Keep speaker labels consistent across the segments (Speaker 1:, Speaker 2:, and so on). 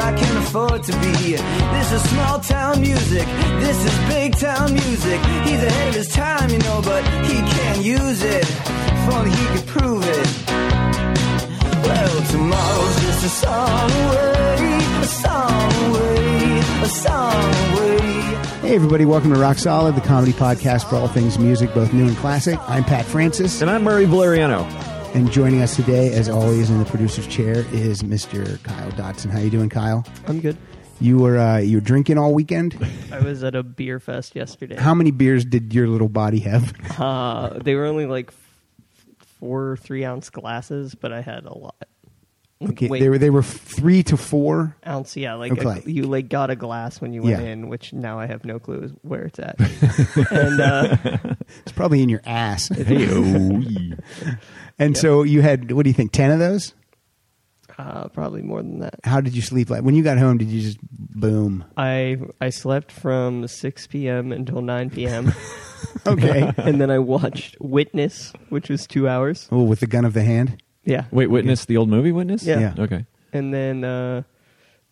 Speaker 1: afford to be. This is small town music. This is big town music. He's ahead of his time, you know, but he can't use it. If only he could prove it. Well, tomorrow's just a song away, a song away, a song away.
Speaker 2: Hey, everybody, welcome to Rock Solid, the comedy podcast for all things music, both new and classic. I'm Pat Francis,
Speaker 3: And I'm Murray Valeriano.
Speaker 2: and joining us today, as always, in the producer's chair is Mr. Kyle Dotson. How you doing, Kyle?
Speaker 4: I'm good.
Speaker 2: You were uh, you were drinking all weekend.
Speaker 4: I was at a beer fest yesterday.
Speaker 2: How many beers did your little body have?
Speaker 4: Uh, they were only like f- four three ounce glasses, but I had a lot.
Speaker 2: Okay,
Speaker 4: Wait.
Speaker 2: they were they were three to four.
Speaker 4: Ounce, yeah. Like a-
Speaker 2: Okay.
Speaker 4: you like got a glass when you went
Speaker 2: Yeah.
Speaker 4: in, which now I have no clue is where it's at. and uh,
Speaker 2: It's probably in your ass.
Speaker 3: Hey, oh, yeah.
Speaker 2: And so you had what do you think? Ten of those.
Speaker 4: uh, probably more than that.
Speaker 2: How did you sleep? Like when you got home, did you just boom?
Speaker 4: I I slept from 6 p.m. until 9 p.m.
Speaker 2: Okay.
Speaker 4: and then I watched Witness, which was two hours.
Speaker 2: oh, with the gun of the hand.
Speaker 4: Yeah.
Speaker 3: Wait, witness the old movie, witness.
Speaker 4: Yeah.
Speaker 2: Yeah.
Speaker 3: Okay.
Speaker 4: and then uh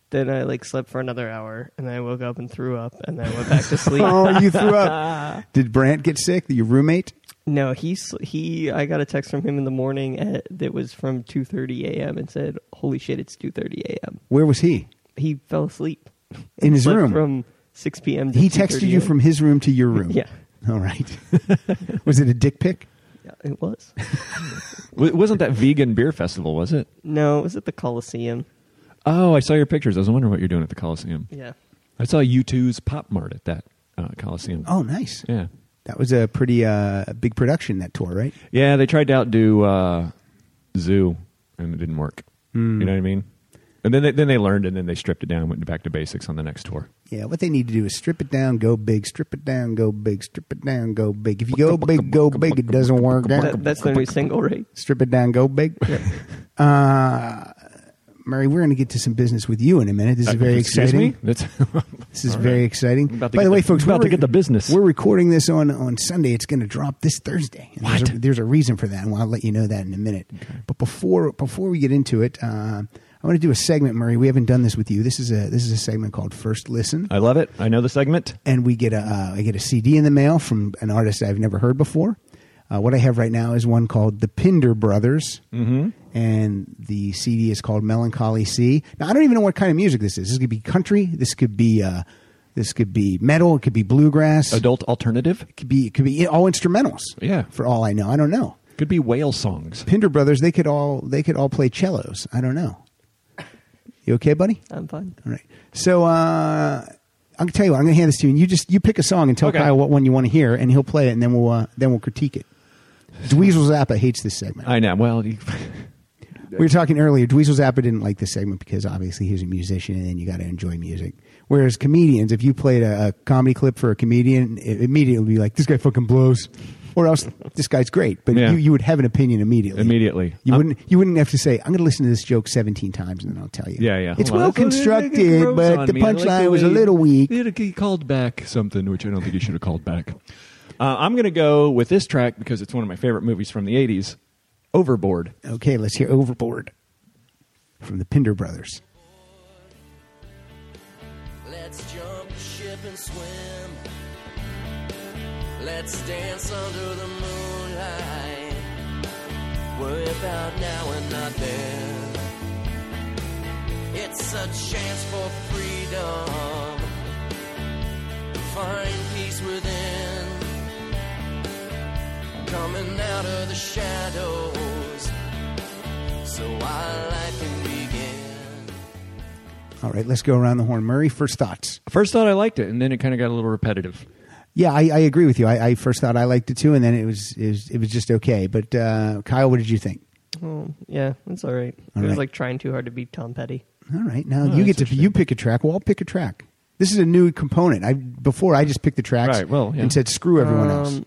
Speaker 4: then I like slept for another hour, and then I woke up and threw up, and then I went back to sleep.
Speaker 2: Oh, you threw up. Did Brant get sick? Your roommate?
Speaker 4: no, he sl- he. I got a text from him in the morning at, that was from two thirty a.m. and said, "Holy shit, it's two thirty a.m."
Speaker 2: Where was he?
Speaker 4: He fell asleep
Speaker 2: In his
Speaker 4: Slept
Speaker 2: room.
Speaker 4: from six p.m. to
Speaker 2: He texted
Speaker 4: 2:30
Speaker 2: you
Speaker 4: a.m..
Speaker 2: from his room to your room.
Speaker 4: Yeah.
Speaker 2: All right. was it a dick pic?
Speaker 4: Yeah, it was
Speaker 3: W- it wasn't that vegan beer festival, was it?
Speaker 4: no, it was at the Coliseum.
Speaker 3: Oh, I saw your pictures. I was wondering what you're doing at the Coliseum.
Speaker 4: Yeah,
Speaker 3: I saw U2's Pop Mart at that uh, Coliseum.
Speaker 2: Oh, nice.
Speaker 3: Yeah.
Speaker 2: That was a pretty uh, big production that tour, right?
Speaker 3: Yeah, they tried to outdo uh, Zoo, and it didn't work.
Speaker 2: Hmm.
Speaker 3: You know what I mean? And then they, then they learned, and then they stripped it down, and went back to basics on the next tour.
Speaker 2: Yeah. What they need to do is strip it down, go big. Strip it down, go big. Strip it down, go big. If you go big, go big. It doesn't work out.
Speaker 4: that, that's their new single, right?
Speaker 2: Strip it down, go big. Uh, Murray, we're going to get to some business with you in a minute. This is very
Speaker 3: Uh, Excuse
Speaker 2: exciting.
Speaker 3: Me? That's
Speaker 2: This is very exciting.
Speaker 3: about to
Speaker 2: By
Speaker 3: get
Speaker 2: the way,
Speaker 3: the-
Speaker 2: folks,
Speaker 3: I'm about
Speaker 2: we're
Speaker 3: to get the business.
Speaker 2: We're recording this on on Sunday. It's going to drop this Thursday. And There's a,
Speaker 3: What?
Speaker 2: there's a reason for that, and I'll let you know that in a minute. But before before we get into it, uh, I want to do a segment, Murray. We haven't done this with you. This is a this is a segment called First Listen,
Speaker 3: I love it. I know the segment.
Speaker 2: and we get a uh, I get a CD in the mail from an artist I've never heard before. Uh, what I have right now is one called the Pinder Brothers, mm-hmm. and the CD is called Melancholy Sea. Now I don't even know what kind of music this is. This could be country. This could be uh, this could be metal. It could be bluegrass.
Speaker 3: Adult alternative
Speaker 2: It could be it could be all instrumentals.
Speaker 3: Yeah.
Speaker 2: for all I know, I don't know.
Speaker 3: could be whale songs.
Speaker 2: Pinder Brothers, they could all they could all play cellos. I don't know. You okay, buddy?
Speaker 4: I'm fine.
Speaker 2: All right. So uh, I'm gonna tell you what. I'm gonna hand this to you, and you just you pick a song and tell
Speaker 3: Okay.
Speaker 2: Kyle what one you want to hear, and he'll play it, and then we'll uh, then we'll critique it. Dweezil Zappa hates this segment.
Speaker 3: I know. Well, you-
Speaker 2: we were talking earlier. Dweezil Zappa didn't like this segment because obviously he's a musician, and you got to enjoy music. Whereas comedians, if you played a, a comedy clip for a comedian, it immediately would be like, "This guy fucking blows," or else "This guy's great." But
Speaker 3: Yeah.
Speaker 2: you, you would have an opinion immediately.
Speaker 3: Immediately. Uh,
Speaker 2: you
Speaker 3: I'm-
Speaker 2: wouldn't. You wouldn't have to say, "I'm going to listen to this joke 17 times and then I'll tell you."
Speaker 3: Yeah, yeah.
Speaker 2: It's
Speaker 3: Hold on.
Speaker 2: well constructed, but the punchline was a little weak.
Speaker 3: He, he called back something, which I don't think he should have called back. Uh, I'm going to go with this track because it's one of my favorite movies from the 80s Overboard.
Speaker 2: Okay, let's hear Overboard from the Pinder Brothers.
Speaker 5: Let's jump ship and swim. Let's dance under the moonlight. Worry about now and not then. It's a chance for freedom. Find peace within. Coming out of the shadows. So our life can begin.
Speaker 2: All right, let's go around the horn. Murray, first thoughts.
Speaker 3: First thought I liked it, and then it kind of got a little repetitive.
Speaker 2: Yeah, I, I agree with you. I, I first thought I liked it too, and then it was it was, it was just okay. But uh, Kyle, what did you think?
Speaker 4: Oh, yeah, it's all right.
Speaker 2: All
Speaker 4: it was
Speaker 2: right.
Speaker 4: like trying too hard to be Tom Petty.
Speaker 2: All right, now you get to you pick a track. Well, I'll pick a track. This is a new component. I before I just picked the tracks
Speaker 3: Right, well, yeah.
Speaker 2: and said screw everyone else.
Speaker 4: Um,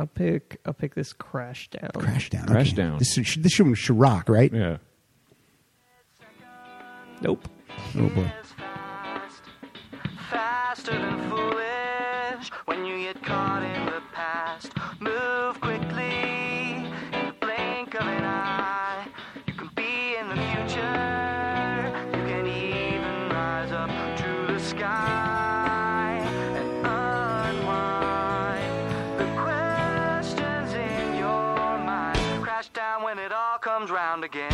Speaker 4: I'll pick. I'll pick this crash down.
Speaker 2: Crashdown.
Speaker 3: Crashdown.
Speaker 2: This is, this should be Chirac, right?
Speaker 3: Yeah.
Speaker 4: Nope.
Speaker 2: Oh boy.
Speaker 6: fast, faster than foolish. When you get caught in the past, move quickly in the blink of an eye. You can be in the future. You can even rise up comes round again.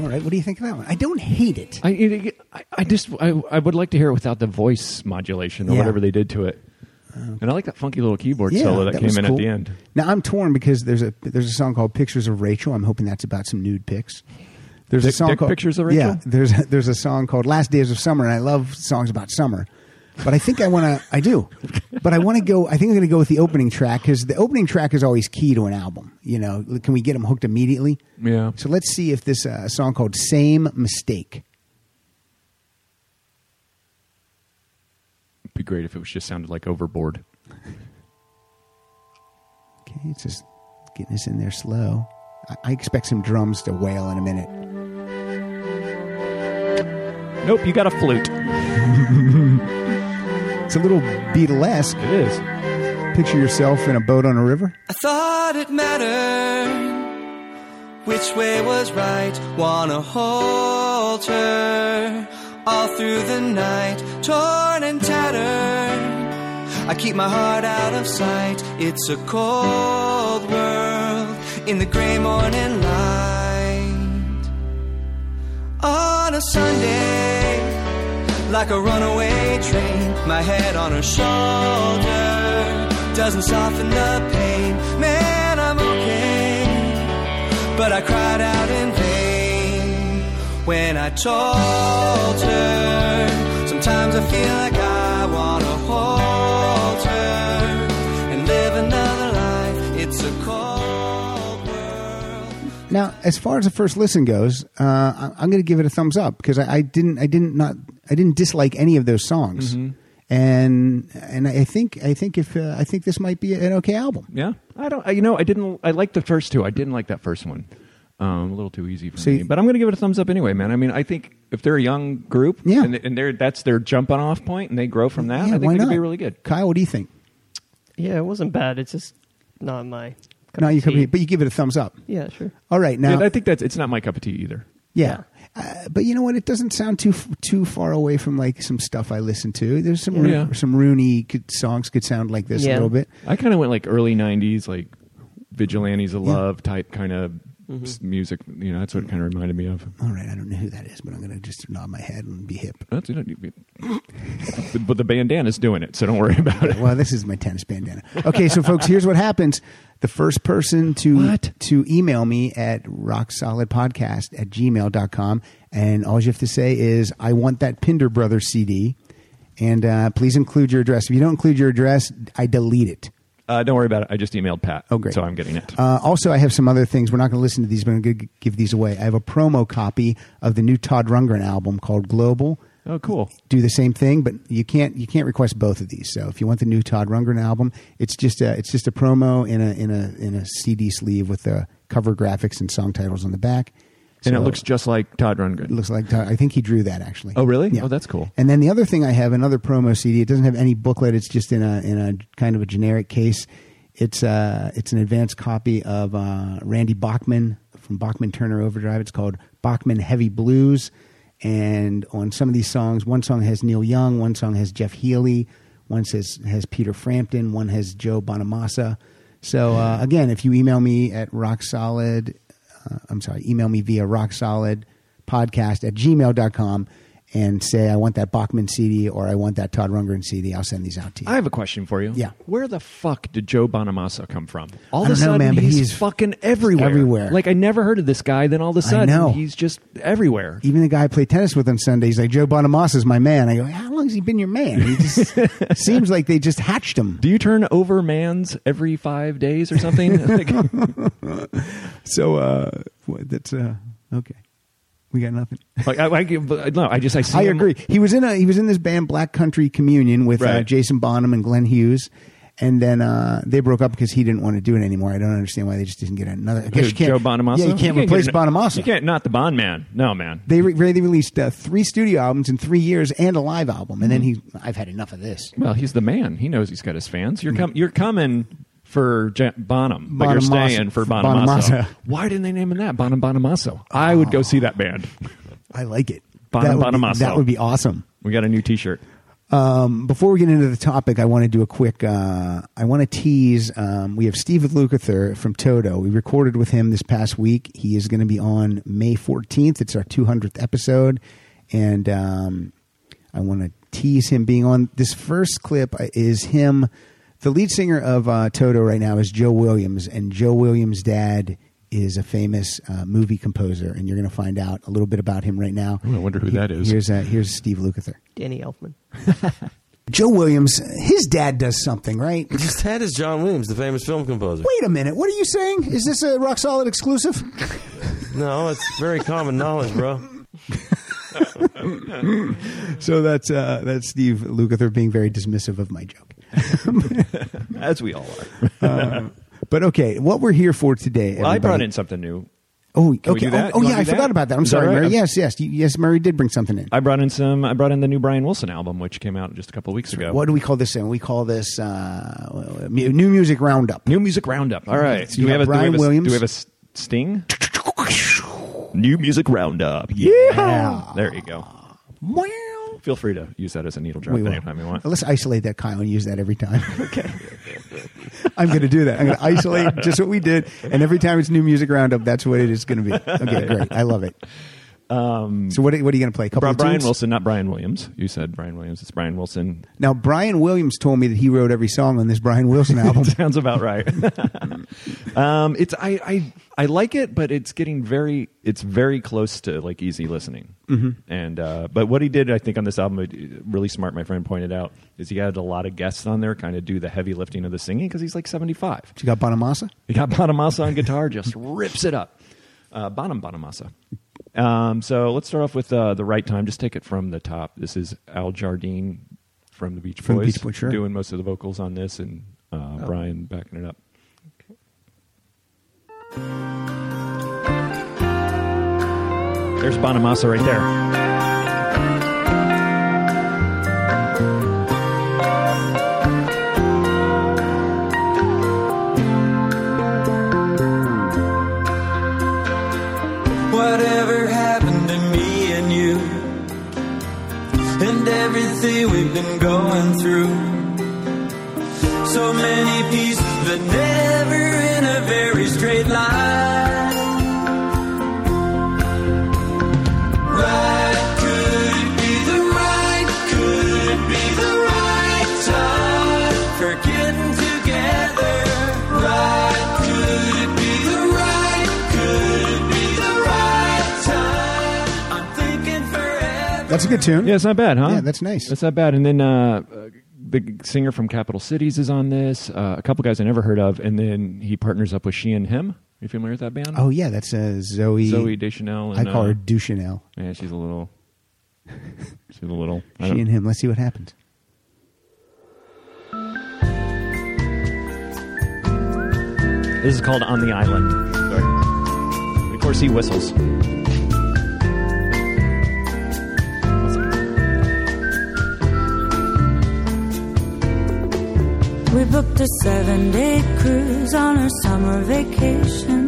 Speaker 2: All right, what do you think of that one? I don't hate it.
Speaker 3: I, it, I, I just I, I would like to hear it without the voice modulation or
Speaker 2: Yeah. Uh,
Speaker 3: whatever they did to it. and I like that funky little keyboard solo that,
Speaker 2: was
Speaker 3: came in
Speaker 2: cool.
Speaker 3: at the end.
Speaker 2: Now I'm torn because there's a there's a song called "Pictures of Rachel." I'm hoping that's about some nude pics. There's a
Speaker 3: Dick-
Speaker 2: song
Speaker 3: dick
Speaker 2: called
Speaker 3: pictures of Rachel?
Speaker 2: Yeah, there's a, there's a song called "Last Days of Summer," and I love songs about summer. But I think I want to. I do, but I want to go. I think I'm going to go with the opening track because the opening track is always key to an album. You know, can we get them hooked immediately?
Speaker 3: Yeah.
Speaker 2: So let's see if this uh, song called "Same Mistake."
Speaker 3: It'd be great if it was just sounded like overboard.
Speaker 2: Okay, it's just getting us in there slow. I, I expect some drums to wail in a minute.
Speaker 3: Nope, you got a flute.
Speaker 2: It's a little Beatlesque.
Speaker 3: It is.
Speaker 2: Picture yourself in a boat on a river.
Speaker 5: I thought it mattered which way was right. Wanna hold her all through the night, torn and tattered. I keep my heart out of sight. It's a cold world in the gray morning light. On a Sunday, like a runaway train. My head on her shoulder doesn't soften the pain. Man, I'm okay, but I cried out in vain when I told her. Sometimes I feel like I wanna hold her and live another life. It's a cold world.
Speaker 2: Now, as far as the first listen goes, uh, I- I'm going to give it a thumbs up because I, I didn't, I didn't not, I didn't dislike any of those songs, and and I think I think if uh, I think this might be an okay album.
Speaker 3: Yeah, I don't. I, you know, I didn't. I liked the first two. I didn't like that first one. Um, a little too easy for
Speaker 2: See-
Speaker 3: me. But I'm going to give it a thumbs up anyway, man. I mean, I think if they're a young group,
Speaker 2: Yeah.
Speaker 3: and, and they're that's their jump on off point, and they grow from that, I think
Speaker 2: why
Speaker 3: it'd
Speaker 2: not?
Speaker 3: be really good.
Speaker 2: Kyle, what do you think?
Speaker 4: Yeah, it wasn't bad. It's just not my. cup
Speaker 2: No,
Speaker 4: of
Speaker 2: you could
Speaker 4: tea.
Speaker 2: be, but you give it a thumbs up.
Speaker 4: yeah, sure.
Speaker 2: All right, now
Speaker 3: And I think that's it's not my cup of tea either.
Speaker 2: Yeah. Uh, but you know what? It doesn't sound too f- too far away from like some stuff I listen to. There's some Ro-
Speaker 3: Yeah.
Speaker 2: some Rooney could, songs could sound like this a
Speaker 4: Yeah.
Speaker 2: little bit.
Speaker 3: I kind of went like early '90s, like Vigilantes of Love type kind of music. You know, that's what it kind of reminded me of.
Speaker 2: All right, I don't know who that is, but I'm gonna just nod my head and be hip.
Speaker 3: That's, you know, but, but the bandana's doing it, so don't worry about it.
Speaker 2: Well, this is my tennis bandana. Okay, so folks, here's what happens. The first person to
Speaker 3: What?
Speaker 2: to email me at rocksolidpodcast at gmail.com. And all you have to say is, I want that Pinder Brothers CD. And uh, please include your address. If you don't include your address, I delete it.
Speaker 3: Uh, don't worry about it. I just emailed Pat.
Speaker 2: Oh, great.
Speaker 3: So I'm getting it.
Speaker 2: Uh, also, I have some other things. We're not going to listen to these, but I'm going to give these away. I have a promo copy of the new Todd Rundgren album called Global.
Speaker 3: oh, cool.
Speaker 2: Do the same thing, but you can't you can't request both of these. So if you want the new Todd Rundgren album, it's just a it's just a promo in a in a in a CD sleeve with the cover graphics and song titles on the back.
Speaker 3: and it
Speaker 2: So
Speaker 3: looks just like Todd Rundgren.
Speaker 2: it looks like Todd, I think he drew that actually.
Speaker 3: Oh, really? Oh, that's cool.
Speaker 2: And then the other thing I have another promo CD. It doesn't have any booklet. It's just in a in a kind of a generic case. It's uh it's an advanced copy of uh, Randy Bachman from Bachman Turner Overdrive. It's called Bachman Heavy Blues. And on some of these songs, one song has Neil Young, one song has Jeff Healey, one says has Peter Frampton, one has Joe Bonamassa. So uh, again, if you email me at rocksolid, uh, I'm sorry, email me via rocksolidpodcast at gmail.com and say, I want that Bachman CD or I want that Todd Rundgren CD, I'll send these out to you.
Speaker 3: I have a question for you.
Speaker 2: Yeah.
Speaker 3: Where the fuck did Joe Bonamassa come from? All of
Speaker 2: I
Speaker 3: a
Speaker 2: don't know,
Speaker 3: sudden,
Speaker 2: man, but
Speaker 3: he's,
Speaker 2: he's
Speaker 3: fucking everywhere.
Speaker 2: everywhere.
Speaker 3: Like, I never heard of this guy. Then all of a sudden,
Speaker 2: know.
Speaker 3: he's just everywhere.
Speaker 2: Even the guy I play tennis with on Sunday, he's like, Joe Bonamassa is my man. I go, how long has he been your man? He just seems like they just hatched him.
Speaker 3: Do you turn over mans every five days or something? Like,
Speaker 2: So uh, what- that's, uh, okay. We got nothing.
Speaker 3: like, I, I, give- no, I just I see.
Speaker 2: I
Speaker 3: him-
Speaker 2: agree. He was in a he was in this band Black Country Communion with uh,
Speaker 3: Right.
Speaker 2: Jason Bonham and Glenn Hughes, and then uh, they broke up because he didn't want to do it anymore. I don't understand why they just didn't get another. I
Speaker 3: Who,
Speaker 2: guess you can't,
Speaker 3: Joe Bonamassa.
Speaker 2: Yeah, you can't
Speaker 3: get
Speaker 2: replace
Speaker 3: an-
Speaker 2: Bonamassa.
Speaker 3: You can't not the Bond man. No man.
Speaker 2: They re- they released uh, three studio albums in three years and a live album, and then he I've had enough of this.
Speaker 3: Hmm. Well, he's the man. He knows he's got his fans. You're com- you're coming for Ja Bonham, but you're
Speaker 2: Bonamassa-
Speaker 3: staying for
Speaker 2: for
Speaker 3: Bonamassa.
Speaker 2: Bonamassa.
Speaker 3: Why didn't they name him that? Bonham Bonamassa. I would go see that band.
Speaker 2: I like it.
Speaker 3: Bonham
Speaker 2: that, would be,
Speaker 3: Bonamassa.
Speaker 2: that would be awesome.
Speaker 3: We got a new T-shirt.
Speaker 2: Um, before we get into the topic, I want to do a quick. Uh, I want to tease. Um, we have Steve Lukather from Toto. We recorded with him this past week. He is going to be on May 14th. It's our 200th episode, and um, I want to tease him being on. This first clip is him. The lead singer of uh, Toto right now is Joe Williams, and Joe Williams' dad is a famous uh, movie composer, and you're going to find out a little bit about him right now.
Speaker 3: Ooh, I wonder who that is.
Speaker 2: Here's uh, here's Steve Lukather.
Speaker 4: Danny Elfman.
Speaker 2: Joe Williams, his dad does something, right?
Speaker 7: His dad is John Williams, the famous film composer.
Speaker 2: Wait a minute, what are you saying? Is this a rock solid exclusive?
Speaker 7: No, it's very common knowledge, bro.
Speaker 2: so that's uh, that's Steve Lukather being very dismissive of my joke. Uh,
Speaker 3: As we all are.
Speaker 2: But okay, what we're here for today?
Speaker 3: I brought
Speaker 2: everybody-
Speaker 3: in something new.
Speaker 2: Oh,
Speaker 3: Can we
Speaker 2: okay.
Speaker 3: do that?
Speaker 2: Oh, oh,
Speaker 3: You wanna
Speaker 2: yeah,
Speaker 3: do
Speaker 2: I forgot
Speaker 3: that?
Speaker 2: about that. I'm
Speaker 3: Is that
Speaker 2: sorry,
Speaker 3: right?
Speaker 2: Murray.
Speaker 3: I'm-
Speaker 2: Yes, yes, you- yes. Murray did bring something in.
Speaker 3: I brought in some. I brought in the new Brian Wilson album, which came out just a couple weeks ago.
Speaker 2: What do we call this? Thing? We call this uh, mu- new music roundup.
Speaker 3: New music roundup. All right.
Speaker 2: So you got Brian
Speaker 3: do we have a,
Speaker 2: Williams.
Speaker 3: do we have a s- sting? New music roundup.
Speaker 2: Yeah.
Speaker 3: There you go.
Speaker 2: Meow.
Speaker 3: Feel free to use that as a needle drop
Speaker 2: We will.
Speaker 3: anytime you want.
Speaker 2: Let's isolate that, Kyle, and use that every time. okay. I'm going to do that. I'm going to isolate just what we did, and every time it's new music roundup, that's what it is going to be. Okay, great. I love it. Um, so what are, what are you going to play? A couple
Speaker 3: Bri-
Speaker 2: of
Speaker 3: Brian
Speaker 2: tunes?
Speaker 3: Wilson, not Brian Williams. You said Brian Williams. It's Brian Wilson.
Speaker 2: Now, Brian Williams told me that he wrote every song on this Brian Wilson album.
Speaker 3: Sounds about right. um, it's I, I I like it, but it's getting very it's very close to like easy listening. Mm-hmm. And uh, but what he did, I think, on this album, it- really smart. My friend pointed out is he had a lot of guests on there, kind of do the heavy lifting of the singing because he's like seventy five.
Speaker 2: you got Bonamassa?
Speaker 3: He got Bonamassa on guitar, just rips it up. Uh, Bonham Bonamassa. Um, so let's start off with uh, the right time. Just take it from the top. This is Al Jardine from the Beach Boys,
Speaker 2: From Beach Boys, sure. Oh.
Speaker 3: doing most of the vocals on this, and uh, Brian backing it up. There's Bonamassa right there.
Speaker 5: Whatever happened to me and you and everything we've been going through? So many pieces, but never in a very straight line. Right, could it be the right? Could it be the right time for getting together? Right, could it be the right? Could it be the right time? I'm thinking forever.
Speaker 2: That's a good tune.
Speaker 3: Yeah, it's not bad, huh?
Speaker 2: Yeah, that's nice.
Speaker 3: That's not bad. And then uh, uh, the singer from Capital Cities is on this. Uh, a couple guys I never heard of, and then he partners up with she and him. Are you familiar with that band?
Speaker 2: Oh, yeah, that's uh, Zoe.
Speaker 3: Zoe Deschanel.
Speaker 2: I
Speaker 3: And,
Speaker 2: call
Speaker 3: uh,
Speaker 2: her Duchanel.
Speaker 3: Yeah, she's a little. She's a little. I
Speaker 2: She
Speaker 3: don't-
Speaker 2: and him. Let's see what happens.
Speaker 3: This is called On the Island. Of course, he whistles.
Speaker 8: We booked a seven day cruise on our summer vacation.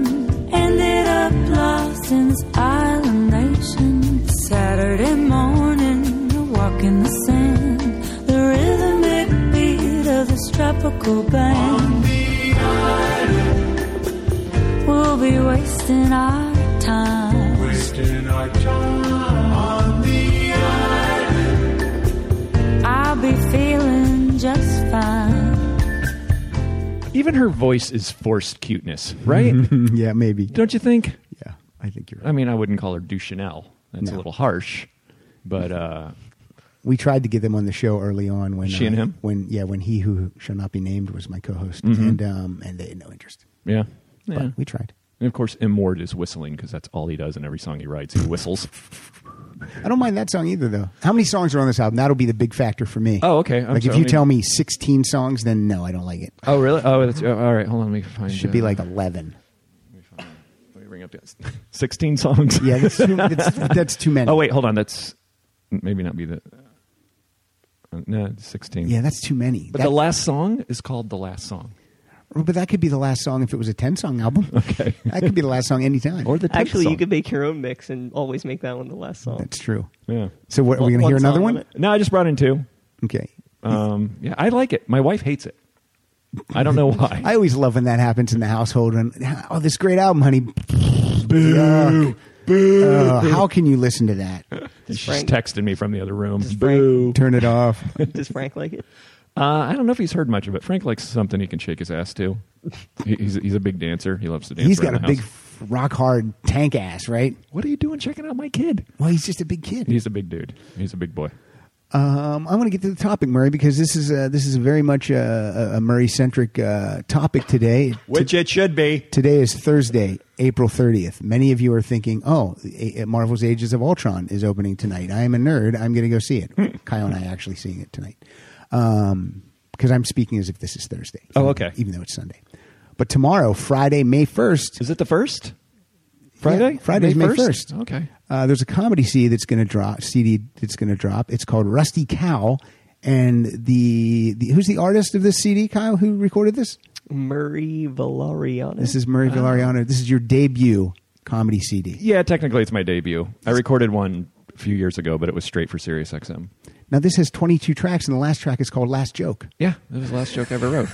Speaker 8: Ended up lost in this island nation. Saturday morning, a walk in the sand. The rhythmic beat of this tropical band. We'll be wasting our time. I'll be feeling just fine.
Speaker 3: Even her voice is forced cuteness, right?
Speaker 2: yeah, maybe.
Speaker 3: don't you think?
Speaker 2: Yeah, I think you're right.
Speaker 3: I mean, I wouldn't call her Duchanel. That's a
Speaker 2: No.
Speaker 3: little harsh. But uh,
Speaker 2: We tried to get them on the show early on when
Speaker 3: She and
Speaker 2: uh,
Speaker 3: him? Mm-hmm.
Speaker 2: When yeah, when he who shall not be named was my co-host, and um, and they had no interest.
Speaker 3: yeah.
Speaker 2: But
Speaker 3: Yeah.
Speaker 2: we tried.
Speaker 3: And of course, M. Ward is whistling because that's all he does in every song he writes. He whistles.
Speaker 2: I don't mind that song either, though. How many songs are on this album? That'll be the big factor for me.
Speaker 3: Oh, okay. I'm
Speaker 2: like if
Speaker 3: sorry.
Speaker 2: you tell me sixteen songs, then no, I don't like it.
Speaker 3: oh, really? Oh, that's, oh, all right. Hold on. Let me find.
Speaker 2: It should
Speaker 3: uh,
Speaker 2: be like eleven.
Speaker 3: Let me bring up this. Sixteen songs.
Speaker 2: Yeah, that's too, that's, that's too many.
Speaker 3: oh wait, hold on. That's maybe not be the. Uh, no, it's sixteen.
Speaker 2: yeah, that's too many.
Speaker 3: But
Speaker 2: That-
Speaker 3: the last song is called the last song,
Speaker 2: but that could be the last song if it was a ten song album. Okay, that could be the last song anytime.
Speaker 3: or the tenth
Speaker 4: Actually, you
Speaker 3: song.
Speaker 4: could make your own mix and always make that one the last song.
Speaker 2: that's true.
Speaker 3: Yeah.
Speaker 2: So what, are we
Speaker 4: One-
Speaker 2: going to hear
Speaker 4: one
Speaker 2: another
Speaker 4: song on
Speaker 2: one?
Speaker 4: it.
Speaker 3: No, I just brought in two.
Speaker 2: Okay.
Speaker 3: Um, yeah, I like it. My wife hates it. I don't know why.
Speaker 2: I always love when that happens in the household. And oh, this great album, honey. Boo, boo. how can you listen to that?
Speaker 3: She's
Speaker 4: Frank-
Speaker 3: texting me from the other room.
Speaker 4: Frank-
Speaker 3: Boo.
Speaker 2: Turn it off.
Speaker 4: Does Frank like it?
Speaker 3: Uh, I don't know if he's heard much of it. Frank likes something he can shake his ass to. He- He's he's a big dancer. He loves to dance.
Speaker 2: He's got a
Speaker 3: around the
Speaker 2: big,
Speaker 3: house.
Speaker 2: rock hard tank ass, right?
Speaker 3: What are you doing checking out my kid?
Speaker 2: Well, he's just a big kid.
Speaker 3: He's a big dude. He's a big boy.
Speaker 2: Um, I want to get to the topic, Murray, because this is uh, this is very much a, a Murray centric uh, topic today.
Speaker 3: Which it should be.
Speaker 2: Today is Thursday, April 30th. Many of you are thinking, oh, A- Marvel's Ages of Ultron is opening tonight. I am a nerd. I'm going to go see
Speaker 3: Hmm.
Speaker 2: it. Kyle and I are actually seeing it tonight. Because I'm speaking as if this is Thursday.
Speaker 3: Oh, okay.
Speaker 2: Even though it's Sunday. But tomorrow, Friday, May 1st.
Speaker 3: Is it the first? Friday?
Speaker 2: Yeah, Friday's May 1st.
Speaker 3: Okay.
Speaker 2: Uh, there's a comedy CD that's going to drop. CD that's going to drop. It's called Rusty Cow, and the, the who's the artist of this CD? Kyle, who recorded this?
Speaker 4: Murray Valeriano.
Speaker 2: This is Murray Valeriano. This is your debut comedy CD.
Speaker 3: Yeah, technically it's my debut. I recorded one a few years ago, but it was straight for Sirius XM.
Speaker 2: Now this has 22 tracks, and the last track is called "Last Joke."
Speaker 3: Yeah, that was the last joke I ever wrote.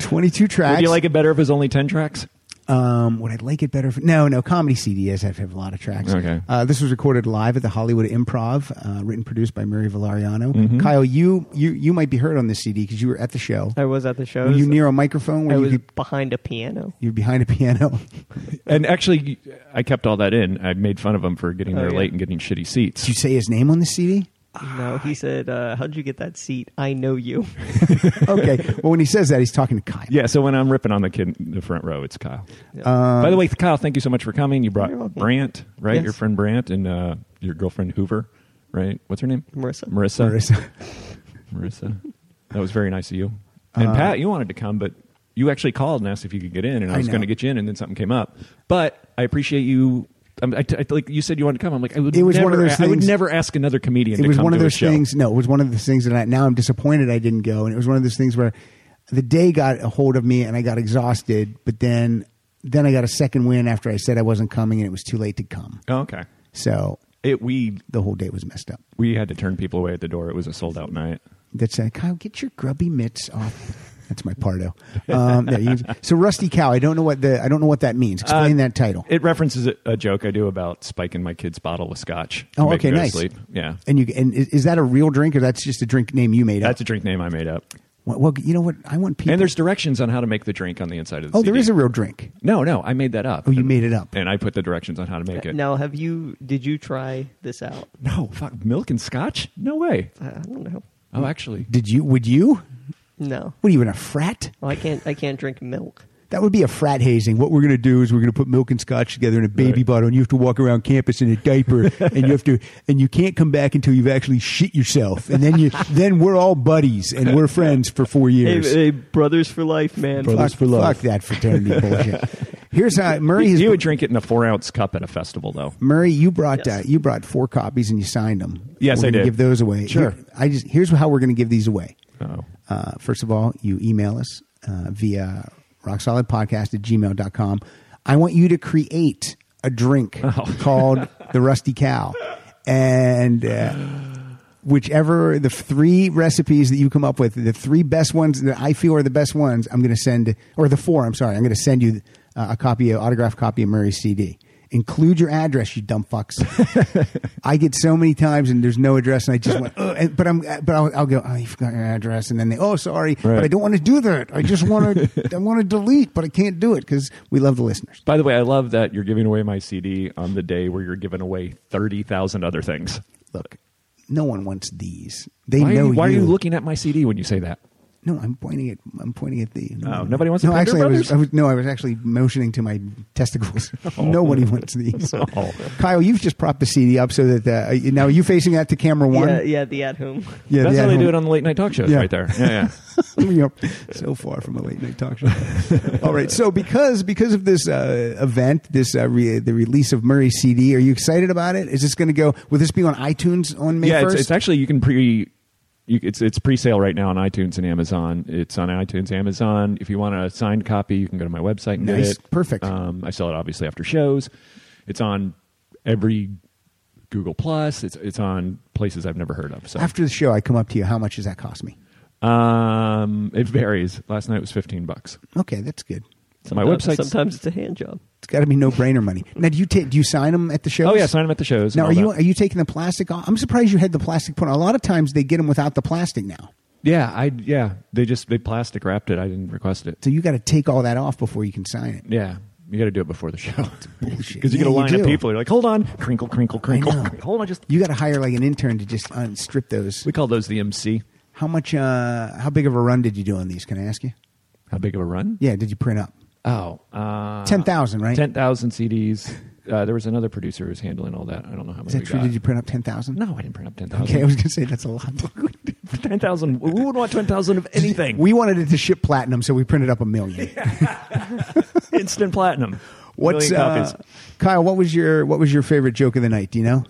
Speaker 2: 22 tracks.
Speaker 3: Would you like it better if it was only 10 tracks?
Speaker 2: Um, would I like it better? If, no, no. Comedy CD is. I have a lot of tracks.
Speaker 3: Okay.
Speaker 2: Uh, this was recorded live at the Hollywood Improv, uh, written produced by Murray Valeriano.
Speaker 3: Mm-hmm.
Speaker 2: Kyle, you you you might be heard on this CD because you were at the show.
Speaker 4: I was at the show.
Speaker 2: Were you near a microphone?
Speaker 4: I
Speaker 2: Where you
Speaker 4: was
Speaker 2: could,
Speaker 4: behind a piano.
Speaker 2: you're behind a piano.
Speaker 3: And actually, I kept all that in. I made fun of them for getting
Speaker 4: Oh,
Speaker 3: there
Speaker 4: yeah.
Speaker 3: late and getting shitty seats.
Speaker 2: Did you say his name on the CD?
Speaker 4: No, he said, uh, "How'd you get that seat? I know you."
Speaker 2: Okay. well, when he says that, he's talking to Kyle.
Speaker 3: Yeah, so when I'm ripping on the kid in the front row, it's Kyle. By the way, Kyle, thank you so much for coming. You
Speaker 4: You're
Speaker 3: brought
Speaker 4: welcome.
Speaker 3: Brant, right?
Speaker 4: Yes.
Speaker 3: Your friend Brant and uh, your girlfriend Hoover, right? What's her name?
Speaker 4: Marissa.
Speaker 3: Marissa.
Speaker 2: Marissa.
Speaker 3: Marissa. That was very nice of you. And
Speaker 2: Um,
Speaker 3: Pat, you wanted to come, but you actually called and asked if you could get in, and I
Speaker 2: I
Speaker 3: was
Speaker 2: know.
Speaker 3: going to get you in, and then something came up. But I appreciate you. I'm, I, I- like you said, you wanted to come. I'm like, I would.
Speaker 2: It was
Speaker 3: never,
Speaker 2: one of those
Speaker 3: I would
Speaker 2: things-
Speaker 3: never ask another comedian.
Speaker 2: It
Speaker 3: to
Speaker 2: was
Speaker 3: come
Speaker 2: one of
Speaker 3: to a
Speaker 2: those
Speaker 3: show.
Speaker 2: things. No, it was one of those things that I, now I'm disappointed I didn't go. And it was one of those things where the day got a hold of me and I got exhausted. But then, then I got a second win after I said I wasn't coming, and it was too late to come.
Speaker 3: Oh, okay.
Speaker 2: So
Speaker 3: It we
Speaker 2: the whole day was messed up.
Speaker 3: we had to turn people away at the door. It was a sold out night.
Speaker 2: that said, Kyle, get your grubby mitts off. That's my Pardo. Um, there, you- so Rusty Cow. I don't know what the I don't know what that means. Explain
Speaker 3: Uh,
Speaker 2: that title.
Speaker 3: It references a, a joke I do about spiking my kid's bottle with scotch. to
Speaker 2: Oh,
Speaker 3: make
Speaker 2: okay,
Speaker 3: him go to
Speaker 2: nice.
Speaker 3: Sleep. Yeah,
Speaker 2: and you and is, is that a real drink or that's just a drink name you made
Speaker 3: that's a
Speaker 2: up?
Speaker 3: drink name I made up.
Speaker 2: well, well, you know what? I want people.
Speaker 3: And there's directions on how to make the drink on the inside of the.
Speaker 2: oh,
Speaker 3: CD.
Speaker 2: there is a real drink.
Speaker 3: No, no, I made that up.
Speaker 2: Oh, you made it up.
Speaker 3: And I put the directions on how to make it.
Speaker 4: Now, have you? Did you try this out?
Speaker 3: No, fuck milk and scotch? No way.
Speaker 4: I I don't know.
Speaker 3: Oh, actually,
Speaker 2: Did you? Would you?
Speaker 4: No,
Speaker 2: What are you in a frat?
Speaker 4: well, Oh, I can't. I can't drink milk.
Speaker 2: That would be a frat hazing. What we're going to do is we're going to put milk and scotch together in a baby
Speaker 3: Right.
Speaker 2: bottle, and you have to walk around campus in a diaper, and you have to, and you can't come back until you've actually shit yourself, and then you, then we're all buddies and we're friends for four
Speaker 4: Hey,
Speaker 2: years.
Speaker 4: hey, brothers for life, man.
Speaker 2: fuck,
Speaker 7: for life.
Speaker 2: fuck that fraternity bullshit. Here's how Murray
Speaker 3: he,
Speaker 2: has.
Speaker 3: he would drink it in a four ounce cup at a festival, though.
Speaker 2: Murray, you brought
Speaker 4: Yes.
Speaker 2: uh, you brought four copies and you signed them.
Speaker 3: Yes,
Speaker 2: we're
Speaker 3: I did.
Speaker 2: gonna Give those away.
Speaker 3: Sure.
Speaker 2: Here- I just here's how we're going to give these away.
Speaker 3: Oh,
Speaker 2: Uh, first of all, you email us uh, via rocksolidpodcast at gmail.com. I want you to create a drink
Speaker 3: Oh.
Speaker 2: called the Rusty Cow. And uh, whichever the three recipes that you come up with, the three best ones that I feel are the best ones, I'm going to send, or the four, I'm sorry, I'm going to send you uh, a copy, an autographed copy of Murray's CD. Include your address, you dumb fucks. I get so many times and there's no address, and I just want, Ugh, and, but I'm, but I'll, I'll go, oh, you forgot your address, and then they, oh, sorry, but
Speaker 3: Right.
Speaker 2: I don't want to do that. I just want to, I want to delete, but I can't do it because we love the listeners.
Speaker 3: by the way, I love that you're giving away my CD on the day where you're giving away thirty thousand other things.
Speaker 2: Look, no one wants these. They
Speaker 3: Why, are
Speaker 2: know.
Speaker 3: you, why are you looking at my CD when you say that?
Speaker 2: No, I'm pointing at, I'm pointing at the. No,
Speaker 3: Oh, nobody wants the
Speaker 2: No,
Speaker 3: Pender
Speaker 2: actually, I was,
Speaker 3: Brothers?
Speaker 2: I was, no, I was actually motioning to my testicles. Nobody wants these.
Speaker 3: Oh.
Speaker 2: Kyle, you've just propped the CD up so that uh, now are you facing that to camera one.
Speaker 4: Yeah, yeah, the at home.
Speaker 2: Yeah,
Speaker 3: That's
Speaker 2: the
Speaker 3: how they do
Speaker 2: at-home-
Speaker 3: it on the late night talk shows,
Speaker 2: Yeah.
Speaker 3: right there. Yeah, yeah.
Speaker 2: yep. So far from a late night talk show. All right. So because because of this uh, event, this uh, re- the release of Murray's CD, are you excited about it? Is this going to go? Will this be on iTunes on May
Speaker 3: yeah, it's,
Speaker 2: first?
Speaker 3: it's actually you can pre. You, it's it's pre-sale right now on iTunes and Amazon. It's on iTunes, Amazon. If you want a signed copy, you can go to my website and
Speaker 2: Nice.
Speaker 3: get it.
Speaker 2: Perfect.
Speaker 3: Um, I sell it obviously after shows. It's on every Google Plus. It's it's on places I've never heard of. So
Speaker 2: After the show, I come up to you. How much does that cost me?
Speaker 3: um, it varies. Last night was fifteen bucks.
Speaker 2: Okay, that's good.
Speaker 3: My
Speaker 4: Sometimes-
Speaker 3: website's-
Speaker 4: Sometimes it's a hand job.
Speaker 2: It's got to be no brainer money. Now, do you ta- do you sign them at the shows?
Speaker 3: Oh yeah, sign them at the shows.
Speaker 2: Now, are
Speaker 3: and all
Speaker 2: you
Speaker 3: that.
Speaker 2: are you taking the plastic off? I'm surprised you had the plastic put on. A lot of times they get them without the plastic now,
Speaker 3: Yeah, I yeah. They just they plastic wrapped it. I didn't request it.
Speaker 2: so you got to take all that off before you can sign it.
Speaker 3: Yeah, you got to do it before the show because you
Speaker 2: bullshit.
Speaker 3: get
Speaker 2: Yeah,
Speaker 3: a
Speaker 2: you
Speaker 3: line of
Speaker 2: do.
Speaker 3: people. You're like, hold on, crinkle, crinkle, crinkle.
Speaker 2: know.
Speaker 3: crinkle. Hold on, just
Speaker 2: You got to hire like an intern to just unstrip those.
Speaker 3: we call those the MC.
Speaker 2: How much? Uh, how big of a run did you do on these? Can I ask you?
Speaker 3: How big of a run?
Speaker 2: Yeah, did you print up
Speaker 3: Oh, uh,
Speaker 2: ten thousand? Right?
Speaker 3: ten thousand CDs. Uh, there was another producer who was handling all that. I don't know how many.
Speaker 2: Is that
Speaker 3: we
Speaker 2: true?
Speaker 3: got.
Speaker 2: Did you print up ten thousand?
Speaker 3: No, I didn't print up ten thousand.
Speaker 2: Okay, I was gonna say that's a lot.
Speaker 3: ten thousand. Who would want ten thousand of anything?
Speaker 2: we wanted it to ship platinum, so we printed up a million.
Speaker 3: instant platinum.
Speaker 2: What's
Speaker 3: Million
Speaker 2: uh,
Speaker 3: copies.
Speaker 2: Kyle? What was your what was your favorite joke of the night? Do you know?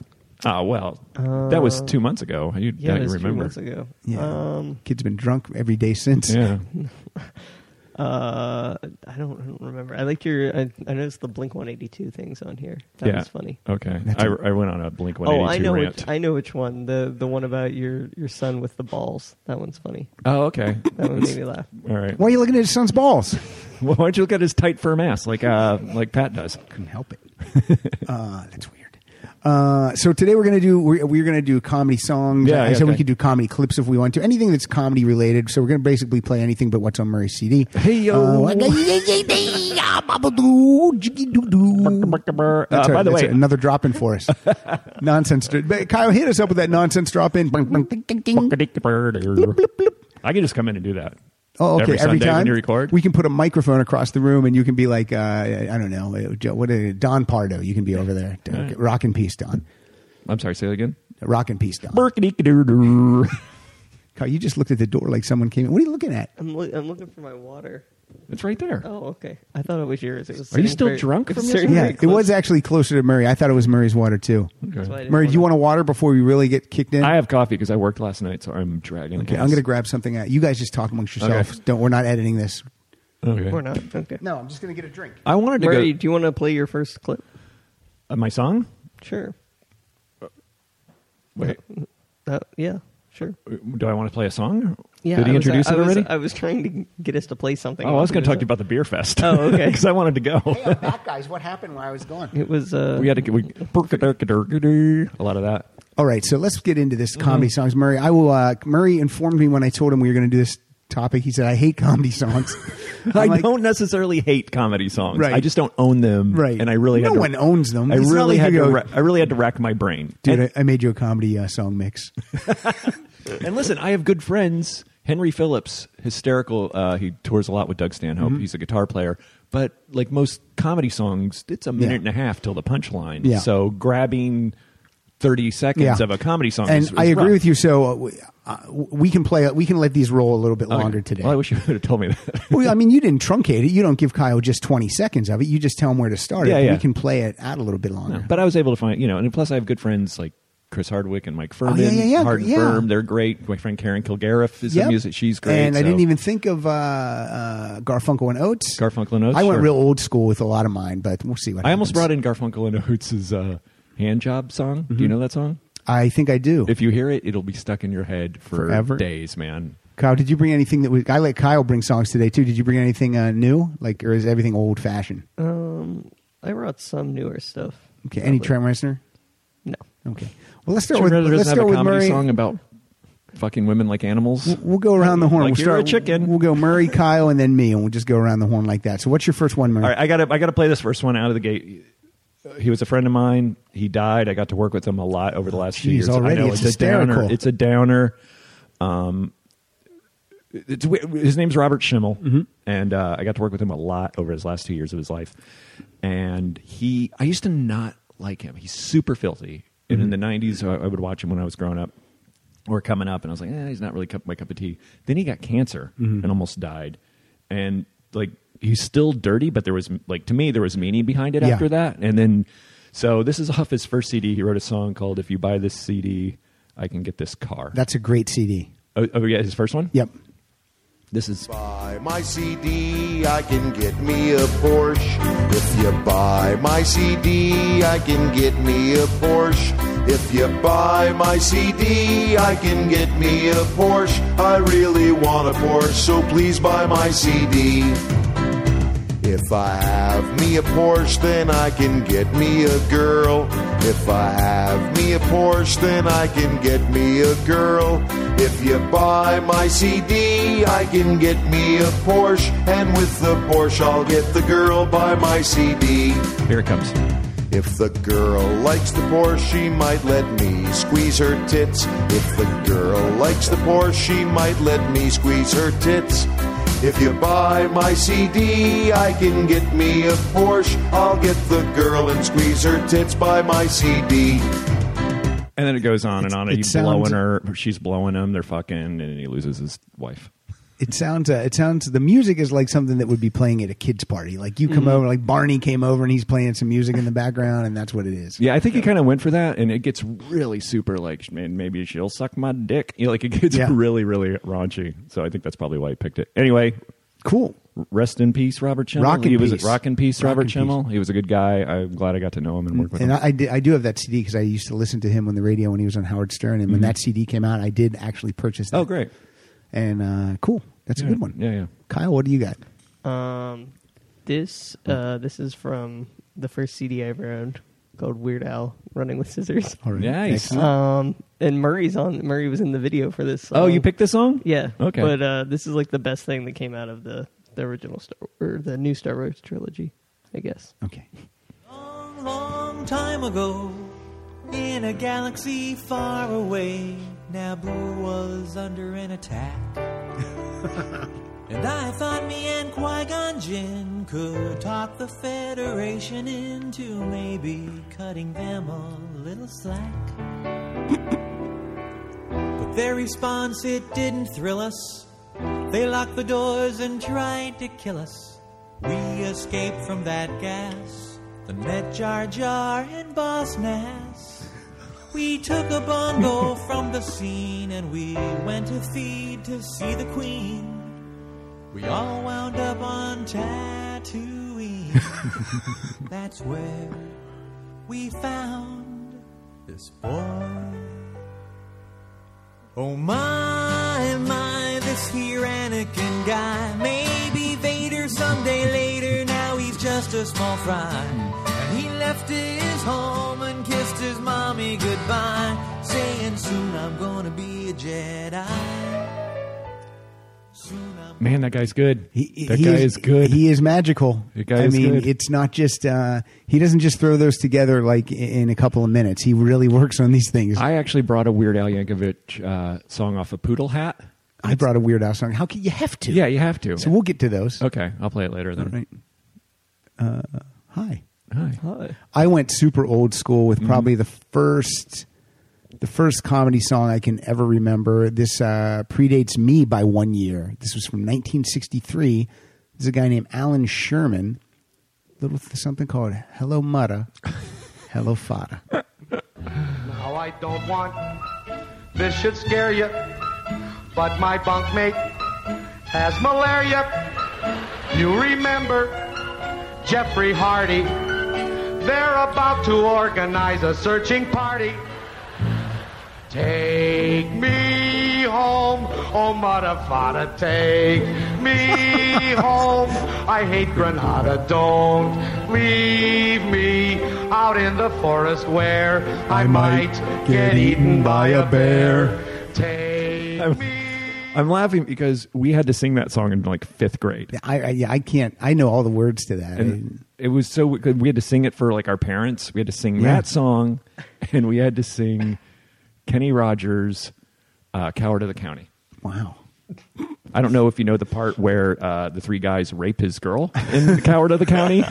Speaker 3: Ah, well, that was two months ago. You
Speaker 4: Yeah,
Speaker 3: doubt
Speaker 4: it
Speaker 3: you
Speaker 4: was two
Speaker 3: remember?
Speaker 4: months ago.
Speaker 2: Yeah.
Speaker 4: Um,
Speaker 2: Kid's been drunk every day since.
Speaker 3: Yeah,
Speaker 4: uh, I don't, I don't remember. I liked your. I, I noticed the Blink One Eighty Two things on here. That
Speaker 3: yeah.
Speaker 4: was funny.
Speaker 3: Okay,
Speaker 2: That's
Speaker 3: I
Speaker 2: a-
Speaker 3: I went on a Blink One Eighty Two
Speaker 4: Oh, I know.
Speaker 3: rant.
Speaker 4: Which, I know which one. The the one about your your son with the balls. That one's funny.
Speaker 3: oh, okay.
Speaker 4: That one made me laugh.
Speaker 3: All right.
Speaker 2: Why are you looking at his son's balls?
Speaker 3: Well, why don't you look at his tight, firm ass like uh, like Pat does?
Speaker 2: Couldn't help it. uh, that's weird. Uh, so today we're gonna do we're, we're gonna do comedy songs.
Speaker 3: Yeah,
Speaker 2: I
Speaker 3: yeah,
Speaker 2: said we
Speaker 3: okay.
Speaker 2: could do comedy clips if we want to. Anything that's comedy related. So we're gonna basically play anything but what's on Murray's CD.
Speaker 3: Hey, yo.
Speaker 2: Uh, that's
Speaker 3: Uh, by
Speaker 2: our-
Speaker 3: the
Speaker 2: that's
Speaker 3: way,
Speaker 2: another drop in for us. nonsense. But Kyle, hit us up with that nonsense drop in.
Speaker 3: I can just come in and do that.
Speaker 2: Oh, okay.
Speaker 3: Every,
Speaker 2: Every,
Speaker 3: Sunday
Speaker 2: time
Speaker 3: when you record.
Speaker 2: we can put a microphone across the room, and you can be like, uh, I don't know, uh, Jo- what uh, Don Pardo. You can be over there,
Speaker 3: right.
Speaker 2: rock and peace, Don.
Speaker 3: I'm sorry. Say that again.
Speaker 2: Rock and peace, Don.
Speaker 3: Burkadee-kadoo-doo.
Speaker 2: Kyle, you just looked at the door like someone came in. What are you looking at?
Speaker 4: I'm loo- I'm looking for my water.
Speaker 3: It's right there.
Speaker 4: Oh, okay. I thought it was yours. It was
Speaker 3: Are you
Speaker 4: sitting
Speaker 3: still
Speaker 4: very-
Speaker 3: drunk
Speaker 4: it was
Speaker 3: from
Speaker 4: sitting
Speaker 3: yesterday?
Speaker 2: Yeah,
Speaker 4: very
Speaker 2: it
Speaker 4: close.
Speaker 2: was actually closer to Murray. I thought it was Murray's water too.
Speaker 4: That's why I didn't
Speaker 2: Murray, do you
Speaker 4: want
Speaker 2: want a water before we really get kicked in?
Speaker 3: I have coffee because I worked last night, so I'm dragging.
Speaker 2: okay, I'm going to grab something out. You guys just talk amongst yourselves. Don't. We're not editing this.
Speaker 3: Okay.
Speaker 4: We're not okay.
Speaker 2: No, I'm just going to get a drink.
Speaker 3: I wanted to
Speaker 4: Murray,
Speaker 3: go.
Speaker 4: do you want to play your first clip?
Speaker 3: Uh, my song.
Speaker 4: Sure.
Speaker 3: Wait.
Speaker 4: Uh, yeah. Sure.
Speaker 3: Do I want to play a song?
Speaker 4: Yeah.
Speaker 3: Did he
Speaker 4: I was-
Speaker 3: introduce
Speaker 4: I
Speaker 3: it
Speaker 4: was-
Speaker 3: already?
Speaker 4: I was trying to get us to play something.
Speaker 3: oh, I was going to talk to
Speaker 4: It
Speaker 3: you about the beer fest.
Speaker 4: Oh, okay.
Speaker 3: Because I wanted to go.
Speaker 2: Hey, I'm back, guys. What happened while I was gone?
Speaker 4: It was. Uh,
Speaker 3: we had to get we, burkadee-kadoo-doo, a lot of that.
Speaker 2: All right, so let's get into
Speaker 3: Mm-hmm.
Speaker 2: this comedy songs, Murray. I will. Uh, Murray informed me when I told him we were going to do this topic. He said, "I hate comedy songs." I'm
Speaker 3: I
Speaker 2: like,
Speaker 3: don't necessarily hate comedy songs.
Speaker 2: Right.
Speaker 3: I just don't own them.
Speaker 2: Right.
Speaker 3: And I really
Speaker 2: No
Speaker 3: had to,
Speaker 2: one owns them.
Speaker 3: I
Speaker 2: It's not
Speaker 3: really
Speaker 2: like
Speaker 3: had
Speaker 2: you
Speaker 3: to.
Speaker 2: go-
Speaker 3: Ra- I really had to rack my brain.
Speaker 2: dude.
Speaker 3: and,
Speaker 2: I, I made you a comedy uh, song mix.
Speaker 3: and listen, I have good friends. Henry Phillips, hysterical. Uh, he tours a lot with Doug Stanhope.
Speaker 2: Mm-hmm.
Speaker 3: He's a guitar player. But like most comedy songs, it's a minute
Speaker 2: Yeah.
Speaker 3: and a half till the punchline.
Speaker 2: Yeah.
Speaker 3: So grabbing thirty seconds of a comedy song.
Speaker 2: and
Speaker 3: is, is
Speaker 2: I agree
Speaker 3: rough.
Speaker 2: with you. So uh, we, uh, we can play. We can let these roll a little bit
Speaker 3: Okay.
Speaker 2: longer today.
Speaker 3: Well, I wish you would have told me that.
Speaker 2: well, I mean, you didn't truncate it. You don't give Kyle just twenty seconds of it. You just tell him where to start.
Speaker 3: Yeah,
Speaker 2: it.
Speaker 3: yeah.
Speaker 2: We can play it out a little bit longer.
Speaker 3: But I was able to find, you know, and plus I have good friends like Chris Hardwick and Mike Furman.
Speaker 2: Oh, yeah, yeah, yeah.
Speaker 3: Hard and
Speaker 2: Yeah.
Speaker 3: firm, they're great. My friend Karen Kilgariff is
Speaker 2: Yep.
Speaker 3: the music; she's great.
Speaker 2: And I
Speaker 3: so-
Speaker 2: didn't even think of uh, uh, Garfunkel and Oates.
Speaker 3: Garfunkel and Oates,
Speaker 2: I went
Speaker 3: sure.
Speaker 2: real old school with a lot of mine, but we'll see what.
Speaker 3: I almost
Speaker 2: happens. Mm-hmm.
Speaker 3: brought in Garfunkel and Oates' uh, hand job song. Do you know that song?
Speaker 2: I think I do.
Speaker 3: If you hear it, it'll be stuck in your head for
Speaker 2: Forever?
Speaker 3: days, man.
Speaker 2: Kyle, did you bring anything that was? I let Kyle bring songs today too. Did you bring anything uh, new, like, or is everything old fashioned?
Speaker 4: Um, I brought some newer stuff.
Speaker 2: Okay, any
Speaker 4: Probably.
Speaker 2: Trent Reznor?
Speaker 4: No.
Speaker 2: Okay, well let's start
Speaker 3: Trent
Speaker 2: with
Speaker 3: Reznor
Speaker 2: let's
Speaker 3: doesn't have
Speaker 2: start
Speaker 3: a
Speaker 2: with
Speaker 3: comedy
Speaker 2: Murray.
Speaker 3: song about fucking women like animals.
Speaker 2: We'll go around the horn.
Speaker 3: Like
Speaker 2: we'll
Speaker 3: you're
Speaker 2: start
Speaker 3: a chicken.
Speaker 2: We'll go Murray, Kyle, and then me, and we'll just go around the horn like that. So, what's your first one, Murray?
Speaker 3: All right, I got to I got to play this first one out of the gate. He was a friend of mine. He died. I got to work with him a lot over the last few
Speaker 2: Jeez,
Speaker 3: years.
Speaker 2: already
Speaker 3: I know
Speaker 2: it's
Speaker 3: a downer.
Speaker 2: hysterical.
Speaker 3: It's a downer. Um, it's we- his name's Robert Schimmel,
Speaker 2: Mm-hmm.
Speaker 3: and uh, I got to work with him a lot over his last two years of his life. And he, I used to not like him. He's super filthy. And
Speaker 2: Mm-hmm.
Speaker 3: in the '90s, I, I would watch him when I was growing up or coming up, and I was like, eh, he's not really cup, my cup of tea. Then he got cancer
Speaker 2: Mm-hmm.
Speaker 3: and almost died, and like he's still dirty, but there was like to me there was meaning behind it
Speaker 2: Yeah.
Speaker 3: after that. And then so this is off his first CD. He wrote a song called "If You Buy This CD, I Can Get This Car."
Speaker 2: That's a great CD.
Speaker 3: oh, oh yeah, his first one.
Speaker 2: Yep.
Speaker 3: This is
Speaker 9: buy my CD, I can get me a Porsche. If you buy my CD, I can get me a Porsche. If you buy my CD, I can get me a Porsche. I really want a Porsche, so please buy my CD. If I have me a Porsche, then I can get me a girl. If I have me a Porsche, then I can get me a girl. If you buy my CD, I can get me a Porsche. And with the Porsche, I'll get the girl by my CD.
Speaker 3: here it comes.
Speaker 9: If the girl likes the Porsche, she might let me squeeze her tits. If the girl likes the Porsche, she might let me squeeze her tits. If you buy my CD, I can get me a Porsche. I'll get the girl and squeeze her tits by my CD.
Speaker 3: And then it goes on and on.
Speaker 2: it
Speaker 3: He's
Speaker 2: sounds-
Speaker 3: blowing her. She's blowing him. They're fucking, and then he loses his wife.
Speaker 2: It sounds. Uh, it sounds. The music is like something that would be playing at a kids' party. Like you
Speaker 3: Mm-hmm.
Speaker 2: come over, like Barney came over and he's playing some music in the background, and that's what it is.
Speaker 3: Yeah, I think he kind of went for that, and it gets really super like, man, maybe she'll suck my dick. You know, like it gets
Speaker 2: Yeah.
Speaker 3: really, really raunchy. So I think that's probably why he picked it. Anyway,
Speaker 2: Cool.
Speaker 3: rest in peace, Robert Chemmel.
Speaker 2: Rock in
Speaker 3: he was
Speaker 2: peace.
Speaker 3: rock in peace,
Speaker 2: Rock
Speaker 3: Robert
Speaker 2: in peace.
Speaker 3: Chemmel. He was a good guy. I'm glad I got to know him and work with
Speaker 2: And
Speaker 3: him.
Speaker 2: I, I, did, I do have that CD because I used to listen to him on the radio when he was on Howard Stern. And when that CD came out, I did actually purchase that.
Speaker 3: Mm-hmm. oh, great.
Speaker 2: And uh, cool. That's a
Speaker 3: Yeah.
Speaker 2: good one.
Speaker 3: Yeah, yeah.
Speaker 2: Kyle, what do you got?
Speaker 4: Um, this uh, this is from the first CD I ever owned called Weird Al Running with Scissors.
Speaker 2: All right.
Speaker 3: Nice.
Speaker 2: Excellent.
Speaker 4: Um, and Murray's on. Murray was in the video for this.
Speaker 3: Oh,
Speaker 4: song.
Speaker 3: you picked this song?
Speaker 4: Um, Yeah.
Speaker 3: Okay.
Speaker 4: But uh, this is like the best thing that came out of the the original Star or the new Star Wars trilogy, I guess.
Speaker 2: Okay.
Speaker 5: Long, long time ago, in a galaxy far away, Naboo was under an attack. and I thought me and Qui Gon Jinn could talk the Federation into maybe cutting them a little slack. but their response, it didn't thrill us. They locked the doors and tried to kill us. We escaped from that gas and met Jar Jar and Boss Nass. We took a bongo from the scene and we went to feed to see the Queen. We all wound up on Tatooine. That's where we found this boy. Oh my, my, this here Anakin guy. Maybe Vader someday later, now he's just a small fry. And he left his home and kissed his mommy goodbye, saying, Soon I'm gonna be a Jedi. Soon I'm
Speaker 3: Man, that guy's good.
Speaker 2: He,
Speaker 3: that
Speaker 2: he
Speaker 3: guy is, good.
Speaker 2: He is magical.
Speaker 3: That guy
Speaker 2: I
Speaker 3: is
Speaker 2: mean,
Speaker 3: good.
Speaker 2: it's not just uh, he doesn't just throw those together like i- in a couple of minutes. He really works on these things. I,
Speaker 3: I actually brought a Weird Al Yankovic uh, song off a Poodle Hat.
Speaker 2: brought a Weird Al song. How can you have to?
Speaker 3: Yeah, you have to.
Speaker 2: So we'll get to those.
Speaker 3: okay, I'll play it later then.
Speaker 2: All right. Uh, hi.
Speaker 3: Hi. Mm-hmm.
Speaker 2: I went super old school with probably the first the first comedy song I can ever remember. This uh, predates me by one year. This was from 1963. There's a guy named Alan Sherman. Little th- something called Hello Mutta, Hello Fada.
Speaker 10: Now I don't want this should scare you, but my bunkmate has malaria. You remember Jeffrey Hardy? They're about to organize a searching party. Take me home, oh motherfucker, take me home. I hate Granada, don't leave me out in the forest where I, might get eaten by a bear. Take
Speaker 3: I'm-
Speaker 10: me
Speaker 3: I'm laughing because we had to sing that song in like fifth grade.
Speaker 2: I, I yeah, I can't. I know all the words to that.
Speaker 3: And it was so we had to sing it for like our parents. We had to sing
Speaker 2: Yeah.
Speaker 3: that song, and we had to sing Kenny Rogers, uh, "Coward of the County."
Speaker 2: wow.
Speaker 3: I don't know if you know the part where uh, the three guys rape his girl in "Coward of the County."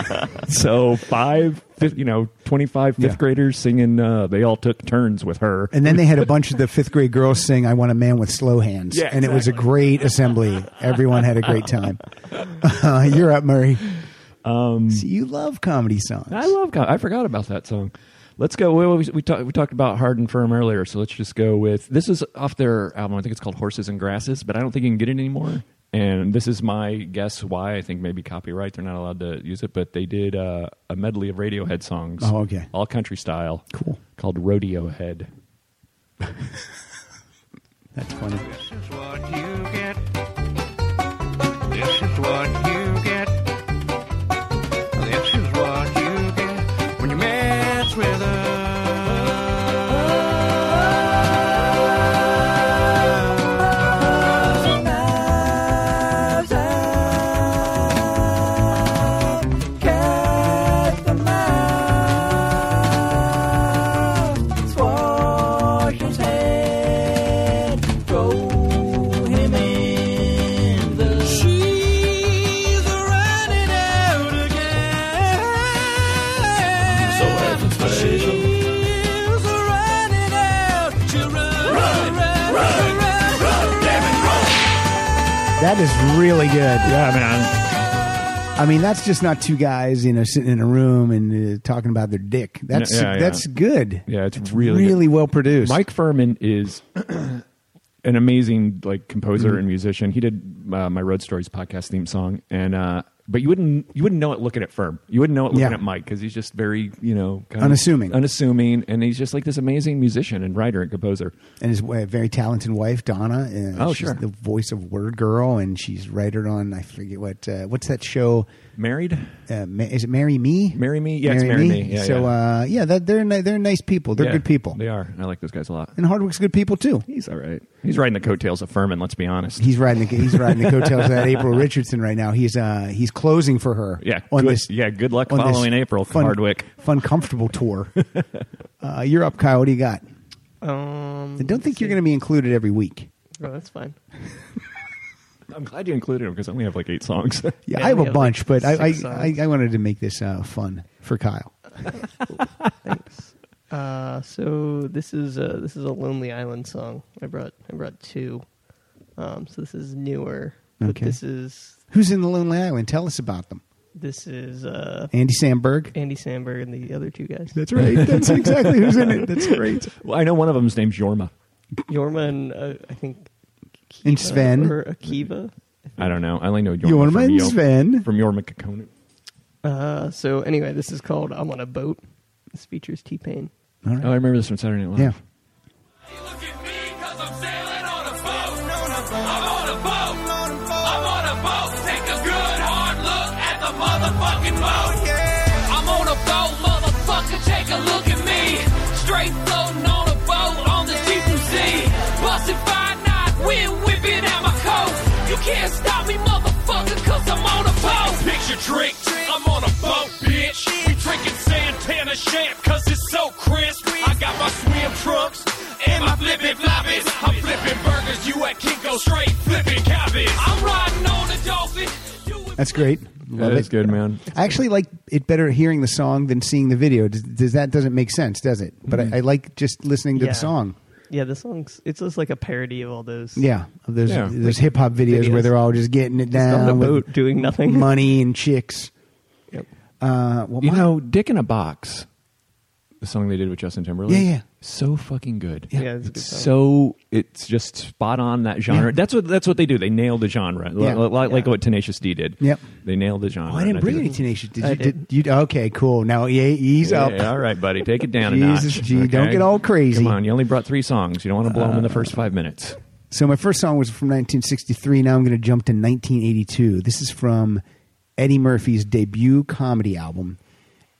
Speaker 3: So five, fif- you know, 25 fifth
Speaker 2: Yeah.
Speaker 3: graders singing. Uh, they all took turns with her.
Speaker 2: And then they had a bunch of the fifth grade girls sing "I Want a Man with Slow Hands,"
Speaker 3: Yeah,
Speaker 2: and it was a great assembly. Everyone had a great time. Uh, you're up, Murray. See, you love comedy songs.
Speaker 3: Um, I love. God, I forgot about that song. Let's go. We, we, we, talk, we talked about Hard and Firm earlier, so let's just go with this is off their album. I think it's called Horses and Grasses, but I don't think you can get it anymore. and this is my guess why I think maybe copyright they're not allowed to use it, but they did uh, a medley of Radiohead songs.
Speaker 2: Oh, okay.
Speaker 3: all country style.
Speaker 2: Cool.
Speaker 3: Called Rodeo Head.
Speaker 2: That's funny.
Speaker 11: This is what you get. This is what you get. This is what you get when you mess with She's running out again. So happens, She's running out. She run, run, run, run, run, damn it, run.
Speaker 2: That is really good. Yeah, man. I mean, that's just not two guys, you know, sitting in a room and uh, talking about their dick. That's
Speaker 3: Yeah, yeah.
Speaker 2: that's good.
Speaker 3: Yeah, it's really
Speaker 2: really well produced.
Speaker 3: Mike Furman is an amazing like composer
Speaker 2: Mm-hmm.
Speaker 3: and musician. He did uh, my Road Stories podcast theme song, and uh, but you wouldn't you wouldn't know it looking at Firm. You wouldn't know it looking
Speaker 2: Yeah.
Speaker 3: at Mike because he's just very you know kind of-
Speaker 2: Unassuming.
Speaker 3: unassuming, and he's just like this amazing musician and writer and composer.
Speaker 2: and his wa- very talented wife Donna. And
Speaker 3: Oh,
Speaker 2: she's
Speaker 3: sure.
Speaker 2: the voice of Word Girl, and she's writer on I forget what uh, what's that show.
Speaker 3: Married,
Speaker 2: Uh, ma- is it Marry Me?
Speaker 3: Marry Me? Yeah, it's Marry Me. Yeah,
Speaker 2: so
Speaker 3: yeah.
Speaker 2: Uh, yeah, that, they're ni- they're nice people. They're
Speaker 3: Yeah,
Speaker 2: good people,
Speaker 3: They are. I like those guys a lot.
Speaker 2: and Hardwick's good people too.
Speaker 3: He's all right. He's riding the coattails of Furman. Let's be honest.
Speaker 2: He's riding the he's riding the coattails of that April Richardson right now. He's uh he's closing for her.
Speaker 3: yeah.
Speaker 2: on
Speaker 3: good,
Speaker 2: this
Speaker 3: yeah. Good luck
Speaker 2: on this
Speaker 3: following April
Speaker 2: fun-
Speaker 3: Hardwick.
Speaker 2: fun comfortable tour. uh, you're up, Kyle. What do you got?
Speaker 4: Um,
Speaker 2: I don't think you're going to be included every week.
Speaker 4: Oh, that's fine.
Speaker 3: I'm glad you included him because I only have like eight songs.
Speaker 2: Yeah,
Speaker 4: Yeah,
Speaker 2: I have
Speaker 4: we
Speaker 2: a
Speaker 4: have,
Speaker 2: bunch,
Speaker 4: like,
Speaker 2: but I I,
Speaker 4: six
Speaker 2: I
Speaker 4: songs.
Speaker 2: I wanted to make this uh, fun for Kyle.
Speaker 4: Thanks. Uh, so this is a, this is a Lonely Island song. I brought I brought two. Um, so this is newer. But
Speaker 2: Okay.
Speaker 4: This is
Speaker 2: Who's in the Lonely Island? Tell us about them.
Speaker 4: this is uh,
Speaker 2: Andy Samberg.
Speaker 4: Andy Sandberg and the other two guys.
Speaker 2: That's right. That's exactly who's in it. That's great.
Speaker 3: Well, I know one of them's named Jorma.
Speaker 4: Yorma and uh, I think Akiva
Speaker 2: And Sven.
Speaker 4: or Akiva.
Speaker 3: I don't know. I only know Jorma,
Speaker 2: Jorma
Speaker 3: from
Speaker 2: and
Speaker 3: Yo-
Speaker 2: Sven.
Speaker 3: from Jorma Kekkonen.
Speaker 4: Uh, so anyway, this is called "I'm on a Boat." This features T Pain.
Speaker 2: All right.
Speaker 3: Oh, I remember this from Saturday Night Live.
Speaker 2: yeah.
Speaker 11: Look at me, cause I'm sailing on a boat. I'm on a boat. I'm on a boat. Take a good hard look at the motherfucking boat. I'm on a boat, motherfucker. Take a look at me. Straight floating on a boat on the deep blue sea. Busted by night, wind whipping at my coat. You can't stop me, motherfucker, cause I'm on a boat. Picture trick. I'm on a boat, bitch. We drinking Santana champ, cause it's so crisp. I got my swim trunks and my flippin' floppies. I'm flipping burgers, you at Kinko straight, flipping copies. I'm riding on a dolphin.
Speaker 2: That's great. Love
Speaker 3: that
Speaker 2: it.
Speaker 3: is good, man.
Speaker 2: I actually like it better hearing the song than seeing the video. Does, does that doesn't make sense, does it? But
Speaker 3: Mm-hmm.
Speaker 2: I, I like just listening to
Speaker 4: Yeah.
Speaker 2: the song.
Speaker 4: Yeah, this song's it's just like a parody of all those.
Speaker 2: Yeah, of those
Speaker 3: Yeah.
Speaker 2: those hip hop videos, where
Speaker 4: Videos.
Speaker 2: they're all just getting it
Speaker 4: Just on
Speaker 2: down
Speaker 4: the
Speaker 2: with
Speaker 4: boat doing nothing.
Speaker 2: Um, money and chicks.
Speaker 4: Yep.
Speaker 2: Uh, well,
Speaker 3: You
Speaker 2: my-
Speaker 3: know, Dick in a Box, the song they did with Justin Timberlake.
Speaker 2: Yeah, yeah.
Speaker 3: So fucking good.
Speaker 4: Yeah, it's a good song.
Speaker 3: so it's just spot on that genre.
Speaker 2: Yeah.
Speaker 3: That's what that's what they do. They nail the genre, Li-
Speaker 2: Yeah.
Speaker 3: li- like,
Speaker 4: Yeah.
Speaker 3: what Tenacious D did.
Speaker 2: Yep.
Speaker 3: they nailed the genre.
Speaker 2: Oh, I
Speaker 3: and
Speaker 2: didn't bring
Speaker 3: think
Speaker 2: any
Speaker 3: it's-
Speaker 2: tenacious. Did
Speaker 4: I
Speaker 2: you?
Speaker 4: did.
Speaker 2: Did you? Okay, cool. Now, yeah, ease
Speaker 3: Yeah,
Speaker 2: up.
Speaker 3: yeah, all right, buddy, take it down
Speaker 2: Jesus,
Speaker 3: a notch.
Speaker 2: gee, don't get all crazy. Uh,
Speaker 3: Come on, you only brought three songs. You don't want to blow them in the first five minutes.
Speaker 2: So my first song was from 1963. Now I'm going to jump to 1982. This is from Eddie Murphy's debut comedy album,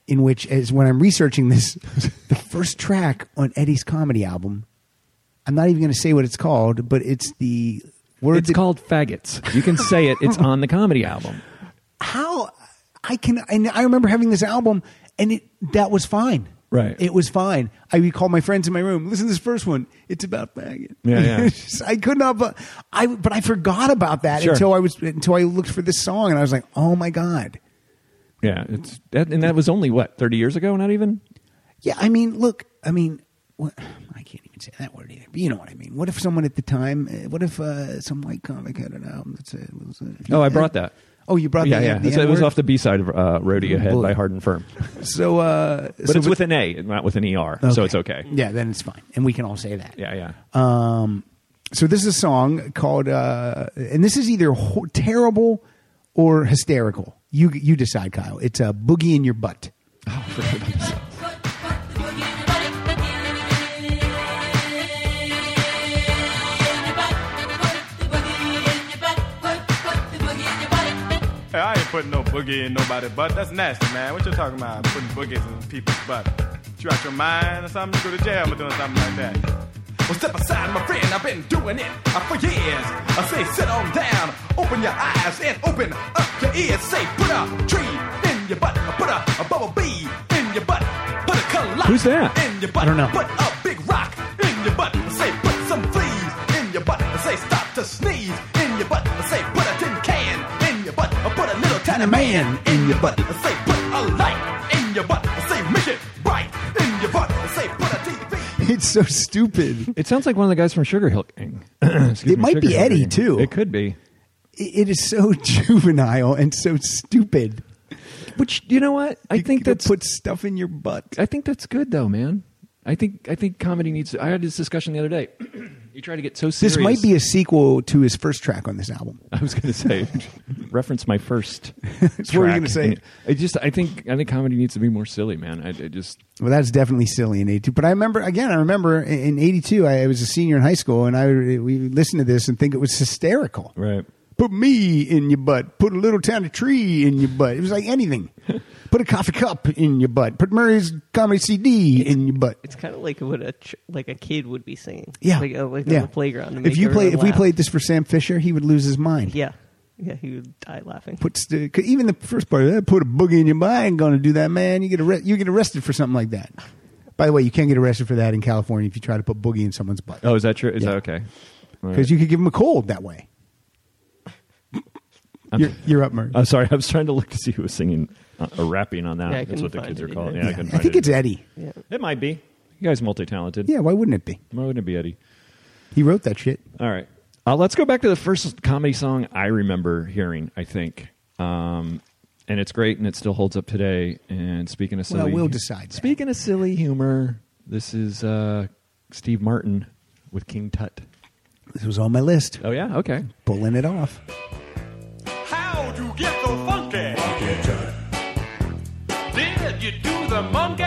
Speaker 2: in which, as when I'm researching this, the first track on Eddie's comedy album, I'm not even going to say what it's called, but it's the word.
Speaker 3: It's called Faggots. You can say it. It's on the comedy album.
Speaker 2: how I can. And I remember having this album, and it that was fine.
Speaker 3: Right.
Speaker 2: It was fine. I would call my friends in my room. Listen to this first one. It's about faggot.
Speaker 3: Yeah, yeah.
Speaker 2: It's just- I could not. bu- I but I forgot about that
Speaker 3: Sure.
Speaker 2: until I was until I looked for this song and I was like, oh my god.
Speaker 3: Yeah, it's that, and that was only what thirty years ago. Not even.
Speaker 2: Yeah, I mean, look, I mean, what, I can't even say that word either. But you know what I mean? What if someone at the time? uh, What if uh, some white comic had an album that said? Was it,
Speaker 3: Oh, I brought that.
Speaker 2: Oh, you brought
Speaker 3: yeah,
Speaker 2: that.
Speaker 3: yeah.
Speaker 2: the
Speaker 3: So it was
Speaker 2: N-word?
Speaker 3: off the B side of uh, Rodeo Head
Speaker 2: Bullet.
Speaker 3: by Hard and Firm,
Speaker 2: So, uh,
Speaker 3: but it's with an A, not with an ER, so it's okay.
Speaker 2: Yeah, then it's fine, and we can all say that.
Speaker 3: yeah, yeah.
Speaker 2: Um, so this is a song called, uh, and this is either ho- terrible or hysterical. You you decide, Kyle. It's a boogie in your butt. Oh, for goodness.
Speaker 11: Hey, I ain't putting no boogie in nobody's butt. That's nasty, man. What you talking about? Putting boogies in people's butt. You out your mind or something? You go to jail for doing something like that. Well, step aside, my friend. I've been doing it uh, for years. I say, sit on down, open your eyes and open up your ears. Say, put a tree in your butt, put a, a bubble bee in your butt, put a colock
Speaker 3: Who's that?
Speaker 11: in your butt,
Speaker 3: I don't know.
Speaker 11: put a big rock in your butt. Say, put some fleas in your butt. Say, stop to sneeze in your butt. Say, put a tin can in your butt, put a little tiny man in your butt. Say, put a light in your butt. Say, make it bright in your butt. Say, put a TV.
Speaker 2: It's so stupid.
Speaker 3: It sounds like one of the guys from Sugar Hill Gang. Excuse me,
Speaker 2: It might be
Speaker 3: Sugar Hill
Speaker 2: Eddie,
Speaker 3: Gang.
Speaker 2: too.
Speaker 3: It could be.
Speaker 2: It is so juvenile and so stupid.
Speaker 3: Which you know what? I think that's
Speaker 2: put stuff in your butt.
Speaker 3: I think that's good though, man. I think I think comedy needs. I had this discussion the other day. you try to get so serious.
Speaker 2: This might be a sequel to his first track on this album.
Speaker 3: I was going to say, reference my first.
Speaker 2: That's what were you gonna say?
Speaker 3: I just, I think, I think comedy needs to be more silly, man. I, I just,
Speaker 2: Well, that's definitely silly in '82. But I remember again. I remember in '82, I was a senior in high school, and I we listened to this and think it was hysterical.
Speaker 3: Right.
Speaker 2: Put me in your butt. Put a little tiny tree in your butt. It was like anything. Put a coffee cup in your butt. Put Murray's comedy CD in your butt.
Speaker 4: It's kind of like what a ch- like a kid would be singing.
Speaker 2: Yeah,
Speaker 4: like, uh, like on the playground. to
Speaker 2: If
Speaker 4: make
Speaker 2: you play,
Speaker 4: everyone
Speaker 2: if we
Speaker 4: laugh.
Speaker 2: played this for Sam Fisher, he would lose his mind.
Speaker 4: yeah, yeah, he would die laughing.
Speaker 2: Put st- 'cause even the first part of that. Put a boogie in your butt. I ain't gonna do that, man. You get arre- you get arrested for something like that. By the way, you can get arrested for that in California if you try to put boogie in someone's butt.
Speaker 3: oh, is that true? Is
Speaker 2: Yeah.
Speaker 3: that okay? All right.
Speaker 2: because you could give him a cold that way. You're, you're up, Murray.
Speaker 3: I'm sorry, I was trying to look to see who was singing uh, or rapping on that.
Speaker 2: Yeah, I
Speaker 3: That's
Speaker 2: couldn't
Speaker 3: what the
Speaker 2: find
Speaker 3: kids
Speaker 2: it
Speaker 3: are
Speaker 2: either.
Speaker 3: calling. Yeah,
Speaker 2: Yeah,
Speaker 3: I, couldn't
Speaker 2: I
Speaker 3: find
Speaker 2: think
Speaker 3: it
Speaker 2: it's
Speaker 3: either.
Speaker 2: Eddie.
Speaker 4: Yeah.
Speaker 3: It might be. You guys multi-talented.
Speaker 2: Yeah, why wouldn't it be?
Speaker 3: Why wouldn't it be Eddie?
Speaker 2: He wrote that shit.
Speaker 3: All right. Uh, let's go back to the first comedy song I remember hearing, I think. Um, and it's great and it still holds up today. And speaking of silly.
Speaker 2: well, we'll decide. that.
Speaker 3: Speaking of silly humor, this is uh, Steve Martin with King Tut.
Speaker 2: This was on my list.
Speaker 3: Oh, yeah? Okay.
Speaker 2: Pulling it off.
Speaker 9: How'd you get so funky? Did you do the monkey?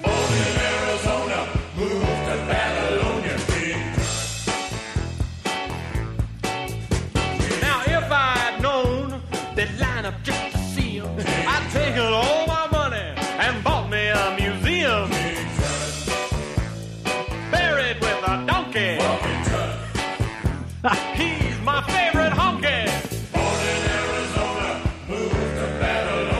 Speaker 9: Born in Arizona, moved to Babylonia.
Speaker 11: Now, if I'd known they'd line up just to see him, I'd taken all my money and bought me a museum. Buried with a donkey. He's my favorite honky. Born in Arizona, moved to Babylonia.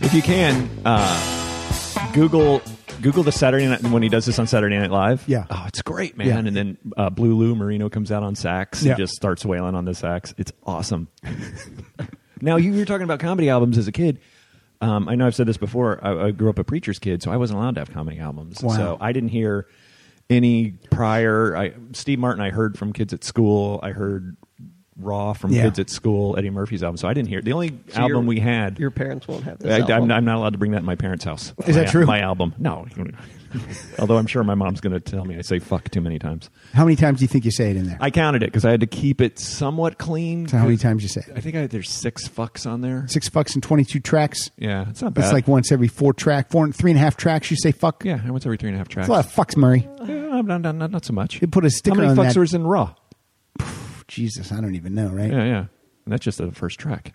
Speaker 3: If you can, uh, Google. Google the Saturday night when he does this on Saturday Night Live. Yeah, oh, it's great, man.
Speaker 2: Yeah.
Speaker 3: And then uh, Blue Lou Marino comes out on sax
Speaker 2: Yeah.
Speaker 3: and just starts wailing on the sax. It's awesome. now you were talking about comedy albums as a kid. Um, I know I've said this before. I, I grew up a preacher's kid, so I wasn't allowed to have comedy albums.
Speaker 2: Wow.
Speaker 3: So I didn't hear any prior. I, Steve Martin, I heard from kids at school. I heard Raw from
Speaker 2: Yeah.
Speaker 3: kids at school. Eddie Murphy's album. So I didn't hear the only
Speaker 4: So your-
Speaker 3: album we had.
Speaker 4: Your parents won't have this.
Speaker 3: I,
Speaker 4: album.
Speaker 3: I'm, I'm not allowed to bring that in my parents' house.
Speaker 2: Is
Speaker 3: My-
Speaker 2: that true?
Speaker 3: My album. No. Although I'm sure my mom's going to tell me I say fuck too many times.
Speaker 2: How many times do you think you say it in there?
Speaker 3: I counted it because I had to keep it somewhat clean.
Speaker 2: So how many times you say it?
Speaker 3: I think I, there's six fucks on there.
Speaker 2: Six fucks and 22 tracks?
Speaker 3: Yeah, it's not
Speaker 2: That's
Speaker 3: bad.
Speaker 2: like once every four track, four and three and a half tracks you say fuck.
Speaker 3: Yeah, I went every three and a half
Speaker 2: It's
Speaker 3: tracks.
Speaker 2: a lot of fucks, Murray.
Speaker 3: Yeah, not, not, not, not so much.
Speaker 2: You put a sticker
Speaker 3: How many
Speaker 2: on
Speaker 3: fucks
Speaker 2: that.
Speaker 3: was in Raw?
Speaker 2: Jesus, I don't even know, right?
Speaker 3: Yeah, yeah. And that's just the first track.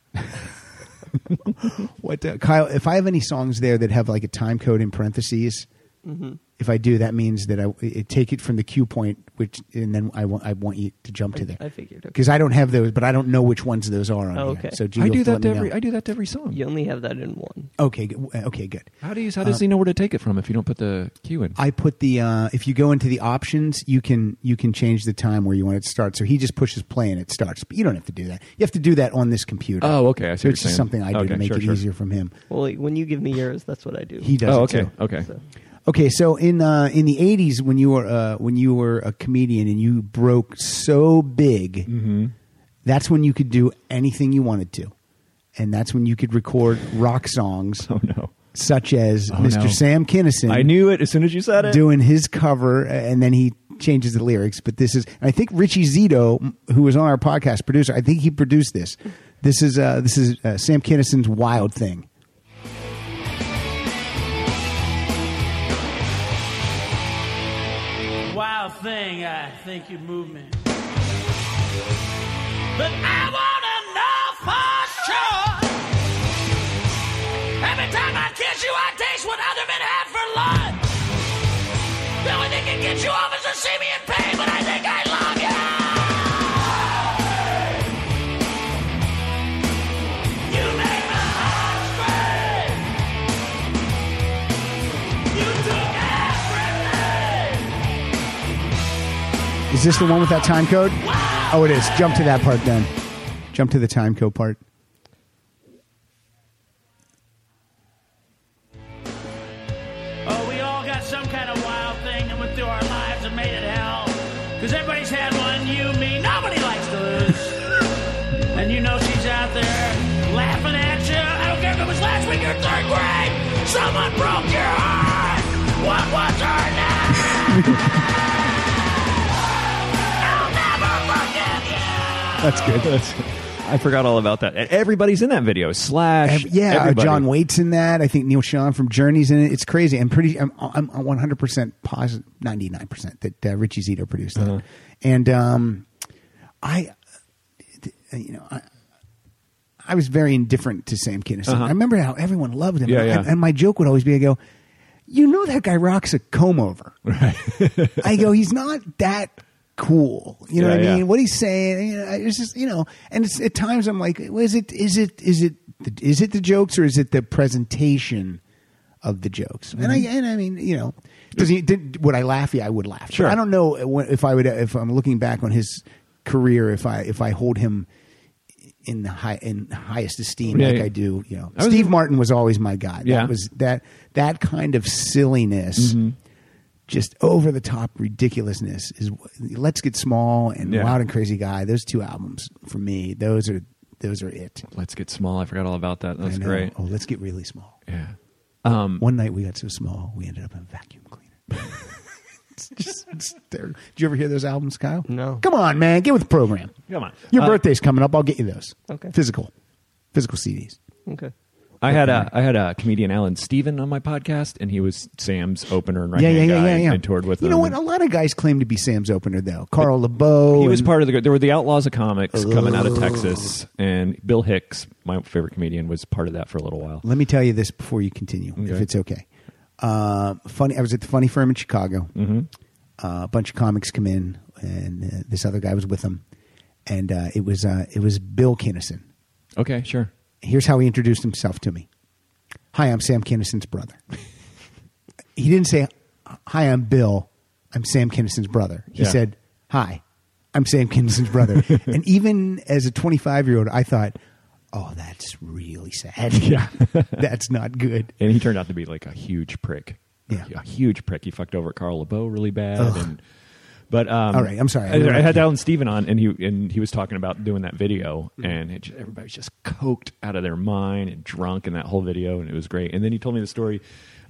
Speaker 2: What, the, Kyle, if I have any songs there that have like a time code in parentheses,
Speaker 4: Mhm.
Speaker 2: if I do, that means that I, I take it from the cue point, which and then I want I want you to jump to there.
Speaker 4: I figured, okay.
Speaker 2: because I don't have those, but I don't know which ones those are on.
Speaker 4: Oh,
Speaker 2: here.
Speaker 4: okay.
Speaker 2: so do
Speaker 3: I
Speaker 2: you
Speaker 3: do
Speaker 2: have
Speaker 3: that
Speaker 2: let me
Speaker 3: to every.
Speaker 2: know?
Speaker 3: I do that to every song.
Speaker 4: You only have that in one.
Speaker 2: Okay, g- uh, okay, good.
Speaker 3: How do you? How does
Speaker 2: Uh,
Speaker 3: he know where to take it from if you don't put the cue in?
Speaker 2: I put the uh, if you go into the options, you can you can change the time where you want it to start. So he just pushes play and it starts. But you don't have to do that. You have to do that on this computer.
Speaker 3: Oh, okay, I see what
Speaker 2: So
Speaker 3: you're
Speaker 2: it's
Speaker 3: saying.
Speaker 2: just something I do
Speaker 3: Okay,
Speaker 2: to make
Speaker 3: sure,
Speaker 2: it
Speaker 3: sure.
Speaker 2: easier from him.
Speaker 4: Well, like, when you give me yours, that's what I do.
Speaker 2: He does.
Speaker 3: Oh,
Speaker 2: it
Speaker 3: okay,
Speaker 2: too.
Speaker 3: okay.
Speaker 4: So-
Speaker 2: Okay, so in uh, in the eighties, when you were uh, when you were a comedian and you broke so big,
Speaker 3: Mm-hmm.
Speaker 2: that's when you could do anything you wanted to, and that's when you could record rock songs.
Speaker 3: Oh no.
Speaker 2: Such as
Speaker 3: Oh,
Speaker 2: Mr.
Speaker 3: no.
Speaker 2: Sam Kinison
Speaker 3: I knew it as soon as you said it.
Speaker 2: doing his cover, and then he changes the lyrics, but this is. I think Richie Zito, who was on our podcast producer, I think he produced this. This is uh, this is uh, Sam Kinnison's Wild Thing.
Speaker 11: Wild thing, I think you move me. But I wanna know for sure. Every time I kiss you, I taste what other men have for lunch. The only thing that gets you off is to see me in pain, but I think I love you. You make my heart spin. You took everything.
Speaker 2: Is this the one with that time code? Oh, it is. Jump to that part then. Jump to the time code part.
Speaker 11: Oh, we all got some kind of wild thing and went through our lives and made it hell. Because everybody's had one, you, me, nobody likes to lose. and you know she's out there laughing at you. I don't care if it was last week or third grade. Someone broke your heart. What was her name? I'll never forgive you.
Speaker 3: That's good. I forgot all about that. And everybody's in that video. Slash.
Speaker 2: Yeah, uh,
Speaker 3: everybody.
Speaker 2: John Waits in that. I think Neil Sean from Journey's in it. It's crazy. I'm pretty. I'm, I'm 100 percent positive, 99 percent that uh, Richie Zito produced that. And um, I, uh, you know, I, I was very indifferent to Sam Kinison.
Speaker 12: Uh-huh.
Speaker 2: I remember how everyone loved him.
Speaker 12: Yeah,
Speaker 2: and,
Speaker 12: yeah.
Speaker 2: and my joke would always be, I go, you know, that guy rocks a comb over. Right. I go, he's not that cool. You know
Speaker 12: Yeah,
Speaker 2: what I
Speaker 12: yeah.
Speaker 2: mean? What he's saying, you know, it's just you know. And it's, at times I'm like, well, is it is it is it the, is it the jokes or is it the presentation of the jokes? And I
Speaker 12: Mm-hmm.
Speaker 2: and I mean, you know, does he did, would I laugh? Yeah, I would laugh. Sure. I don't know when- if I would if I'm looking back on his career if I if I hold him in the high in highest esteem
Speaker 3: Yeah,
Speaker 2: like
Speaker 3: yeah.
Speaker 2: I do. You know,
Speaker 3: I was-
Speaker 2: Steve Martin was always my guy.
Speaker 3: Yeah. Mm-hmm.
Speaker 2: That was that that kind of silliness just over the top ridiculousness is Let's Get Small and
Speaker 3: Yeah.
Speaker 2: Wild and Crazy Guy. Those two albums for me, those are those are it.
Speaker 3: Let's get small. I forgot all about that. That's
Speaker 2: I know.
Speaker 3: great.
Speaker 2: Oh, let's get really small.
Speaker 3: Yeah. Um,
Speaker 2: One night we got so small we ended up in a vacuum cleaner. It's just, it's terrible. Did you ever hear those albums, Kyle? No. Come on, man, get with the program.
Speaker 3: Come on.
Speaker 2: Your
Speaker 3: Uh,
Speaker 2: birthday's coming up. I'll get you those.
Speaker 4: Okay.
Speaker 2: Physical, physical CDs.
Speaker 4: Okay.
Speaker 3: I had a I had a comedian Alan Steven on my podcast, and he was Sam's opener and right
Speaker 2: yeah, yeah, yeah,
Speaker 3: guy,
Speaker 2: yeah, yeah.
Speaker 3: and toured with
Speaker 2: you
Speaker 3: him.
Speaker 2: know what?
Speaker 3: and
Speaker 2: A lot of guys claim to be Sam's opener, though. Carl LeBeau.
Speaker 3: He was
Speaker 2: and- Oh.
Speaker 3: part of the. There were the Outlaws of Comics coming out of
Speaker 2: Ugh.
Speaker 3: Texas, and Bill Hicks, my favorite comedian, was part of that for a little while.
Speaker 2: Let me tell you this before you continue, if
Speaker 3: Okay.
Speaker 2: it's okay. Uh, funny, I was at the Funny Firm in Chicago.
Speaker 3: Mm-hmm.
Speaker 2: Uh, a bunch of comics come in, and uh, this other guy was with them, and uh, it was uh, it was Bill Kinnison.
Speaker 3: Okay, sure.
Speaker 2: Here's how he introduced himself to me. Hi, I'm Sam Kinnison's brother. he didn't say, "Hi, I'm Bill. I'm Sam Kinnison's brother." He
Speaker 12: Yeah.
Speaker 2: said, "Hi, I'm Sam Kinnison's brother." and even as a 25 year old, I thought, "Oh, that's really sad. Yeah, that's not good."
Speaker 3: And he turned out to be like a huge prick.
Speaker 2: Yeah.
Speaker 3: a huge prick. He fucked over Carl LeBeau really bad.
Speaker 2: Ugh.
Speaker 3: And but um,
Speaker 2: All right, I'm sorry.
Speaker 3: I, I had Alan Steven on, and he and he was talking about doing that video,
Speaker 2: Mm-hmm.
Speaker 3: and it, ju- everybody's just coked out of their mind and drunk in that whole video, and it was great. And then he told me the story.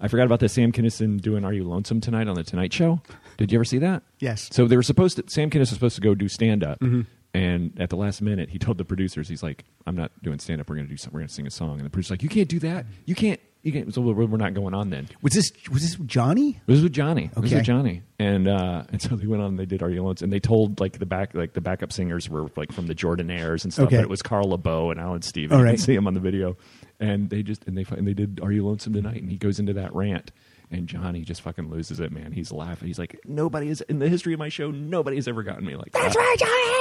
Speaker 3: I forgot about the Sam Kinison doing "Are You Lonesome Tonight" on the Tonight Show. Did you ever see that?
Speaker 2: Yes.
Speaker 3: So they were supposed to. Sam Kinison was supposed to go do stand up,
Speaker 2: Mm-hmm.
Speaker 3: and at the last minute, he told the producers, "He's like, I'm not doing stand up. We're gonna do. Some, we're gonna sing a song." And the producer's like, "You can't do that. You can't. You can't." So we're we're not going on then.
Speaker 2: Was this was this Johnny?
Speaker 3: This was with Johnny. This was
Speaker 2: Okay.
Speaker 3: with Johnny. And uh, and so they went on and they did Are You Lonesome? And they told like the back like the backup singers were like from the Jordanaires and stuff.
Speaker 2: Okay.
Speaker 3: But it was Carl LeBeau and Alan Stevens.
Speaker 2: All
Speaker 3: You
Speaker 2: right.
Speaker 3: can see him on the video. And they just and they fu- and they did Are You Lonesome Tonight? And he goes into that rant. And Johnny just fucking loses it, man. He's laughing. He's like, nobody is in the history of my show. Nobody has ever gotten me like that.
Speaker 13: That's right,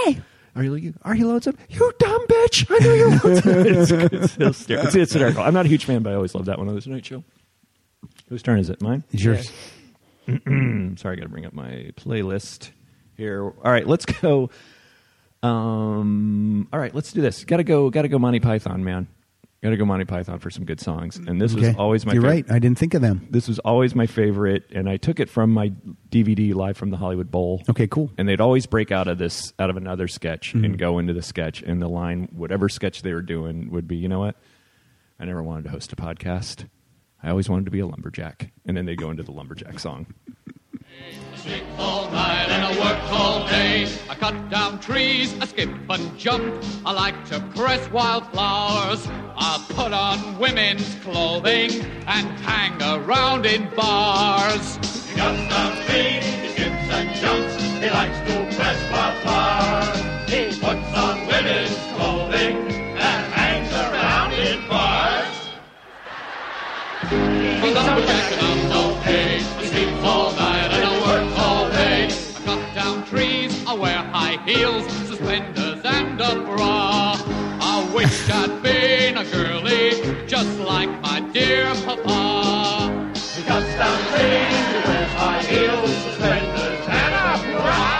Speaker 13: Johnny.
Speaker 3: Are you you are you lonesome? You dumb bitch! I know you're lonesome. it's, it's, hysterical. It's hysterical. I'm not a huge fan, but I always love that one on the Tonight Show. Whose turn is it? Mine.
Speaker 2: It's yours.
Speaker 3: Sorry, I got to bring up my playlist here. All right, let's go. Um, all right, let's do this. Got to go. Got to go. Monty Python, man. Got to go Monty Python for some good songs. And this was
Speaker 2: Okay.
Speaker 3: always my.
Speaker 2: You're
Speaker 3: fav-
Speaker 2: right. I didn't think of them.
Speaker 3: This was always my favorite, and I took it from my DVD live from the Hollywood Bowl.
Speaker 2: Okay, cool.
Speaker 3: And they'd always break out of this, out of another sketch,
Speaker 2: Mhm.
Speaker 3: and go into the sketch, and the line, whatever sketch they were doing, would be, you know what? I never wanted to host a podcast. I always wanted to be a lumberjack, and then they go into the lumberjack song.
Speaker 13: All night
Speaker 12: day. I cut down trees, I skip and jump. I like to press wildflowers. I put on women's clothing and hang around in bars. He cuts down trees, he skips and jumps. He likes to press wildflowers. He puts on women's clothing and hangs around in bars. He's up with Jack and I'm okay. He sleeps all night and I work all day. I cut down trees, I wear high heels, suspenders and a bra. I wish I'd been a girly, just like my dear papa. He cuts down trees, he wears high heels, suspenders and a bra.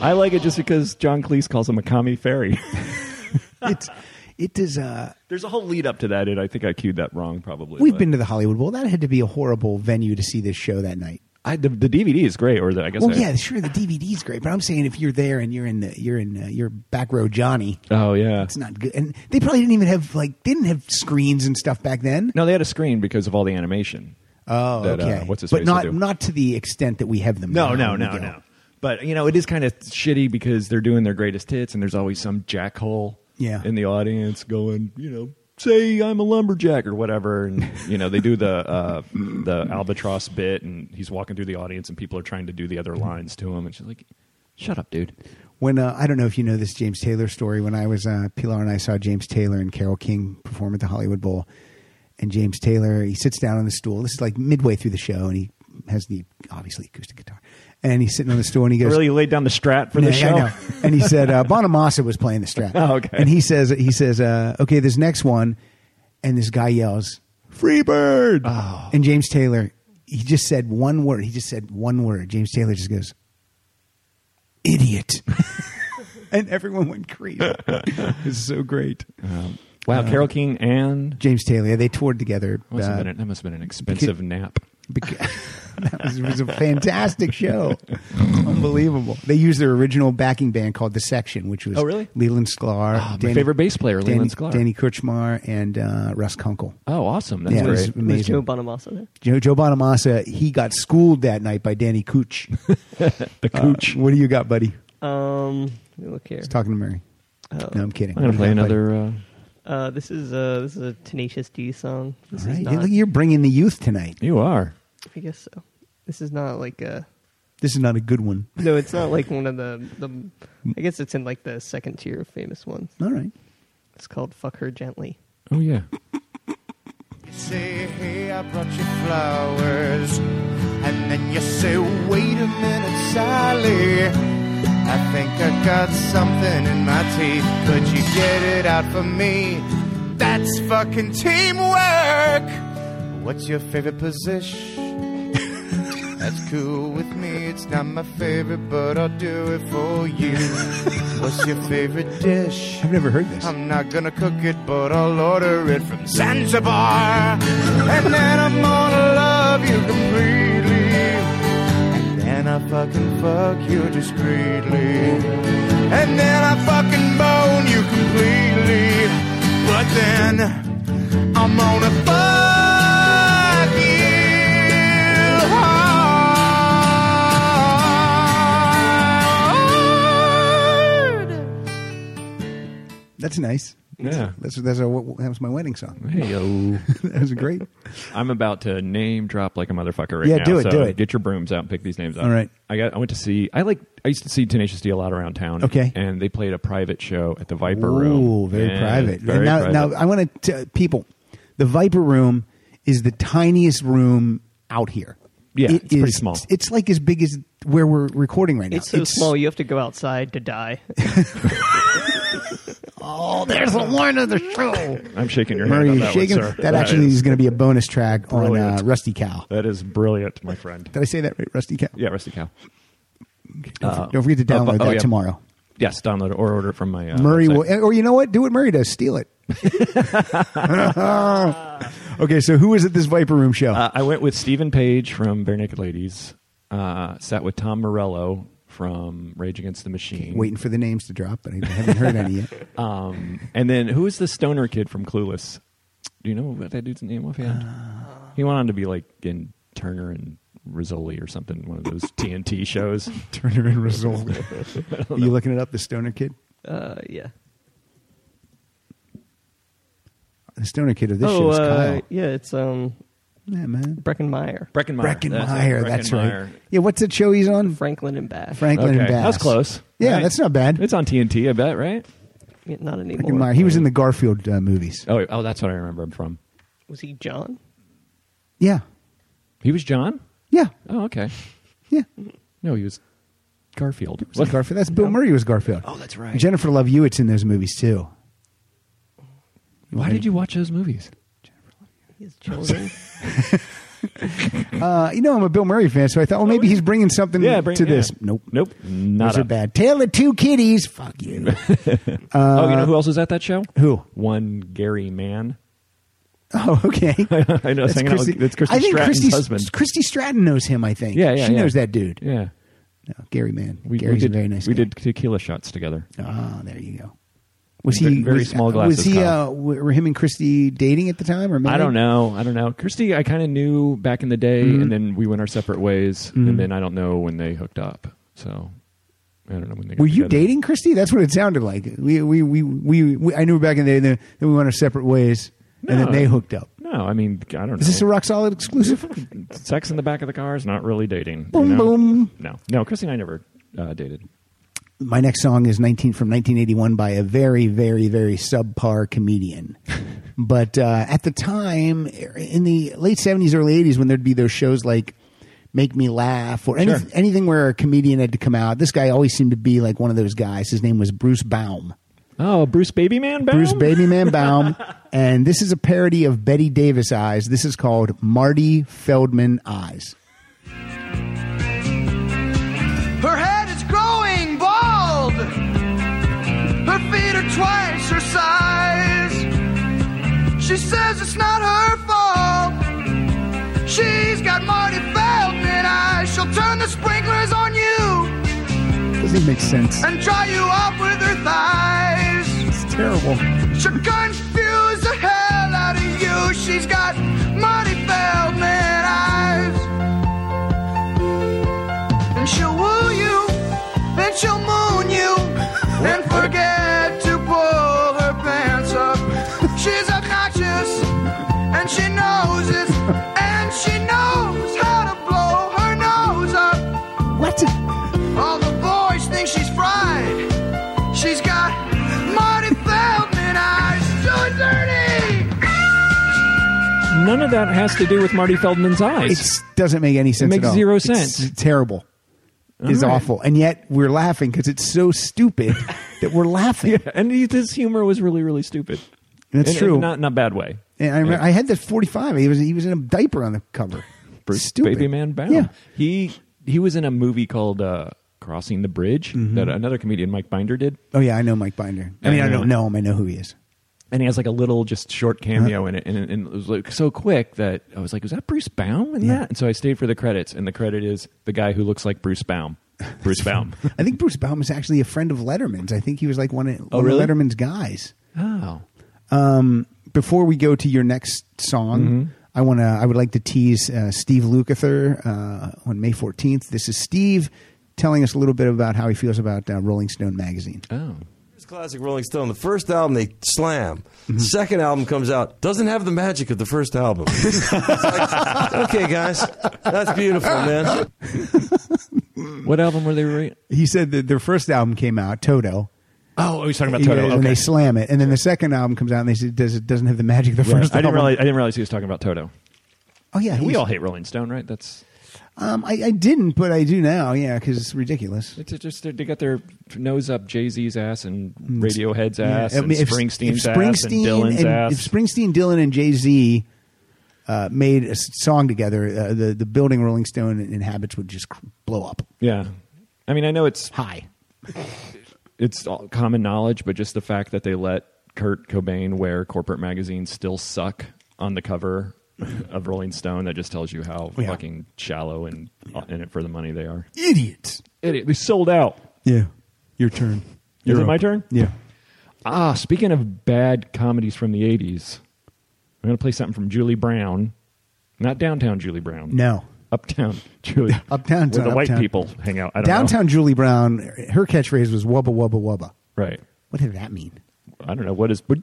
Speaker 3: I like it just because John Cleese calls him a commie fairy.
Speaker 2: it's it is uh
Speaker 3: There's a whole lead up to that, and I think I cued that wrong. Probably
Speaker 2: We've
Speaker 3: but-
Speaker 2: been to the Hollywood Bowl. That had to be a horrible venue to see this show that night.
Speaker 3: I, the, the DVD is great, or the, I guess.
Speaker 2: well,
Speaker 3: I-
Speaker 2: yeah, sure, the DVD's great, but I'm saying if you're there and you're in the you're in uh, your back row Johnny,
Speaker 3: Oh yeah.
Speaker 2: it's not good. And they probably didn't even have like they didn't have screens and stuff back then.
Speaker 3: No, they had a screen because of all the animation.
Speaker 2: Oh,
Speaker 3: That, uh,
Speaker 2: okay.
Speaker 3: what's his
Speaker 2: but
Speaker 3: face
Speaker 2: not
Speaker 3: will do.
Speaker 2: not to the extent that we have them.
Speaker 3: No,
Speaker 2: now
Speaker 3: no, no,
Speaker 2: we don't.
Speaker 3: no. But you know, it is kind of shitty because they're doing their greatest hits, and there's always some jackhole
Speaker 2: Yeah.
Speaker 3: in the audience going, you know, say I'm a lumberjack or whatever, and you know they do the uh, the albatross bit, and he's walking through the audience, and people are trying to do the other lines to him, and she's like, "Shut up, dude."
Speaker 2: When uh, I don't know if you know this James Taylor story. When I was uh, Pilar and I saw James Taylor and Carol King perform at the Hollywood Bowl, and James Taylor he sits down on the stool. This is like midway through the show, and he has the obviously acoustic guitar, and he's sitting on the stool and he goes,
Speaker 3: really laid down the strat for
Speaker 2: Yeah,
Speaker 3: the
Speaker 2: yeah,
Speaker 3: show.
Speaker 2: I know. And he said uh, Bonamassa was playing the strap.
Speaker 3: Oh, okay.
Speaker 2: And he says he says uh, okay, this next one, and this guy yells Freebird.
Speaker 3: Oh.
Speaker 2: And James Taylor, he just said one word. He just said one word. James Taylor just goes, idiot. and everyone went crazy. it's so great.
Speaker 3: Um, wow, Carol King and
Speaker 2: James Taylor, yeah, they toured together.
Speaker 3: That must have
Speaker 2: uh,
Speaker 3: been an- that must have been an expensive nap.
Speaker 2: beca- that was, it was a fantastic show. Unbelievable. They used their original backing band called The Section, which was
Speaker 3: Oh, really? Ah,
Speaker 2: Leland Sklar.
Speaker 3: my favorite bass player,
Speaker 2: Danny,
Speaker 3: Leland Sklar.
Speaker 2: Danny Kirchmar and uh, Russ Kunkel.
Speaker 3: Oh, awesome! That's
Speaker 2: Yeah, it was
Speaker 3: great.
Speaker 2: amazing.
Speaker 4: Was Joe Bonamassa there?
Speaker 2: Joe, Joe Bonamassa, he got schooled that night by Danny Cooch.
Speaker 3: the Cooch.
Speaker 2: what do you got, buddy?
Speaker 4: Um, let me look here.
Speaker 2: He's talking to Mary.
Speaker 4: Oh.
Speaker 2: No, I'm kidding.
Speaker 3: I'm gonna play another. Uh,
Speaker 4: Uh, this is uh, this is a Tenacious D song. This
Speaker 2: All
Speaker 4: is
Speaker 2: right.
Speaker 4: not.
Speaker 2: You're bringing the youth tonight.
Speaker 3: you are.
Speaker 4: I guess so. This is not like a.
Speaker 2: This is not a good one.
Speaker 4: No, it's not like one of the the. I guess it's in like the second tier of famous ones.
Speaker 2: All right.
Speaker 4: It's called "Fuck Her Gently."
Speaker 3: Oh yeah.
Speaker 14: say, hey, I brought you flowers. And then you say, wait a minute, Sally. I think I got something in my teeth. Could you get it out for me? That's fucking teamwork. What's your favorite position? That's cool with me. It's not my favorite, but I'll do it for you. What's your favorite dish?
Speaker 2: I've never heard this.
Speaker 14: I'm not gonna cook it, but I'll order it from Zanzibar. And then I'm gonna love you completely. And then I fucking fuck you discreetly. And then I fucking bone you completely. But then I'm gonna fuck you hard.
Speaker 2: That's nice.
Speaker 3: Yeah.
Speaker 2: That's, that's our, that was my wedding song.
Speaker 3: Hey yo.
Speaker 2: that was great.
Speaker 3: I'm about to name drop like a motherfucker right
Speaker 2: Yeah,
Speaker 3: now.
Speaker 2: do it,
Speaker 3: so
Speaker 2: do it.
Speaker 3: Get your brooms out and pick these names up.
Speaker 2: All right.
Speaker 3: I got. I went to see. I like. I used to see Tenacious D a lot around town.
Speaker 2: Okay.
Speaker 3: And they played a private show at the Viper
Speaker 2: Ooh,
Speaker 3: Room.
Speaker 2: very
Speaker 3: Yeah,
Speaker 2: private.
Speaker 3: Very
Speaker 2: And now,
Speaker 3: private.
Speaker 2: now I want to people. The Viper Room is the tiniest room out here.
Speaker 3: Yeah, it's pretty
Speaker 2: is-
Speaker 3: small.
Speaker 2: It's like as big as where we're recording right now.
Speaker 4: It's so small you have to go outside to die.
Speaker 2: oh, there's the line of the show.
Speaker 3: I'm shaking your
Speaker 2: Murray
Speaker 3: hand. on
Speaker 2: is
Speaker 3: that
Speaker 2: shaking.
Speaker 3: One, sir.
Speaker 2: that, actually is,
Speaker 3: is
Speaker 2: going to be a bonus track on
Speaker 3: brilliant.
Speaker 2: uh, Rusty Cow.
Speaker 3: That is brilliant, my friend.
Speaker 2: Did I say that right? Rusty Cow.
Speaker 3: Yeah, Rusty Cow. Uh, oh,
Speaker 2: Don't, for- don't forget to download that tomorrow.
Speaker 3: Yes, download it or order it from my uh,
Speaker 2: Murray
Speaker 3: website.
Speaker 2: will, or you know what? Do what Murray does. Steal it. okay, so who is at this Viper Room show?
Speaker 3: Uh, I went with Stephen Page from Bare Naked Ladies. Uh, sat with Tom Morello from Rage Against the Machine.
Speaker 2: Waiting for the names to drop, but I haven't heard any yet.
Speaker 3: Um, and then who is the stoner kid from Clueless? Do you know what that dude's name offhand?
Speaker 2: Uh,
Speaker 3: he went on to be like in Turner and Rizzoli or something, one of those TNT shows.
Speaker 2: Turner and Rizzoli. Are you looking it up? The Stoner Kid.
Speaker 4: Uh, yeah.
Speaker 2: The Stoner Kid of this show
Speaker 4: oh,
Speaker 2: is Kyle.
Speaker 4: uh, yeah, it's um,
Speaker 2: yeah, man,
Speaker 4: Breckenmeyer.
Speaker 3: Breckenmeyer.
Speaker 2: Breckenmeyer. That's, right. Yeah, what's that show he's on?
Speaker 4: Franklin and Bass.
Speaker 2: Franklin and
Speaker 3: Okay,
Speaker 2: Bass.
Speaker 3: that's close.
Speaker 2: Yeah,
Speaker 3: Right.
Speaker 2: that's not bad.
Speaker 3: It's on TNT, I bet, right?
Speaker 4: Yeah, not anymore.
Speaker 2: Breckenmeyer. He was in the Garfield uh, movies.
Speaker 3: Oh, oh, that's what I remember him from.
Speaker 4: Was he John?
Speaker 2: Yeah.
Speaker 3: He was John.
Speaker 2: Yeah.
Speaker 3: Oh, okay.
Speaker 2: Yeah.
Speaker 3: No, he was Garfield.
Speaker 2: Was that Garfield? That's Bill Murray was Garfield.
Speaker 3: Oh, that's right.
Speaker 2: And Jennifer Love Hewitt's in those movies too.
Speaker 3: Why did you watch those movies?
Speaker 4: His children.
Speaker 2: Uh, you know, I'm a Bill Murray fan, so I thought, well, maybe he's bringing something
Speaker 3: Oh, Yeah, bring-
Speaker 2: to
Speaker 3: yeah.
Speaker 2: this. Nope.
Speaker 3: Nope. Not
Speaker 2: Those are
Speaker 3: a,
Speaker 2: bad. Tale of Two Kitties. Fuck you. Uh,
Speaker 3: oh, you know who else was at that show?
Speaker 2: Who?
Speaker 3: One Gary Mann.
Speaker 2: Oh, okay.
Speaker 3: I know. I was hanging out with- that's Christy
Speaker 2: I think
Speaker 3: Stratton's
Speaker 2: Christy,
Speaker 3: husband.
Speaker 2: Christy Stratton knows him. I think.
Speaker 3: Yeah, yeah,
Speaker 2: She
Speaker 3: yeah.
Speaker 2: knows that dude.
Speaker 3: Yeah.
Speaker 2: No, Gary man.
Speaker 3: We, we
Speaker 2: Gary's
Speaker 3: did,
Speaker 2: a very nice.
Speaker 3: We
Speaker 2: guy.
Speaker 3: did tequila shots together.
Speaker 2: Ah, there you go. Was
Speaker 3: Ve-
Speaker 2: he
Speaker 3: very
Speaker 2: was-
Speaker 3: small glasses?
Speaker 2: Was he?
Speaker 3: Kyle.
Speaker 2: Uh, were him and Christy dating at the time, or married?
Speaker 3: I don't know. I don't know. Christy, I kind of knew back in the day,
Speaker 2: Mhm.
Speaker 3: and then we went our separate ways,
Speaker 2: Mhm.
Speaker 3: and then I don't know when they hooked up. So I don't know when they. Got
Speaker 2: Were you
Speaker 3: together.
Speaker 2: dating Christy? That's what it sounded like. We we we, we, we I knew back in the day that that we went our separate ways, and
Speaker 3: No.
Speaker 2: then they hooked up.
Speaker 3: No, I mean I don't know.
Speaker 2: Is this a rock solid exclusive?
Speaker 3: Sex in the back of the car is not really dating. you know?
Speaker 2: Boom, boom.
Speaker 3: No, no. Christy and I never uh, dated.
Speaker 2: My next song is 19 from 1981 by a very, very, very subpar comedian. but uh, at the time, in the late 70s, early 80s, when there'd be those shows like Make Me Laugh or any,
Speaker 3: Sure.
Speaker 2: anything where a comedian had to come out, this guy always seemed to be like one of those guys. His name was Bruce Baum.
Speaker 3: Oh, Bruce Baby Man.
Speaker 2: Bruce Baby Man Baum. and this is a parody of Betty Davis Eyes. This is called Marty Feldman Eyes.
Speaker 13: Her head is growing bald. Her feet are twice her size. She says it's not her fault. She's got Marty Feldman eyes. She'll turn the sprinklers on you
Speaker 2: Doesn't make sense.
Speaker 13: and dry you up with her thighs.
Speaker 2: It's terrible.
Speaker 13: She'll confuse the hell out of you. She's got Marty Feldman eyes. And she'll woo you, then she'll moon you, and forget to pull her pants up. She's obnoxious, and she knows it, and she knows how to blow her nose up.
Speaker 2: What?
Speaker 13: All the boys think she's fried. She's got Marty Feldman eyes, so dirty.
Speaker 3: None of that has to do with Marty Feldman's eyes.
Speaker 2: It doesn't make any sense.
Speaker 3: makes
Speaker 2: at all.
Speaker 3: zero
Speaker 2: It's
Speaker 3: sense.
Speaker 2: terrible. It's
Speaker 3: All right.
Speaker 2: awful, and yet we're laughing because it's so stupid that we're laughing.
Speaker 3: and he, his humor was really, really stupid.
Speaker 2: That's
Speaker 3: In- in
Speaker 2: true.
Speaker 3: Not not bad way.
Speaker 2: And I, remember, I had that forty-five. He was he was in a diaper on the cover.
Speaker 3: Bruce
Speaker 2: Stupid.
Speaker 3: Baby Man Baum.
Speaker 2: Yeah.
Speaker 3: He he was in a movie called uh, Crossing the Bridge that another comedian Mike Binder did,
Speaker 2: Mm-hmm.
Speaker 3: uh,
Speaker 2: Oh yeah, I know Mike Binder. I mean, I
Speaker 3: Yeah.
Speaker 2: don't know him. I know who he is.
Speaker 3: and he has like a little just short
Speaker 2: Uh-huh.
Speaker 3: cameo in it, and, and it was like so quick that I was like, "Was that Bruce Baum in
Speaker 2: Yeah.
Speaker 3: that?" And so I stayed for the credits, and the credit is the guy who looks like Bruce Baum. Bruce Baum.
Speaker 2: I think Bruce Baum is actually a friend of Letterman's. I think he was like one of,
Speaker 3: Oh,
Speaker 2: one
Speaker 3: really?
Speaker 2: of Letterman's guys.
Speaker 3: oh,
Speaker 2: Um, before we go to your next song,
Speaker 3: Mm-hmm.
Speaker 2: I want to. I would like to tease uh, Steve Lukather uh, on May fourteenth. This is Steve telling us a little bit about how he feels about uh, Rolling Stone magazine.
Speaker 3: oh.
Speaker 7: Here's classic Rolling Stone. The first album they slam.
Speaker 2: Mm-hmm.
Speaker 7: Second album comes out, doesn't have the magic of the first album. It's like, okay, guys, that's beautiful, man.
Speaker 3: What album were they? Re-
Speaker 2: He said that their first album came out, Toto.
Speaker 3: oh, he's talking about
Speaker 2: you know,
Speaker 3: Toto.
Speaker 2: And they slam it, and then the second album comes out, and they said, "Does it doesn't have the magic of the
Speaker 3: Yeah,
Speaker 2: first
Speaker 3: I didn't
Speaker 2: album?"
Speaker 3: realize. I didn't realize he was talking about Toto.
Speaker 2: oh yeah,
Speaker 3: we
Speaker 2: he's-
Speaker 3: all hate Rolling Stone, right? That's
Speaker 2: Um, I, I didn't, but I do now. Yeah, because it's ridiculous.
Speaker 3: It's just they got their nose up Jay Z's ass and Radiohead's ass
Speaker 2: Mm. Yeah, I mean,
Speaker 3: and Springsteen's ass and
Speaker 2: Springsteen
Speaker 3: Dylan's
Speaker 2: and-
Speaker 3: ass.
Speaker 2: if Springsteen, Dylan, and Jay Z uh, made a s- song together, uh, the the building Rolling Stone inhabits would just cr- blow up
Speaker 3: yeah, I mean, I know it's
Speaker 2: high.
Speaker 3: it's all common knowledge, but just the fact that they let Kurt Cobain wear corporate magazines still suck on the cover of Rolling Stone that just tells you how
Speaker 2: Oh, Yeah.
Speaker 3: uh, fucking shallow and in it for the money they are.
Speaker 2: Idiots.
Speaker 3: idiot. They sold out.
Speaker 2: Yeah. Your turn.
Speaker 3: Is
Speaker 2: You're
Speaker 3: it my
Speaker 2: up.
Speaker 3: turn?
Speaker 2: Yeah.
Speaker 3: Ah, speaking of bad comedies from the 80s, I'm going to play something from Julie Brown. Not downtown Julie Brown.
Speaker 2: No.
Speaker 3: Uptown Julie. Where
Speaker 2: Uptown,
Speaker 3: the
Speaker 2: uptown.
Speaker 3: white people hang out. I don't
Speaker 2: Downtown
Speaker 3: know.
Speaker 2: Julie Brown, her catchphrase was "wubba wubba wubba."
Speaker 3: Right.
Speaker 2: What did that mean?
Speaker 3: I don't know. What does do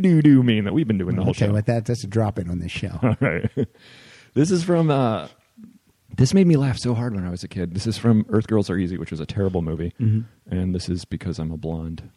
Speaker 3: do do mean that we've been doing the whole
Speaker 2: okay,
Speaker 3: show?
Speaker 2: with that, that's a drop in on this show.
Speaker 3: All right. This is from. Uh, this made me laugh so hard when I was a kid. This is from Earth Girls Are Easy, which was a terrible movie,
Speaker 2: Mhm.
Speaker 3: and this is because I'm a blonde.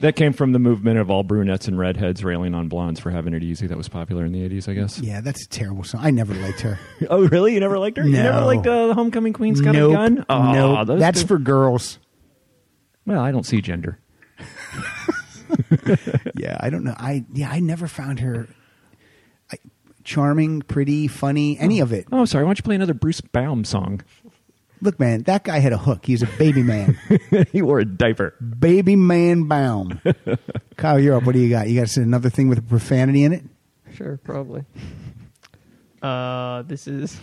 Speaker 3: That came from the movement of all brunettes and redheads railing on blondes for having it easy. That was popular in the '80s, I guess.
Speaker 2: Yeah, that's a terrible song. I never liked her.
Speaker 3: Oh, really? You never liked her? You never
Speaker 2: No.
Speaker 3: liked uh, the Homecoming Queen's got
Speaker 2: Nope.
Speaker 3: a gun? Aw,
Speaker 2: Nope.
Speaker 3: those
Speaker 2: That's
Speaker 3: two-
Speaker 2: for girls.
Speaker 3: Well, I don't see gender.
Speaker 2: yeah, I don't know. I yeah, I never found her I, charming, pretty, funny, any of it.
Speaker 3: Oh, sorry. Why don't you play another Bruce Baum song?
Speaker 2: Look, man, that guy had a hook. He's a baby man.
Speaker 3: he wore a diaper.
Speaker 2: Baby man Baum. Kyle, you're up. What do you got? You got another thing with profanity in it?
Speaker 4: Sure, probably. Uh, this is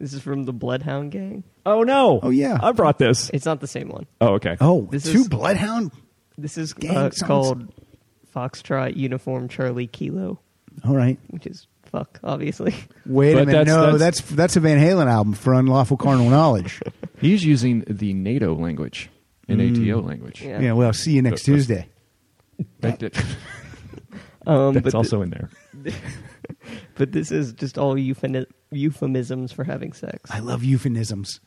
Speaker 4: this is from the Bloodhound Gang.
Speaker 3: Oh no!
Speaker 2: Oh, yeah.
Speaker 3: I brought this.
Speaker 4: It's not the same one.
Speaker 3: Oh, okay.
Speaker 2: Oh,
Speaker 4: This
Speaker 2: two
Speaker 4: is-
Speaker 2: Bloodhound?
Speaker 4: This is
Speaker 2: Gang
Speaker 4: uh,
Speaker 2: sounds-
Speaker 4: called Foxtrot Uniform Charlie Kilo,
Speaker 2: All right.
Speaker 4: which is fuck, obviously.
Speaker 2: Wait
Speaker 3: But
Speaker 2: a minute.
Speaker 3: that's-
Speaker 2: no,
Speaker 3: that's-
Speaker 2: that's, that's a Van Halen album for Unlawful Carnal Knowledge.
Speaker 3: He's using the NATO language, and
Speaker 2: Mm.
Speaker 3: ATO language.
Speaker 2: yeah. well, see you next Tuesday.
Speaker 3: That- that-
Speaker 4: Um,
Speaker 3: That's
Speaker 4: but
Speaker 3: also
Speaker 4: the-
Speaker 3: in there.
Speaker 4: but this is just all euphemi- euphemisms for having sex.
Speaker 2: I love euphemisms.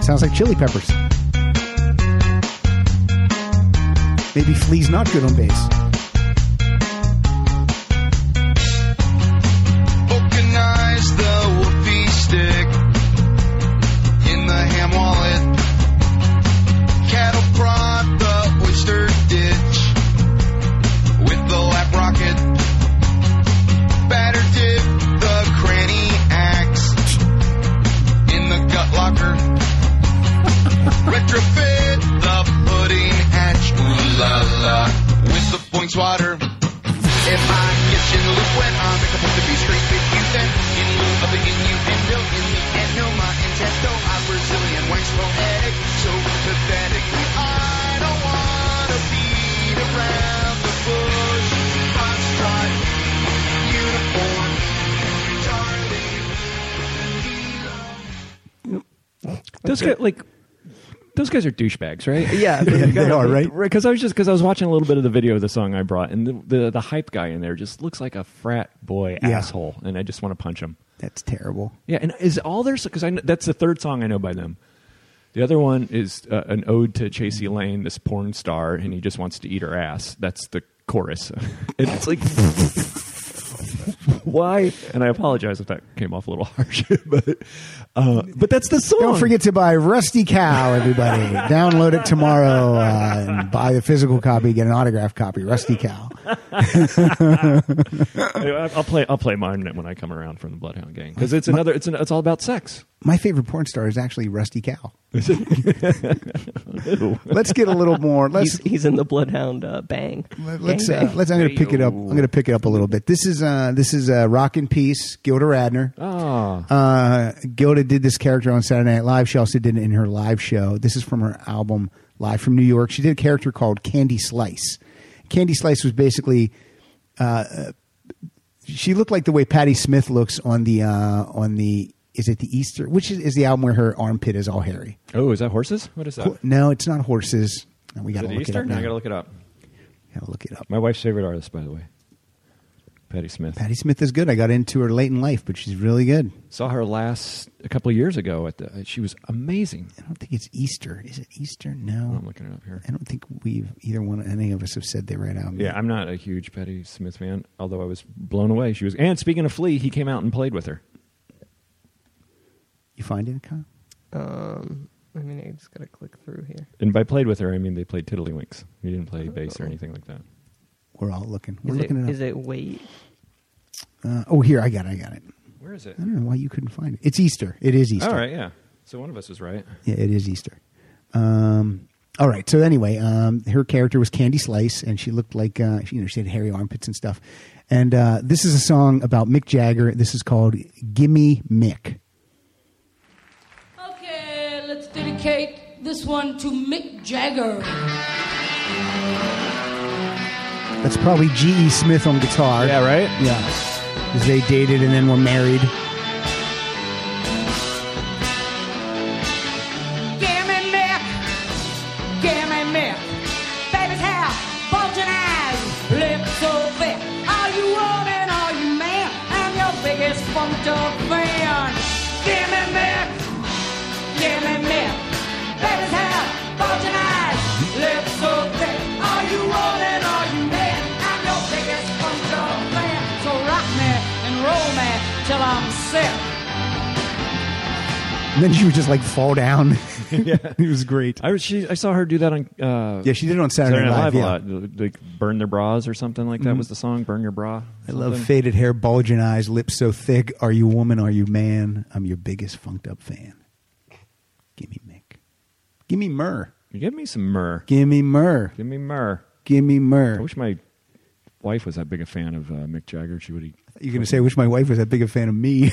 Speaker 2: Sounds like chili peppers. Maybe Flea's not good on bass.
Speaker 15: Vulcanize the whoopee stick in the ham wallet. Cattle prod the oyster ditch with the lap rocket. Batter dip the cranny axe in the gut locker. Retrofit the pudding hatch. Ooh la la with the boing swatter. If I get you in the loop when I'm supposed to be straight with you then In lieu of the innuendo in the end No, my intento, I'm Brazilian wax poetic So pathetic I don't wanna beat around the bush Foxtrot uniform
Speaker 3: Those guys, like, those guys are douchebags, right?
Speaker 4: Yeah,
Speaker 2: they- they are, right?
Speaker 3: Because I was just because I was watching a little bit of the video of the song I brought, and the the, the hype guy in there just looks like a frat boy
Speaker 2: Yeah.
Speaker 3: asshole, and I just want to punch him.
Speaker 2: That's terrible.
Speaker 3: Yeah, and is all their because I kn- that's the third song I know by them. The other one is uh, an ode to Chasey Lane, this porn star, and he just wants to eat her ass. That's the chorus, and it's like, why? And I apologize if that came off a little harsh, but uh, but that's the song.
Speaker 2: Don't forget to buy Rusty Cow, everybody. Download it tomorrow uh, and buy the physical copy. Get an autographed copy. Rusty Cow.
Speaker 3: Anyway, I- I'll play. I'll play mine when I come around from the Bloodhound Gang because it's another. It's an, It's all about sex.
Speaker 2: My favorite porn star is actually Rusty Cow.
Speaker 3: Ew.
Speaker 2: Let's get a little more. Let's
Speaker 4: He's, he's in the Bloodhound uh, bang.
Speaker 2: let's
Speaker 4: Gang
Speaker 2: uh,
Speaker 4: bang.
Speaker 2: let's. I'm going to pick it up. I'm going to pick it up a little bit. This is uh, this is uh, Rock in Peace, Gilda Radner.
Speaker 3: Ah.
Speaker 2: Uh, Gilda did this character on Saturday Night Live. She also did it in her live show. This is from her album Live from New York. She did a character called Candy Slice. Candy Slice was basically. Uh, she looked like the way Patti Smith looks on the uh, on the is it the Easter which is, is the album where her armpit is all hairy.
Speaker 3: Oh, is that horses? What is that?
Speaker 2: Ho- No, it's not horses. No, We
Speaker 3: Is
Speaker 2: got
Speaker 3: it
Speaker 2: to look
Speaker 3: Easter?
Speaker 2: it up
Speaker 3: No,
Speaker 2: now.
Speaker 3: I gotta look it up.
Speaker 2: Gotta look it up.
Speaker 3: My wife's favorite artist, by the way. Patty Smith.
Speaker 2: Patty Smith is good. I got into her late in life, but she's really good.
Speaker 3: Saw her last a couple of years ago. At the, she was amazing.
Speaker 2: I don't think it's Easter. Is it Easter? No.
Speaker 3: I'm looking it up here.
Speaker 2: I don't think we've either one any of us have said they ran out.
Speaker 3: Yeah, I'm not a huge Patty Smith fan, although I was blown away. She was. And speaking of Flea, he came out and played with her.
Speaker 2: You find it, Kyle?
Speaker 4: Um, I mean, I just gotta click through here.
Speaker 3: And by played with her, I mean they played tiddlywinks. He didn't
Speaker 2: Oh.
Speaker 3: play bass or anything like that.
Speaker 2: We're all looking. We're
Speaker 4: Is
Speaker 2: looking
Speaker 4: it,
Speaker 2: it up.
Speaker 4: is it wait?
Speaker 2: Uh, oh, here I got. it. I got it.
Speaker 3: Where is it?
Speaker 2: I don't know why you couldn't find it. It's Easter. It is Easter.
Speaker 3: All right, yeah. So one of us was right.
Speaker 2: Yeah, it is Easter. Um, all right. So anyway, um, her character was Candy Slice, and she looked like uh, she, you know she had hairy armpits and stuff. And uh, this is a song about Mick Jagger. This is called "Gimme Mick."
Speaker 16: Okay, let's dedicate this one to Mick Jagger.
Speaker 2: That's probably G.E. Smith on guitar. Yeah,
Speaker 3: right.
Speaker 2: Yeah, 'Cause they dated and then were married.
Speaker 17: Gimme milk, gimme milk. Baby's hair, bulging eyes, lips so thick. Are you woman? Are you man? I'm your biggest funk dog fan. Gimme milk, gimme milk. Baby's hair, bulging eyes, lips so thick. Are you woman? Are you man? I'm your biggest funk dog fan. So rock me and roll me till I'm sick.
Speaker 2: And then she would just like fall down.
Speaker 3: yeah,
Speaker 2: it was great.
Speaker 3: I was, she, I saw her do that on. Uh,
Speaker 2: Yeah, she did it on Saturday Night Live,
Speaker 3: a lot. Like burn their bras or something like that
Speaker 2: Mhm.
Speaker 3: was the song. Burn your bra.
Speaker 2: I love
Speaker 3: something.
Speaker 2: faded hair, bulging eyes, lips so thick. Are you woman? Are you man? I'm your biggest funked up fan. Give me myrrh.
Speaker 3: Give me some myrrh.
Speaker 2: Give me myrrh.
Speaker 3: Give me myrrh.
Speaker 2: Give me myrrh.
Speaker 3: I wish my wife was that big a fan of uh, Mick Jagger. She would.
Speaker 2: You're going to say, I wish my wife was that big a fan of me.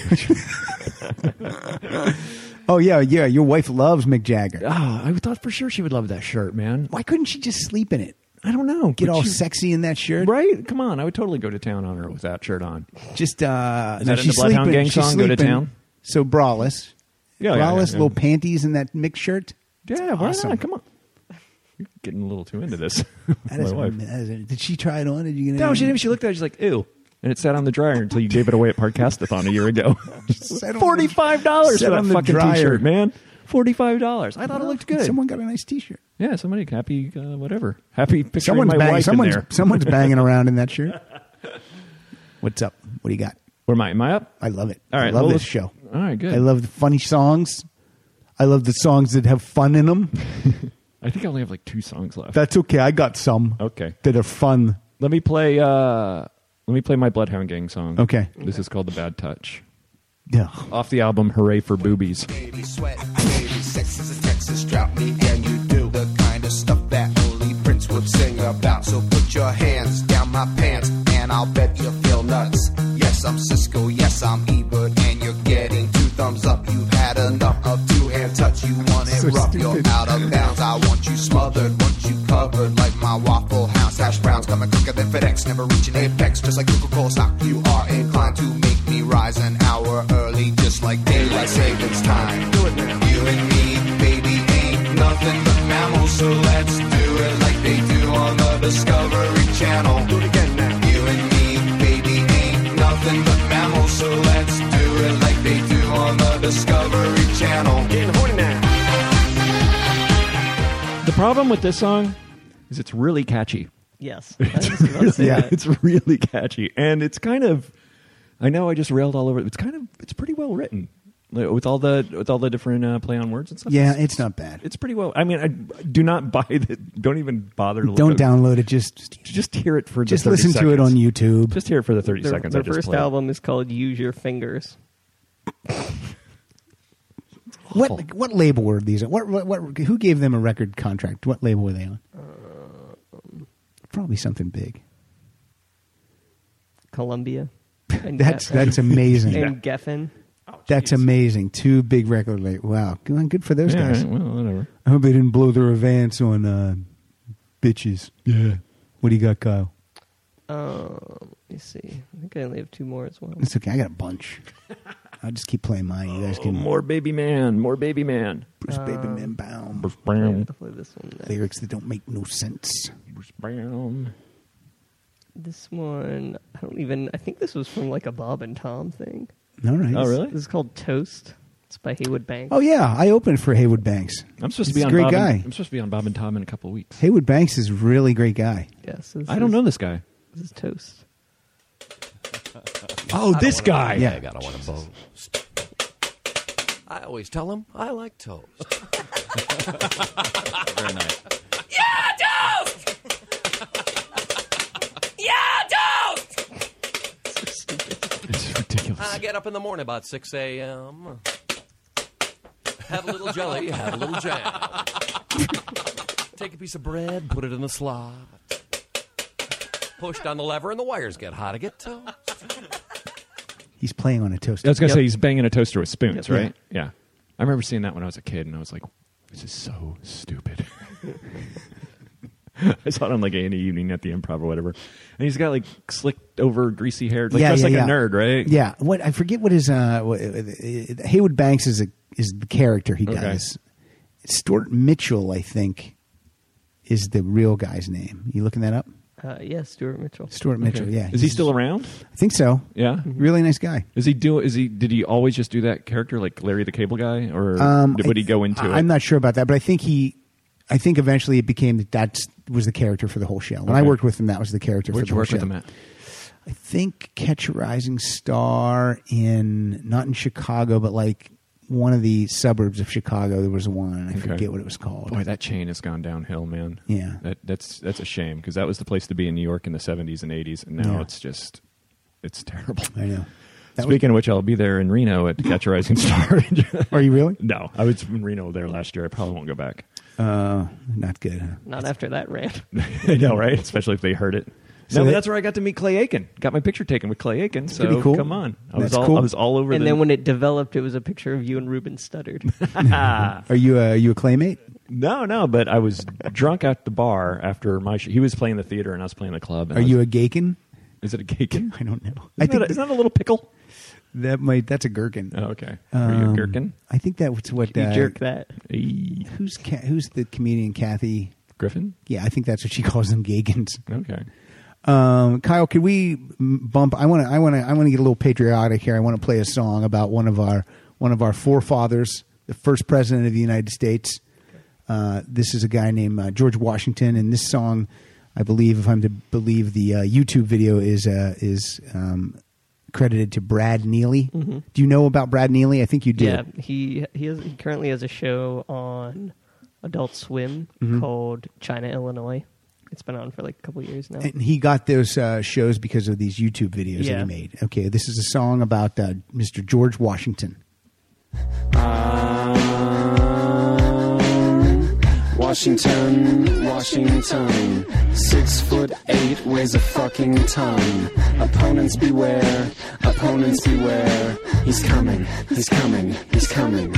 Speaker 2: oh, yeah, yeah. Your wife loves Mick Jagger.
Speaker 3: Oh, I thought for sure she would love that shirt, man.
Speaker 2: Why couldn't she just sleep in it?
Speaker 3: I don't know.
Speaker 2: Get
Speaker 3: But
Speaker 2: all
Speaker 3: she-
Speaker 2: sexy in that shirt.
Speaker 3: Right? Come on. I would totally go to town on her with that shirt on.
Speaker 2: Just, uh,
Speaker 3: Is
Speaker 2: no,
Speaker 3: that in the
Speaker 2: she's
Speaker 3: Bloodhound
Speaker 2: sleeping,
Speaker 3: Gang
Speaker 2: she's
Speaker 3: song, Go to
Speaker 2: sleeping.
Speaker 3: Town?
Speaker 2: So, braless.
Speaker 3: Yeah, yeah,
Speaker 2: braless,
Speaker 3: yeah, yeah.
Speaker 2: little panties and that Mick shirt.
Speaker 3: Yeah, why
Speaker 2: awesome.
Speaker 3: not? Come on. You're getting a little too into this.
Speaker 2: That
Speaker 3: my
Speaker 2: is,
Speaker 3: wife.
Speaker 2: that is- did she try it on? Did you get
Speaker 3: No, she didn't. She looked at it. She's like, ew. And it sat on the dryer until you gave it away at Parkastathon a year ago. Forty-five dollars for
Speaker 2: Set
Speaker 3: that
Speaker 2: on the
Speaker 3: fucking
Speaker 2: dryer.
Speaker 3: t-shirt, man. Forty-five dollars. I thought it
Speaker 2: Well,
Speaker 3: looked good.
Speaker 2: Someone got a nice T-shirt.
Speaker 3: yeah, somebody happy, uh, whatever. Happy picturing
Speaker 2: Someone's
Speaker 3: my
Speaker 2: banging.
Speaker 3: wife
Speaker 2: Someone's
Speaker 3: in there.
Speaker 2: someone's banging around in that shirt. What's up? What do you got?
Speaker 3: Where am I? Am I up?
Speaker 2: I love it.
Speaker 3: All right,
Speaker 2: I love
Speaker 3: well,
Speaker 2: this
Speaker 3: let's-
Speaker 2: show.
Speaker 3: all right, good.
Speaker 2: I love the funny songs. I love the songs that have fun in them.
Speaker 3: I think I only have like two songs left.
Speaker 2: That's okay. I got some.
Speaker 3: Okay.
Speaker 2: That are fun.
Speaker 3: Let me play. uh Let me play my Bloodhound Gang song.
Speaker 2: Okay.
Speaker 3: This is called "The Bad Touch."
Speaker 2: Yeah.
Speaker 3: Off the album "Hooray for Boobies."
Speaker 18: Baby sweat, baby sex is a Texas drought. Me and you do the kind of stuff that only Prince would sing about. So put your hands down my pants, and I'll bet you feel nuts. Yes, I'm Cisco, yes, I'm Ebert, and you're getting two thumbs up. You've had enough of two hand touch. You want it
Speaker 19: So
Speaker 18: rough,
Speaker 19: stupid.
Speaker 18: you're out of bounds. I want you smothered, want you covered like my Waffle House hash browns. Coming quicker than FedEx, never reaching apex. Just like Coca Cola stock, you are inclined to make me rise an hour early, just like daylight savings time. Do it now. You and me, baby, ain't nothing but mammals, so let's do it like they do on the Discovery Channel. Do it again now. You and me, baby, ain't nothing but mammals, so let's do it like they do on the Discovery Channel. Getting horny now.
Speaker 3: The problem with this song is it's really catchy.
Speaker 4: Yes. I was just about to
Speaker 3: It's-
Speaker 4: say
Speaker 3: yeah,
Speaker 4: that.
Speaker 3: it's really catchy, and it's kind of. I know I just railed all over. it. It's kind of it's pretty well written, Like, with all the with all the different uh, play on words and stuff.
Speaker 2: Yeah, it's not bad.
Speaker 3: It's pretty well. I mean, I, do not buy that. Don't even bother. to
Speaker 2: Don't
Speaker 3: look-
Speaker 2: download it. Just
Speaker 3: Just hear it for.
Speaker 2: just
Speaker 3: the 30
Speaker 2: listen to it on
Speaker 3: seconds.
Speaker 2: YouTube.
Speaker 3: Just hear it for the thirty
Speaker 4: Their,
Speaker 3: seconds.
Speaker 4: their
Speaker 3: I just
Speaker 4: first
Speaker 3: played.
Speaker 4: album is called Use Your Fingers.
Speaker 2: What what label were these? on? What, what what who gave them a record contract? What label were they on?
Speaker 4: Uh,
Speaker 2: Probably something big.
Speaker 4: Columbia. And
Speaker 2: That's-
Speaker 4: Geffen.
Speaker 2: that's amazing.
Speaker 4: And Geffen.
Speaker 3: Oh,
Speaker 2: That's amazing. Two big record labels. Wow, good on- good for those
Speaker 3: Yeah,
Speaker 2: guys.
Speaker 3: all right. Well, whatever.
Speaker 2: I hope they didn't blow their advance on uh, bitches. Yeah. What do you got, Kyle?
Speaker 4: Um, let me see. I think I only have two more as well.
Speaker 2: It's okay. I got a bunch. I'll just keep playing mine. You guys
Speaker 3: Oh,
Speaker 2: can
Speaker 3: more baby man, more baby man,
Speaker 2: Bruce
Speaker 4: Uh,
Speaker 2: Baby Man Baum.
Speaker 3: Bruce Brown.
Speaker 4: play this one.
Speaker 2: lyrics that don't make no sense.
Speaker 3: Bruce Brown.
Speaker 4: This one, I don't even. I think this was from like a Bob and Tom thing.
Speaker 2: All right.
Speaker 3: Oh,
Speaker 4: This- This is called Toast. It's by Haywood Banks.
Speaker 2: Oh yeah, I opened for Haywood Banks.
Speaker 3: I'm supposed to be
Speaker 2: He's a
Speaker 3: on
Speaker 2: great
Speaker 3: Bob and-
Speaker 2: guy.
Speaker 3: I'm supposed to be on Bob and Tom in a couple of weeks.
Speaker 2: Haywood Banks is a really great guy.
Speaker 4: Yes.
Speaker 3: I don't know this guy.
Speaker 4: This is Toast.
Speaker 3: Oh, this guy.
Speaker 2: Yeah.
Speaker 3: I
Speaker 19: gotta want to boast. I always tell him I like toast. Very nice.
Speaker 13: Yeah, toast! yeah, toast!
Speaker 3: It's ridiculous.
Speaker 19: I get up in the morning about 6 a.m. Have a little jelly, have a little jam. Take a piece of bread, put it in the slot. Push down the lever, and the wires get hot. I get toast.
Speaker 2: He's playing on a toast.
Speaker 3: I was gonna say he's banging a toaster with spoons,
Speaker 2: Yep.
Speaker 3: right? Yeah. I remember seeing that when I was a kid, and I was like, "This is so stupid." I saw it on like any evening at the improv or whatever, and he's got like slicked over, greasy hair, like dressed like a nerd, right?
Speaker 2: Yeah. What I forget what his uh, what, uh, Haywood Banks is a is the character he
Speaker 3: Okay.
Speaker 2: does. Stuart Mitchell, I think, is the real guy's name. You looking that up?
Speaker 4: Uh, yeah, Stuart Mitchell.
Speaker 2: Stuart Mitchell. Yeah.
Speaker 3: Is he
Speaker 2: he's-
Speaker 3: still around?
Speaker 2: I think so.
Speaker 3: Yeah.
Speaker 2: Mm-hmm. Really nice guy.
Speaker 3: Is he do? Is he? Did he always just do that character, like Larry the Cable Guy, or did, would
Speaker 2: Um, I-
Speaker 3: he go into
Speaker 2: I- I'm
Speaker 3: it?
Speaker 2: not sure about that, but I think he, I think eventually it became that that was the character for the whole show. When I
Speaker 3: Okay.
Speaker 2: worked with him, that was the character.
Speaker 3: Where'd you
Speaker 2: for the whole
Speaker 3: work with
Speaker 2: show.
Speaker 3: him at?
Speaker 2: I think Catch a Rising Star in not in Chicago, but like one of the suburbs of Chicago. There was one, and I forget what it was called.
Speaker 3: Boy, that chain has gone downhill, man.
Speaker 2: Yeah.
Speaker 3: that, that's that's a shame because that was the place to be in New York in the '70s and '80s, and now
Speaker 2: Yeah.
Speaker 3: it's just it's terrible.
Speaker 2: I know. That
Speaker 3: Speaking of which, I'll be there in Reno at Catch a Rising Star.
Speaker 2: Are you really?
Speaker 3: No, I was in Reno there last year. I probably won't go back.
Speaker 2: Uh, not good. Huh?
Speaker 4: Not after that rant.
Speaker 3: I know, right? Especially if they heard it.
Speaker 4: So
Speaker 3: no, but
Speaker 4: they-
Speaker 3: that's where I got to meet Clay Aiken. Got my picture taken with Clay Aiken. So
Speaker 4: pretty cool.
Speaker 3: come on, I was
Speaker 4: That's
Speaker 3: all
Speaker 4: cool.
Speaker 3: I was all over.
Speaker 4: And
Speaker 3: the-
Speaker 4: then when it developed, it was a picture of you and Ruben Studdard.
Speaker 2: Are you a are you a claymate?
Speaker 3: No, no, but I was drunk at the bar after my show. He was playing the theater and I was playing the club. and
Speaker 2: Are
Speaker 3: I was-
Speaker 2: you a gaken?
Speaker 3: Is it a gaken?
Speaker 2: I don't know. Isn't,
Speaker 3: I think that, a little pickle?
Speaker 2: That might. That's a gherkin. Uh,
Speaker 3: Oh, okay. Are you a gherkin?
Speaker 2: Um, I think that's what
Speaker 3: You
Speaker 2: uh,
Speaker 3: jerk that.
Speaker 2: Who's Ca- who's the comedian Kathy
Speaker 3: Griffin?
Speaker 2: Yeah, I think that's what she calls them, gagans.
Speaker 3: Okay.
Speaker 2: Um, Kyle, could we m- bump? I want to. I want to. I want to get a little patriotic here. I want to play a song about one of our one of our forefathers, the first president of the United States. Uh, this is a guy named uh, George Washington, and this song, I believe, if I'm to believe the uh, YouTube video, is uh, is um, credited to Brad Neely.
Speaker 4: Mhm.
Speaker 2: Do you know about Brad Neely? I think you do.
Speaker 4: Yeah, he he, has, he currently has a show on Adult Swim
Speaker 2: Mhm.
Speaker 4: called China Illinois. It's been on for like a couple years now.
Speaker 2: And he got those uh, shows because of these YouTube videos that
Speaker 4: Yeah.
Speaker 2: he made. Okay, this is a song about uh, Mr. George Washington.
Speaker 20: Uh, Washington, Washington. Six foot eight weighs a fucking ton. Opponents beware, opponents beware. He's coming, he's coming, he's coming.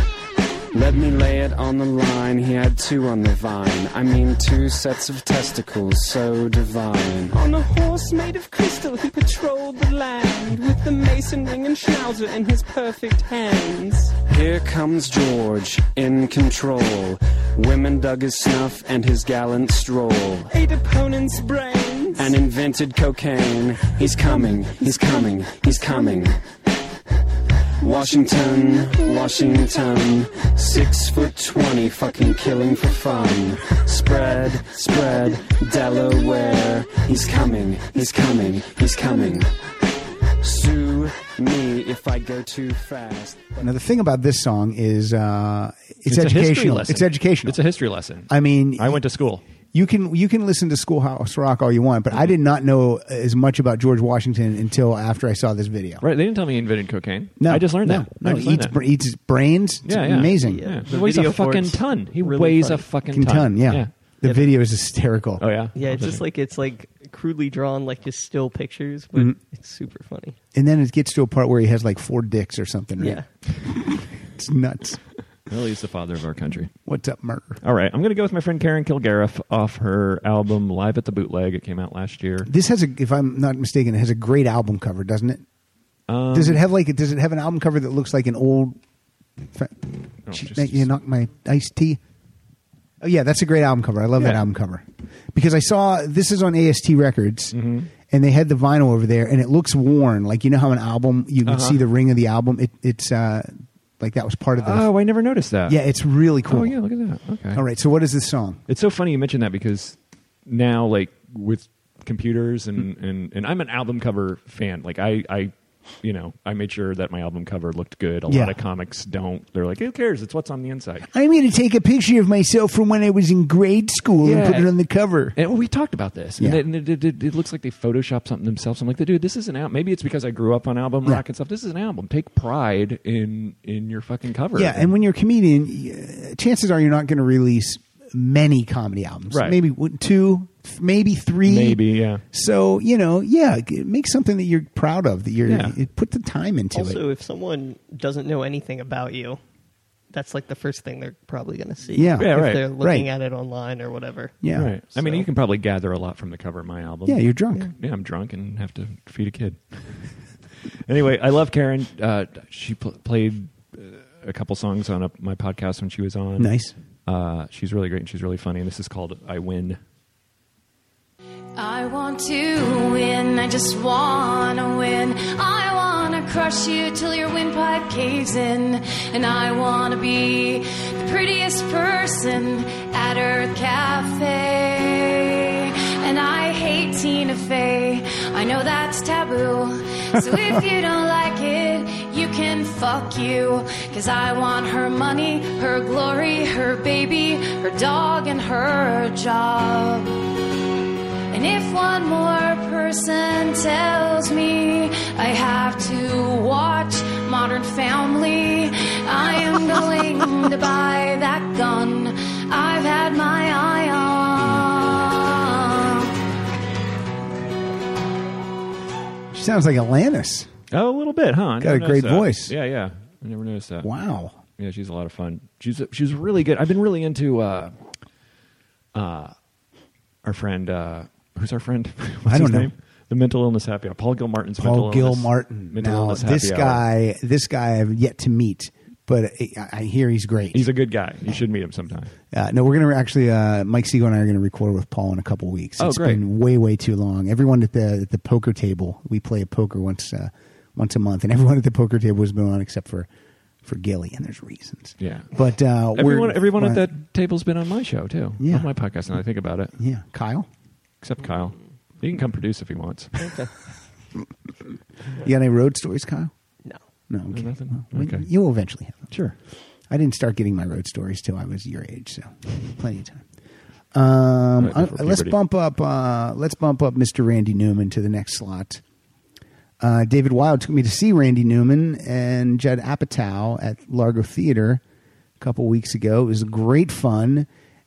Speaker 20: Let me lay it on the line. He had two on the vine. I mean, two sets of testicles, so divine.
Speaker 21: On a horse made of crystal, he patrolled the land with the mason ring and schnauzer in his perfect hands.
Speaker 20: Here comes George, in control. Women dug his snuff and his gallant stroll.
Speaker 21: Eight opponents' brains.
Speaker 20: and invented cocaine. He's coming, he's coming, he's coming. Washington, Washington, six foot twenty, fucking killing for fun. Spread, spread, Delaware. He's coming, he's coming, he's coming. Sue me if I go too fast.
Speaker 2: Now, the thing about this song is uh, it's,
Speaker 3: a history
Speaker 2: educational.
Speaker 3: lesson.
Speaker 2: It's educational.
Speaker 3: It's a history lesson.
Speaker 2: I mean,
Speaker 3: I went to school.
Speaker 2: You can you can listen to Schoolhouse Rock all you want, but I did not know uh, as much about George Washington until after I saw this video.
Speaker 3: Right? They didn't tell me he invented cocaine.
Speaker 2: No,
Speaker 3: I just learned
Speaker 2: no,
Speaker 3: that. I
Speaker 2: No,
Speaker 3: just
Speaker 2: he
Speaker 3: learned
Speaker 2: eats,
Speaker 3: that.
Speaker 2: br- eats his brains. It's
Speaker 3: Yeah, yeah.
Speaker 2: amazing.
Speaker 3: Yeah. The He weighs a video for fucking it's ton. He really weighs a funny. fucking
Speaker 2: Fucking
Speaker 3: ton.
Speaker 2: Yeah.
Speaker 3: Yeah.
Speaker 2: The video is hysterical.
Speaker 3: Oh yeah.
Speaker 4: Yeah, it's just like it's like crudely drawn, like just still pictures, but
Speaker 2: Mhm.
Speaker 4: it's super funny.
Speaker 2: And then it gets to a part where he has like four dicks or something. Right?
Speaker 4: Yeah.
Speaker 2: it's nuts.
Speaker 3: Well, he's the father of our country.
Speaker 2: What's up, murder?
Speaker 3: All right, I'm going to go with my friend Karen Kilgariff off her album Live at the Bootleg. It came out last year.
Speaker 2: This has a, if I'm not mistaken, it has a great album cover, doesn't it?
Speaker 3: Um,
Speaker 2: does it have like? Does it have an album cover that looks like an old? fa-
Speaker 3: Oh,
Speaker 2: Shit,
Speaker 3: just-
Speaker 2: man, you knocked my iced tea. Oh yeah, that's a great album cover. I love that
Speaker 3: Yeah. Mm-hmm.
Speaker 2: album cover because I saw this is on AST Records, and they had the vinyl over there, and it looks worn. Like you know how an album you can
Speaker 3: Uh-huh.
Speaker 2: see the ring of the album. It, it's uh, like that was part of the.
Speaker 3: Oh, I never noticed that.
Speaker 2: Yeah, it's really cool.
Speaker 3: Oh, yeah, look at that. Okay.
Speaker 2: All right, so what is this song?
Speaker 3: It's so funny you mentioned that because now, like with computers and and, and I'm an album cover fan. Like I I. You know, I made sure that my album cover looked good. A
Speaker 2: Yeah.
Speaker 3: lot of comics don't. They're like, who cares? It's what's on the inside.
Speaker 2: I'm going to take a picture of myself from when I was in grade school and
Speaker 3: Yeah.
Speaker 2: put it on the cover.
Speaker 3: And we talked about this.
Speaker 2: Yeah.
Speaker 3: And, it, and it, it, it looks like they Photoshop something themselves. I'm like, dude, this is an album. Maybe it's because I grew up on album
Speaker 2: Yeah.
Speaker 3: rock and stuff. This is an album. Take pride in in your fucking cover.
Speaker 2: Yeah, and when you're a comedian, y- uh, chances are you're not going to release many comedy albums.
Speaker 3: Right.
Speaker 2: Maybe one- two, f- maybe three.
Speaker 3: maybe yeah.
Speaker 2: So, you know, yeah, g- make something that you're proud of, that you're,
Speaker 4: Yeah.
Speaker 2: it- put the time into it.
Speaker 4: also, if someone doesn't know anything about you, that's like the first thing they're probably going to see.
Speaker 2: Yeah. Yeah,
Speaker 4: if
Speaker 2: right,
Speaker 4: they're looking
Speaker 2: right.
Speaker 4: at it online or whatever.
Speaker 3: Right. I mean, you can probably gather a lot from the cover of my album.
Speaker 2: Yeah, you're drunk.
Speaker 3: Yeah, I'm drunk and have to feed a kid. anyway, I love Karen. Uh, she pl- played uh, a couple songs on a, my podcast when she was on.
Speaker 2: Nice.
Speaker 3: Uh, she's really great and she's really funny. And this is called I Win.
Speaker 1: I want to win, I just wanna win. I wanna crush you till your windpipe caves in. And I wanna be the prettiest person at Earth Cafe. And I hate Tina Fey, I know that's taboo. So if you don't like it, you can fuck you. Cause I want her money, her glory, her baby, her dog, and her job. And if one more person tells me I have to watch Modern Family, I am going to buy that gun I've had my eye on.
Speaker 2: She sounds like Alanis.
Speaker 3: Oh, a little bit, huh? I
Speaker 2: Got
Speaker 3: never
Speaker 2: a great
Speaker 3: noticed that.
Speaker 2: voice.
Speaker 3: Yeah, yeah. I never noticed that.
Speaker 2: Wow.
Speaker 3: Yeah, she's a lot of fun. She's she's really good. I've been really into uh, uh, our friend. Uh, who's our friend? What's
Speaker 2: I don't
Speaker 3: his
Speaker 2: know.
Speaker 3: Name? The mental illness happy hour. Paul Gilmartin's
Speaker 2: Paul
Speaker 3: mental
Speaker 2: Gil
Speaker 3: illness.
Speaker 2: Martin.
Speaker 3: Mental
Speaker 2: Now,
Speaker 3: illness happy
Speaker 2: this
Speaker 3: hour.
Speaker 2: guy, this guy I've yet to meet, but uh, I, I hear he's great.
Speaker 3: He's a good guy. You should meet him sometime.
Speaker 2: Uh, no, we're going to actually, uh, Mike Siegel and I are going to record with Paul in a couple weeks.
Speaker 3: Oh,
Speaker 2: It's
Speaker 3: great.
Speaker 2: been way, way too long. Everyone at the at the poker table, we play poker once uh, once a month, and everyone at the poker table has been on except for for Gilly, and there's reasons.
Speaker 3: Yeah.
Speaker 2: But uh, we're-
Speaker 3: everyone everyone
Speaker 2: uh,
Speaker 3: at that table's been on my show too.
Speaker 2: Yeah.
Speaker 3: On my podcast. Now that I think about it.
Speaker 2: Yeah. Kyle.
Speaker 3: Except Kyle. He can come produce if he wants.
Speaker 2: You got any road stories, Kyle?
Speaker 4: No.
Speaker 2: No. Okay.
Speaker 3: nothing?
Speaker 2: Well, I mean,
Speaker 3: Okay.
Speaker 2: You'll eventually have them.
Speaker 3: Sure.
Speaker 2: I didn't start getting my road stories till I was your age, so plenty of time. Um,
Speaker 3: Right before
Speaker 2: I- let's
Speaker 3: puberty.
Speaker 2: bump up. Uh, let's bump up Mr. Randy Newman to the next slot. Uh, David Wild took me to see Randy Newman and Judd Apatow at Largo Theater a couple weeks ago. It was great fun,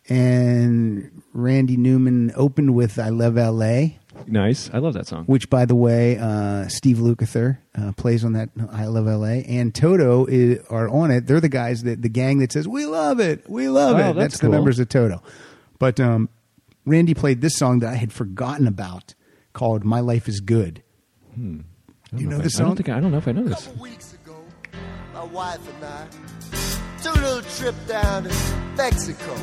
Speaker 2: and Randy Newman opened with "I Love L.A."
Speaker 3: Nice. I love that song.
Speaker 2: Which, by the way, uh, Steve Lukather uh, plays on that I Love LA, and Toto is, are on it. They're the guys that the gang that says we love it, we love
Speaker 3: Oh,
Speaker 2: it.
Speaker 3: that's
Speaker 2: the
Speaker 3: cool.
Speaker 2: members of Toto. But um, Randy played this song that I had forgotten about, called "My Life Is Good."
Speaker 3: Hmm. I don't
Speaker 2: You know
Speaker 3: if I-
Speaker 2: this
Speaker 3: I
Speaker 2: song?
Speaker 3: don't, think I, I don't know if I know this.
Speaker 6: my wife and I took a little trip down to Mexico.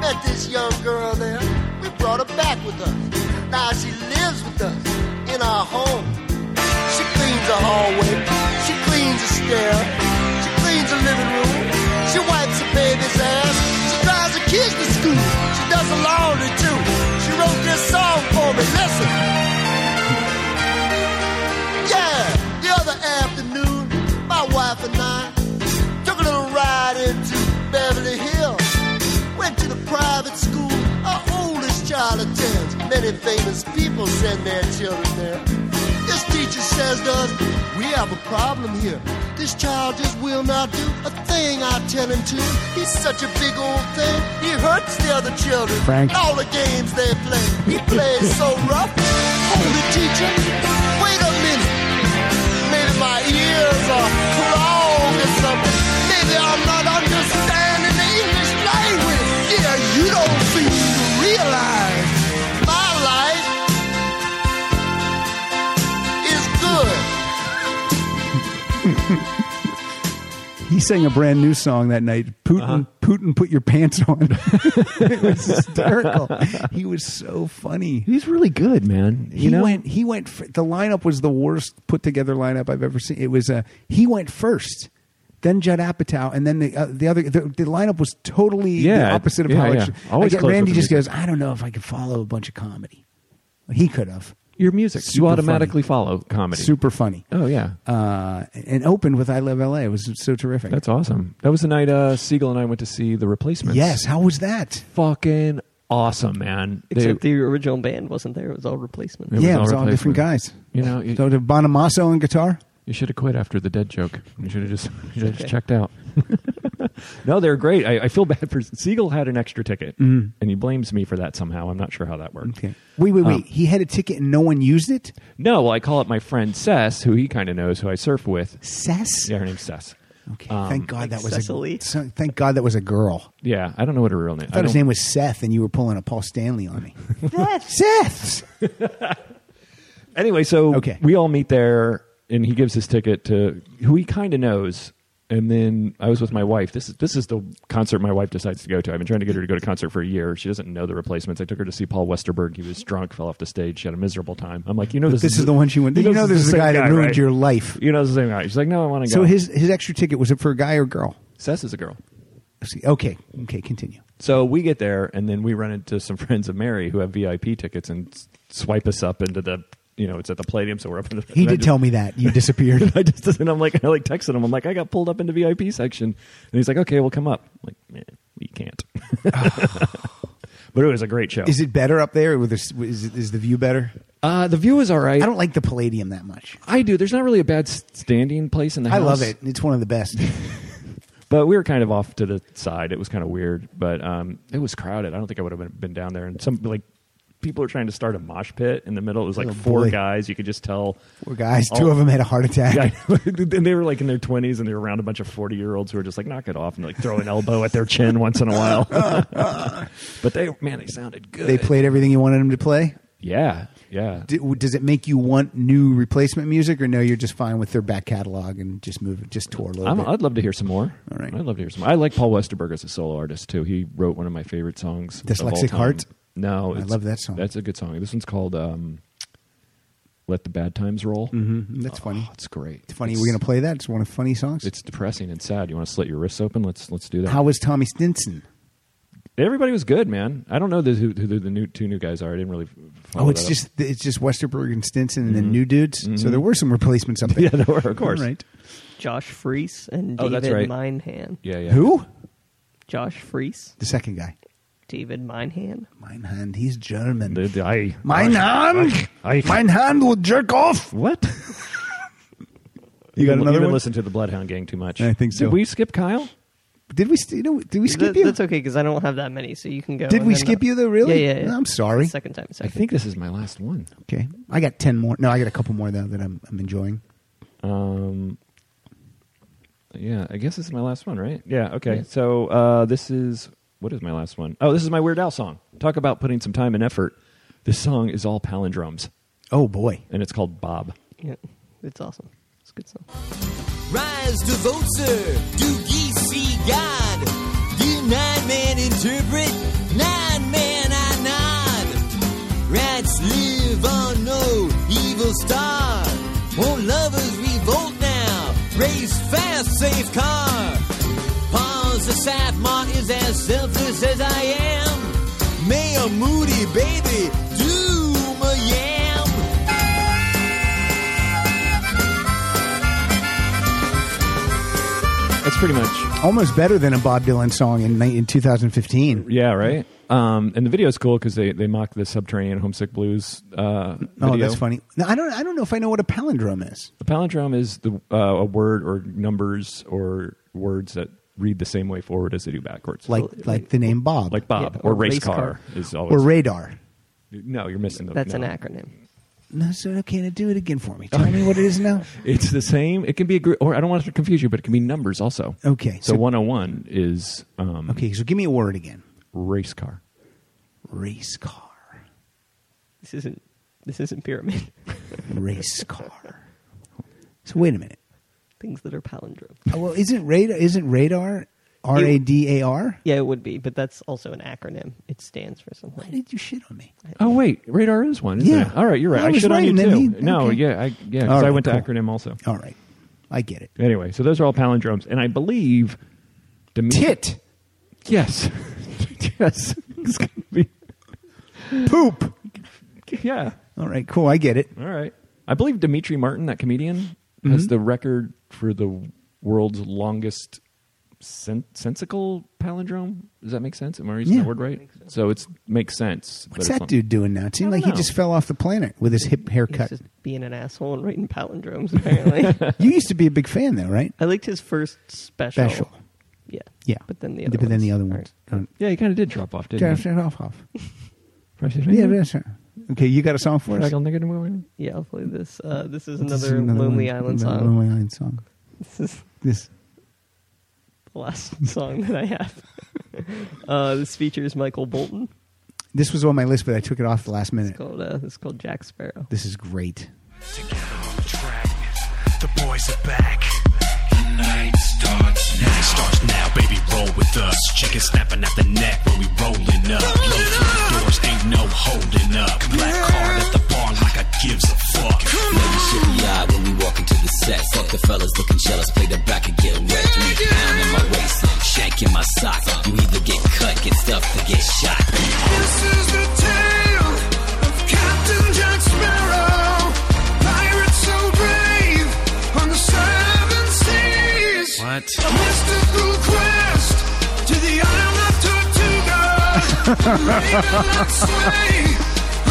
Speaker 6: Met this young girl there. We brought her back with us. Now she lives with us in our home. She cleans the hallway. She cleans the stair. She cleans the living room. She wipes the baby's ass. She drives the kids to school. She does the laundry too. She wrote this song for me. Listen. Yeah, the other afternoon, my wife and I took a little ride into Beverly Hills. Went to the private school. Our oldest child attends. Many famous people send their children there. This teacher says to us, we have a problem here. This child just will not do a thing I tell him to. He's such a big old thing. He hurts the other children.
Speaker 2: Frank.
Speaker 6: And all the games they play. He plays so rough. Holy teacher, wait a minute. Maybe my ears are wrong or something. Maybe I'm not understanding the English language. Yeah, you don't seem to realize my life is good.
Speaker 2: He's sang a brand new song that night. Putin,
Speaker 3: Uh-huh.
Speaker 2: Putin, put your pants on. it was hysterical. He was so funny.
Speaker 3: He's really good, man. You
Speaker 2: he
Speaker 3: know?
Speaker 2: went. He went. fir- the lineup was the worst put together lineup I've ever seen. It was. Uh, he went first, then Judd Apatow, and then the uh, the other. The, the lineup was totally
Speaker 3: Yeah,
Speaker 2: the opposite of
Speaker 3: yeah,
Speaker 2: how it
Speaker 3: yeah.
Speaker 2: should-
Speaker 3: Always
Speaker 2: I get,
Speaker 3: close
Speaker 2: Randy
Speaker 3: with
Speaker 2: just
Speaker 3: the
Speaker 2: goes. I don't know if I could follow a bunch of comedy. He could have.
Speaker 3: Your music,
Speaker 2: Super
Speaker 3: you
Speaker 2: funny.
Speaker 3: automatically follow comedy.
Speaker 2: Super funny.
Speaker 3: Oh yeah,
Speaker 2: uh, and opened with "I Love L.A." It was so terrific.
Speaker 3: That's awesome. That was the night uh, Siegel and I went to see the Replacements.
Speaker 2: Yes. How was that?
Speaker 3: Fucking awesome, man. They-
Speaker 4: Except the original band wasn't there; it was all replacement.
Speaker 2: yeah, it was all different guys.
Speaker 3: You know, you,
Speaker 2: so did Bonamasso on guitar.
Speaker 3: You should have quit after the dead joke. You should have just, you should have
Speaker 2: Okay.
Speaker 3: just checked out. no, they're great. I, I feel bad for Siegel had an extra ticket,
Speaker 2: Mhm.
Speaker 3: and he blames me for that somehow. I'm not sure how that worked.
Speaker 2: Okay. Wait, wait, wait.
Speaker 3: Um,
Speaker 2: he had a ticket and no one used it.
Speaker 3: no, well, I call up my friend Sess, who he kind of knows, who I surf with.
Speaker 2: Sess?
Speaker 3: Yeah, her name's Sess.
Speaker 2: Okay.
Speaker 3: Um,
Speaker 2: thank God that was a so- thank God that was a girl.
Speaker 3: Yeah, I don't know what her real name.
Speaker 2: I thought his
Speaker 3: don't-
Speaker 2: name was Seth, and you were pulling a Paul Stanley on me. Seth.
Speaker 3: Anyway, so we all meet there, and he gives his ticket to who he kind of knows. And then I was with my wife. This is this is the concert my wife decides to go to. I've been trying to get her to go to concert for a year. She doesn't know the replacements. I took her to see Paul Westerberg. He was drunk, fell off the stage. She had a miserable time. I'm like, you know,
Speaker 2: But
Speaker 3: this,
Speaker 2: this is the one she went- you know this is the
Speaker 3: same
Speaker 2: guy that ruined
Speaker 3: right? Oh
Speaker 2: your life.
Speaker 3: You know, this is the same guy. She's like, no, I want to go.
Speaker 2: So his his extra ticket was it for a guy or girl?
Speaker 3: Sess is a girl.
Speaker 2: See, Okay, okay, continue.
Speaker 3: So we get there, and then we run into some friends of Mary who have VIP tickets and s- swipe us up into the. You know, it's at the Palladium, so we're up in the.
Speaker 2: He
Speaker 3: and I
Speaker 2: did
Speaker 3: just-
Speaker 2: tell me that you disappeared.
Speaker 3: And I just and I'm like I like texted him. I'm like I got pulled up into VIP section, and he's like, okay, we'll come up. I'm like "Eh, we can't. but it was a great show.
Speaker 2: Is it better up there? With this, is, it, is the view better?
Speaker 3: Uh, the view is all right.
Speaker 2: I don't like the Palladium that much.
Speaker 3: I do. There's not really a bad s- standing place in the
Speaker 2: I
Speaker 3: house.
Speaker 2: love it. It's one of the best.
Speaker 3: But we were kind of off to the side. It was kind of weird, but um, it was crowded. I don't think I would have been, been down there. And some like people are trying to start a mosh pit in the middle. It was like
Speaker 2: Oh,
Speaker 3: four
Speaker 2: boy.
Speaker 3: guys. You could just tell
Speaker 2: Four guys. Two of them had a heart attack.
Speaker 3: Yeah, I know. and they were like in their twenties, and they were around a bunch of forty year olds who were just like knock it off and like throw an elbow at their chin once in a while. but they man, they sounded good.
Speaker 2: They played everything you wanted them to play.
Speaker 3: Yeah, yeah.
Speaker 2: Do, does it make you want new replacement music, or no? You're just fine with their back catalog and just move, just tour a little
Speaker 3: I'm,
Speaker 2: bit.
Speaker 3: I'd love to hear some more. All right, I'd love to hear some. I like Paul Westerberg as a solo artist too. He wrote one of my favorite songs. of all
Speaker 2: Dyslexic
Speaker 3: time.
Speaker 2: Heart?
Speaker 3: No,
Speaker 2: I
Speaker 3: it's-
Speaker 2: love that song.
Speaker 3: That's a good song. This one's called um, "Let the Bad Times Roll." Oh,
Speaker 2: Mhm. That's funny.
Speaker 3: It's great.
Speaker 2: It's funny.
Speaker 3: It's-
Speaker 2: We're gonna play that. It's one of the funny songs.
Speaker 3: It's depressing and sad. You want to slit your wrists open? Let's let's do that.
Speaker 2: How was Tommy Stinson?
Speaker 3: Everybody was good, man. I don't know the, who, who the, the new two new guys are. I didn't really. f- follow
Speaker 2: Oh, it's
Speaker 3: that up.
Speaker 2: just it's just Westerberg and Stinson and
Speaker 3: Mhm.
Speaker 2: the new dudes. So
Speaker 3: Mhm.
Speaker 2: there were some replacements up Mm-hmm. there.
Speaker 3: Yeah, there were, of course.
Speaker 2: All right.
Speaker 4: Josh Freese and
Speaker 3: Oh,
Speaker 4: David
Speaker 3: that's
Speaker 4: Minehan.
Speaker 3: Yeah, yeah.
Speaker 2: Who?
Speaker 4: Josh Freese,
Speaker 2: The second guy.
Speaker 4: David Minehan.
Speaker 2: Meinhand. He's German.
Speaker 3: I,
Speaker 2: Meinhand.
Speaker 3: I-
Speaker 2: Meinhand will jerk off.
Speaker 3: What?
Speaker 2: You
Speaker 3: been-
Speaker 2: got
Speaker 3: You've
Speaker 2: another
Speaker 3: been
Speaker 2: one?
Speaker 3: listening to the Bloodhound Gang too much.
Speaker 2: I think so.
Speaker 3: Did we skip Kyle?
Speaker 2: Did we? st- You know, did we skip
Speaker 4: That-
Speaker 2: you?
Speaker 4: That's okay because I don't have that many, so you can go.
Speaker 2: Did
Speaker 4: and
Speaker 2: we
Speaker 4: then-
Speaker 2: skip you though? Really?
Speaker 4: Yeah, yeah. yeah.
Speaker 2: I'm sorry.
Speaker 4: Second time. Second.
Speaker 3: I think this is my last one.
Speaker 2: Okay. I got ten more. No, I got a couple more though that I'm I'm enjoying.
Speaker 3: Um, yeah, I guess this is my last one, right? Yeah. Okay. So uh, this is what is my last one? Oh, this is my Weird Al song. Talk about putting some time and effort. This song is all palindromes.
Speaker 2: Oh boy!
Speaker 3: And it's called Bob.
Speaker 4: Yeah, it's awesome. It's a good song.
Speaker 8: Rise to vote, sir. Do ye see God? Do nine men interpret? Nine men I nod. Rats live on no evil star. Won't lovers revolt now? Race fast, safe car. Pause the Satmar is as selfless as I am. Mayor Moody, baby, doom a yam.
Speaker 3: That's pretty much
Speaker 2: Almost better than a Bob Dylan song in ni- in 2015.
Speaker 3: Yeah, right. Um, and the video is cool because they, they mock the subterranean homesick blues. Uh,
Speaker 2: Oh,
Speaker 3: video.
Speaker 2: that's funny. No, I don't. I don't know if I know what a palindrome is.
Speaker 3: A palindrome is the uh, a word or numbers or words that read the same way forward as they do backwards.
Speaker 2: Like like the name Bob,
Speaker 3: Like Bob
Speaker 2: Yeah,
Speaker 3: or, race, car, is always
Speaker 2: or radar.
Speaker 3: No, you're missing the. no.
Speaker 4: acronym.
Speaker 2: No, so okay. now Do it again for me. Tell me what it is now.
Speaker 3: It's the same. It can be a gr- or I don't want to confuse you, but it can be numbers also.
Speaker 2: Okay,
Speaker 3: So,
Speaker 2: so-
Speaker 3: 101 is um,
Speaker 2: Okay, so give me a word again.
Speaker 3: race car.
Speaker 2: Race car.
Speaker 4: This isn't. This isn't pyramid.
Speaker 2: Race car. So wait a minute.
Speaker 4: Things that are palindrome.
Speaker 2: Oh, well, isn't radar? Isn't radar? R A D A R.
Speaker 4: Yeah, it would be, but that's also an acronym. It stands for something. Why
Speaker 2: did you shit on me?
Speaker 3: Oh wait, radar is one. Isn't
Speaker 2: Yeah.
Speaker 3: It? All right, you're right.
Speaker 2: I
Speaker 3: I,
Speaker 2: was
Speaker 3: should on
Speaker 2: right,
Speaker 3: you
Speaker 2: and then
Speaker 3: too.
Speaker 2: he-
Speaker 3: No,
Speaker 2: okay.
Speaker 3: yeah, I, yeah,
Speaker 2: All
Speaker 3: because I
Speaker 2: right,
Speaker 3: went to
Speaker 2: cool.
Speaker 3: acronym also.
Speaker 2: All right, I get it.
Speaker 3: Anyway, so those are all palindromes, and I believe Deme-
Speaker 2: Tit.
Speaker 3: Yes. yes. It's gonna be
Speaker 2: poop.
Speaker 3: Yeah.
Speaker 2: All right, cool. I get it.
Speaker 3: All right. I believe Dimitri Martin, that comedian, has
Speaker 2: Mhm.
Speaker 3: the record for the world's longest sen- sensical palindrome. Does that make sense? Am I using
Speaker 2: Yeah.
Speaker 3: that word right? So, it makes sense. but
Speaker 2: What's
Speaker 3: it's
Speaker 2: that
Speaker 3: long-
Speaker 2: dude doing now? It seemed
Speaker 4: I
Speaker 2: like he
Speaker 4: don't know.
Speaker 2: just fell off the planet with his hip haircut.
Speaker 4: He's just being an asshole and writing palindromes. Apparently,
Speaker 2: you used to be a big fan, though, right?
Speaker 4: I liked his first special.
Speaker 2: Special.
Speaker 4: Yeah.
Speaker 2: Yeah,
Speaker 4: But then the other
Speaker 2: but then
Speaker 4: ones
Speaker 2: the other ones. aren't-
Speaker 3: Yeah, he kind of did drop off, didn't he?
Speaker 2: Drop off. Yeah, that's right. Okay, you got a song for us?
Speaker 4: Yeah, I'll play this. Uh, this is
Speaker 2: This
Speaker 4: another,
Speaker 2: is
Speaker 4: Lonely
Speaker 2: one-
Speaker 4: Island
Speaker 2: another
Speaker 4: song.
Speaker 2: Lonely Island song.
Speaker 4: This is
Speaker 2: This.
Speaker 4: the last song that I have. uh, this features Michael Bolton.
Speaker 2: This was on my list, but I took it off the last minute.
Speaker 4: It's called, uh, it's called Jack Sparrow.
Speaker 2: This is great.
Speaker 5: The boys are back. The night starts now. Starts now, baby. Roll with us. Chicken snapping at the neck when we rolling up. Blow through the doors, ain't no holding up. Black card at the bar like I gives a fuck.
Speaker 9: Ladies shifty eye when we walk into the set. Fuck the fellas looking jealous, play the back and get wrecked. Me down in my waist, shank in my sock. You either get cut, get stuffed, or get shot.
Speaker 5: This is the tale of Captain Jack Sparrow. Pirate so brave on the seven seas.
Speaker 9: What?
Speaker 5: A mystical quest to the island of Tortuga. Raven and sway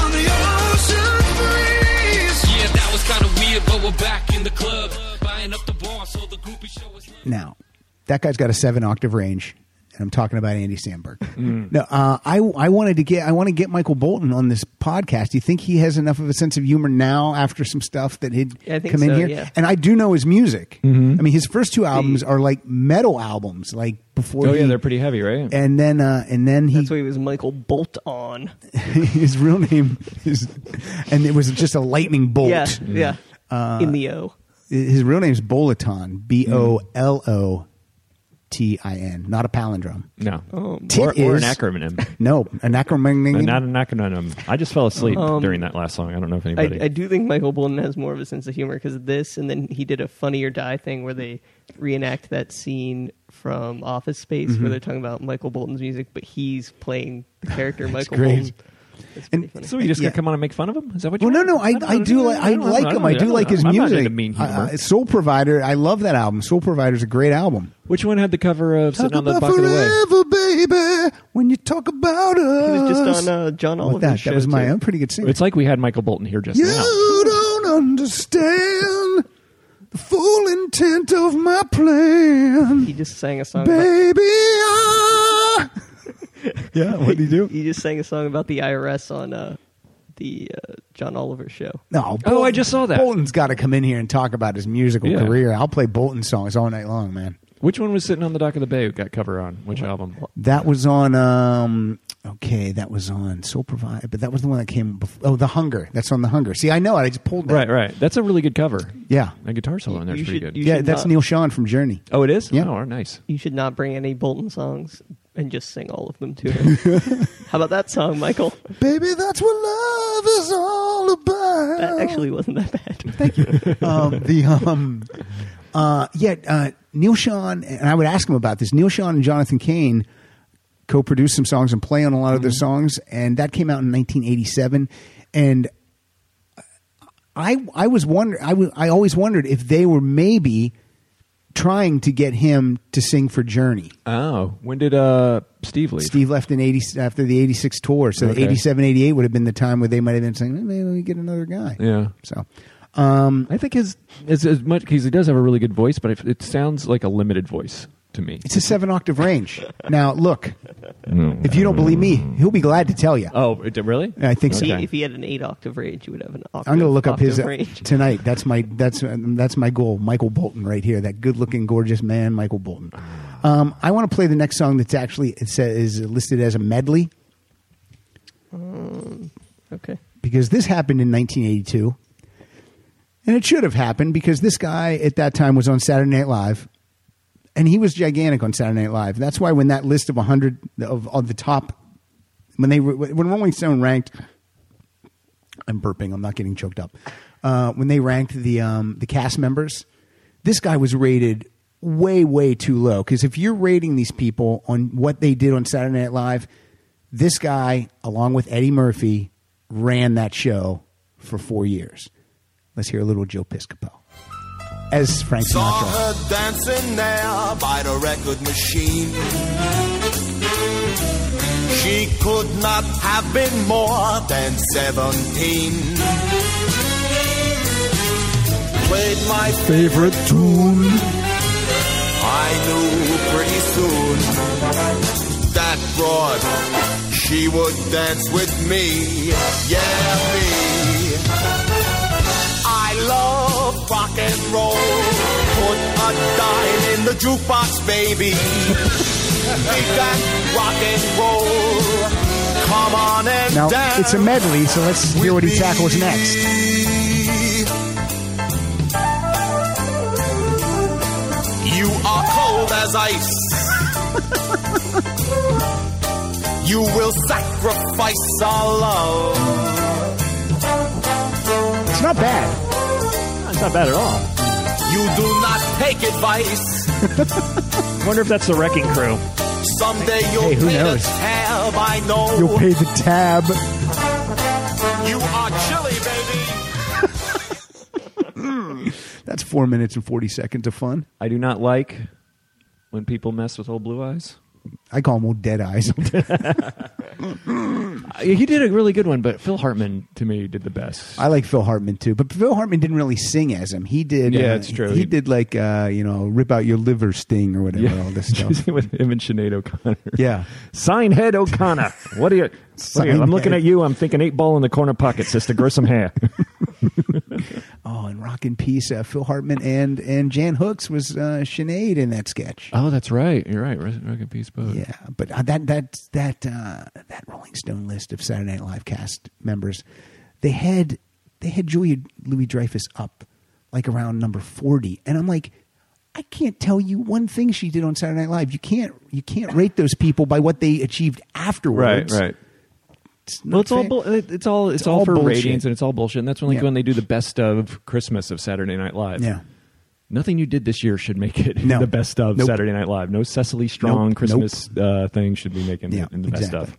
Speaker 5: on the ocean breeze.
Speaker 9: Yeah, that was kinda weird, but we're back in the club. Buying up the bar, so the groupie show is.
Speaker 2: Now, that guy's got a seven octave range, and I'm talking about Andy Sandberg.
Speaker 3: Mm.
Speaker 2: No, uh, I I wanted to get I want to get Michael Bolton on this podcast. Do you think he has enough of a sense of humor now after some stuff that he'd
Speaker 4: Yeah, I think
Speaker 2: come in
Speaker 4: so,
Speaker 2: here?
Speaker 4: yeah.
Speaker 2: And I do know his music.
Speaker 3: Mm-hmm.
Speaker 2: I mean, his first two albums are like metal albums, like before.
Speaker 3: Oh yeah,
Speaker 2: he-
Speaker 3: they're pretty heavy, right?
Speaker 2: and then uh, and then he
Speaker 4: That's why he was Michael Bolt on.
Speaker 2: his real name is and it was just a lightning bolt. Uh,
Speaker 4: Yeah, yeah. In the O.
Speaker 2: His real name is Boloton. B O L O T I N. Not a palindrome.
Speaker 3: No.
Speaker 4: Oh.
Speaker 2: Tit
Speaker 3: or, or an
Speaker 2: is-
Speaker 3: acronym.
Speaker 2: No, an acronym.
Speaker 3: Not an acronym. I just fell asleep
Speaker 4: Um,
Speaker 3: during that last song. I don't know if
Speaker 4: I,
Speaker 3: anybody.
Speaker 4: I do think Michael Bolton has more of a sense of humor because of this, and then he did a Funny or Die thing where they reenact that scene from Office Space
Speaker 2: Mhm.
Speaker 4: where they're talking about Michael Bolton's music, but he's playing the character
Speaker 2: That's
Speaker 4: Michael
Speaker 2: great.
Speaker 4: Bolton. That's pretty funny.
Speaker 3: so you just gonna come on and make fun of him? Is that what? you
Speaker 2: Well, no, no. I, I, do like I like him. I do like his
Speaker 3: I'm
Speaker 2: music.
Speaker 3: Not into mean humor.
Speaker 2: Uh, Soul Provider. I love that album. Soul Provider is a great album.
Speaker 3: Which one had the cover of
Speaker 2: Talk
Speaker 3: "Sitting on the
Speaker 2: about
Speaker 3: Bucket Away"?
Speaker 2: forever, baby. When you talk about us,
Speaker 3: was just on,
Speaker 4: uh, John
Speaker 2: Oliver's that, That was my own pretty good singer.
Speaker 3: It's like we had Michael Bolton here just
Speaker 2: you
Speaker 3: now.
Speaker 2: don't understand the full intent of my plan.
Speaker 4: He just sang a song.
Speaker 2: Baby, I...
Speaker 4: yeah,
Speaker 2: what did he do?
Speaker 4: he just sang a song about the IRS on uh, the uh, John Oliver show.
Speaker 2: No.
Speaker 4: Oh, I just saw that.
Speaker 2: Bolton's got to come in here and talk about his musical
Speaker 3: Yeah.
Speaker 2: career. I'll play Bolton songs all night long, man.
Speaker 3: Which one was sitting on the dock of the bay? Who got cover on which album?
Speaker 2: That was on. um Okay, that was on Soul Provide, but that was the one that came. before. Oh, The Hunger. That's on The Hunger. See, I know it. I just pulled that.
Speaker 3: Right, right. That's a really good cover.
Speaker 2: Yeah,
Speaker 3: that guitar solo in there is
Speaker 4: You
Speaker 3: pretty
Speaker 4: should-
Speaker 3: good.
Speaker 4: you
Speaker 2: yeah, that's Neil Sean from Journey.
Speaker 3: Oh, it is.
Speaker 2: Yeah.
Speaker 3: Oh, nice.
Speaker 4: You should not bring any Bolton songs and just sing all of them to him. How about that song, Michael?
Speaker 2: Baby, that's what love is all about.
Speaker 4: That actually wasn't that bad.
Speaker 2: Thank you. um, the um, uh, yeah, uh, Neil Sean and I would ask him about this. Neil Sean and Jonathan Kane co-produced some songs and play on a lot of their songs, and that came out in 1987. And I I was wonder I wa- I always wondered if they were maybe trying to get him to sing for Journey.
Speaker 3: Oh, when did uh Steve leave?
Speaker 2: Steve left in 80 after the 86 tour, so
Speaker 3: Okay.
Speaker 2: 87 88 would have been the time where they might have been saying, maybe we get another guy.
Speaker 3: Yeah.
Speaker 2: So, um,
Speaker 3: I think his as, as much because he does have a really good voice, but it, it sounds like a limited voice to me.
Speaker 2: It's a seven octave range. Now, look, if you don't believe me, he'll be glad to tell you.
Speaker 3: Oh, it, really?
Speaker 2: I think so.
Speaker 4: If he- If he had an eight octave range, he would have an octave.
Speaker 2: I'm going to look up his uh,
Speaker 4: octave range.
Speaker 2: tonight. That's my that's um, that's my goal. Michael Bolton, right here, that good-looking, gorgeous man, Michael Bolton. Um, I want to play the next song that's actually it says is listed as a medley
Speaker 4: Um, okay.
Speaker 2: because this happened in 1982, And it should have happened because this guy at that time was on Saturday Night Live, and he was gigantic on Saturday Night Live. That's why when that list of 100 of, of the top, when they were- when Rolling Stone ranked, I'm burping. I'm not getting choked up. Uh, when they ranked the um, the cast members, this guy was rated way way too low. Because if you're rating these people on what they did on Saturday Night Live, this guy, along with Eddie Murphy, ran that show for four years. Let's hear a little Joe Piscopo as Frank
Speaker 11: Saw
Speaker 2: Sinatra.
Speaker 11: her dancing there by the record machine. She could not have been more than 17. Played my favorite tune. I knew pretty soon that broad she would dance with me. Yeah, me. I love rock and roll. Put a dime in the jukebox, baby. Make that rock and roll. Come on and
Speaker 2: Now,
Speaker 11: dance.
Speaker 2: it's a medley, so let's hear what he tackles next.
Speaker 11: You are cold as ice. you will sacrifice our love.
Speaker 2: It's not bad.
Speaker 3: It's not bad at all.
Speaker 11: You do not take advice.
Speaker 3: Wonder if that's the Wrecking Crew.
Speaker 11: Someday you'll
Speaker 2: Hey, who
Speaker 11: pay
Speaker 2: knows?
Speaker 11: the tab. I know.
Speaker 2: You'll pay the tab.
Speaker 11: You are chilly, baby.
Speaker 2: That's four minutes and 40 seconds of fun.
Speaker 3: I do not like when people mess with old blue eyes.
Speaker 2: I call them old dead eyes.
Speaker 3: Uh, He did a really good one, but Phil Hartman to me did the best.
Speaker 2: I like Phil Hartman too, but Phil Hartman didn't really sing as him. He did.
Speaker 3: Yeah,
Speaker 2: uh,
Speaker 3: it's true.
Speaker 2: He did like uh, you know, rip out your liver sting or whatever. All this stuff.
Speaker 3: with him and Sinead O'Connor.
Speaker 2: Yeah.
Speaker 3: Sign head O'Connor. What are you? What are you I'm looking
Speaker 2: Signhead.
Speaker 3: at you. I'm thinking eight ball in the corner pocket, sister. Grow some hair.
Speaker 2: Oh, and Rock in Peace, uh, Phil Hartman and and Jan Hooks was uh, Sinead in that sketch.
Speaker 3: oh, that's right. You're right. Rest- Rock in peace, both.
Speaker 2: Yeah, but uh, that that that uh, that Rolling Stone list of Saturday Night Live cast members, they had they had Julia Louis Dreyfus up like around number forty, and I'm like, I can't tell you one thing she did on Saturday Night Live. You can't you can't rate those people by what they achieved
Speaker 3: Right,
Speaker 2: afterwards.
Speaker 3: right.
Speaker 2: not
Speaker 3: well, it's all
Speaker 2: fair.
Speaker 3: bull- it- it's all it's,
Speaker 2: It's
Speaker 3: all,
Speaker 2: all
Speaker 3: for
Speaker 2: bullshit.
Speaker 3: ratings and it's all bullshit. And that's when like
Speaker 2: Yeah.
Speaker 3: when they do the best of Christmas of Saturday Night Live.
Speaker 2: Yeah.
Speaker 3: Nothing you did this year should make it
Speaker 2: No.
Speaker 3: the best of
Speaker 2: Nope.
Speaker 3: Saturday Night Live. No Cecily Strong
Speaker 2: Nope.
Speaker 3: Christmas uh, thing should be making
Speaker 2: Yeah,
Speaker 3: it in the best
Speaker 2: exactly.
Speaker 3: of.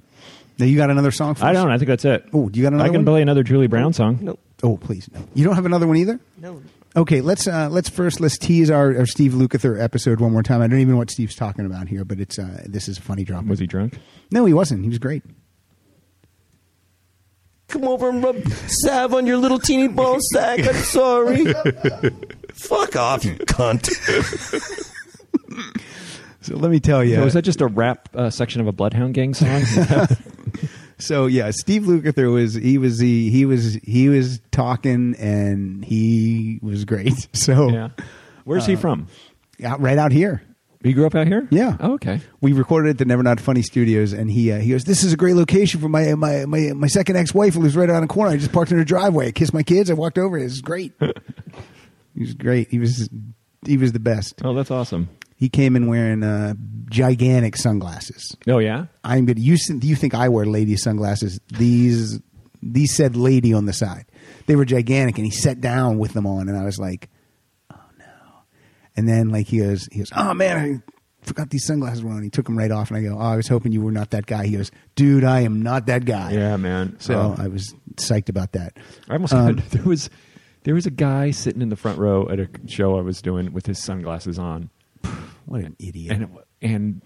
Speaker 2: Now you got another song? For
Speaker 3: I
Speaker 2: us?
Speaker 3: don't. I think that's it.
Speaker 2: Oh, you got another
Speaker 3: I can
Speaker 2: one?
Speaker 3: play another Julie Brown song.
Speaker 22: Nope.
Speaker 2: Oh, please no. You don't have another one either.
Speaker 22: No.
Speaker 2: Okay, let's uh, let's first let's tease our, our Steve Lukather episode one more time. I don't even know what Steve's talking about here, but it's uh, this is a funny drop. Was
Speaker 3: he drunk?
Speaker 2: No, he wasn't. He was great.
Speaker 23: Come over and rub salve on your little teeny ball sack. I'm sorry. Fuck off, you cunt.
Speaker 2: So let me tell you.
Speaker 3: was that just a rap uh, section of a Bloodhound Gang song?
Speaker 2: so yeah, Steve Lukather was he was the he was he was talking and he was great. So
Speaker 3: Yeah. Where's he
Speaker 2: uh,
Speaker 3: from?
Speaker 2: Out right out here.
Speaker 3: He grew up out here.
Speaker 2: Yeah.
Speaker 3: Oh, okay.
Speaker 2: We recorded at the Never Not Funny Studios, and he uh, he goes, "This is a great location for my my my, my second ex wife who lives right around the corner. I just parked in her driveway, I kissed my kids, I walked over. It was great. he was great. He was he was the best.
Speaker 3: Oh, that's awesome.
Speaker 2: He came in wearing uh, gigantic sunglasses.
Speaker 3: Oh yeah.
Speaker 2: I'm gonna you sen- you think I wear lady sunglasses? These these said lady on the side. They were gigantic, and he sat down with them on, and I was like, oh no. And then like he goes he goes, oh man, I forgot these sunglasses were on. He took them right off, and I go, oh, I was hoping you were not that guy. He goes, dude, I am not that guy.
Speaker 3: Yeah, man.
Speaker 2: So
Speaker 3: Oh.
Speaker 2: I was psyched about that.
Speaker 3: I almost
Speaker 2: Um,
Speaker 3: got- there was there was a guy sitting in the front row at a show I was doing with his sunglasses on.
Speaker 2: What an idiot!
Speaker 3: And it wa- and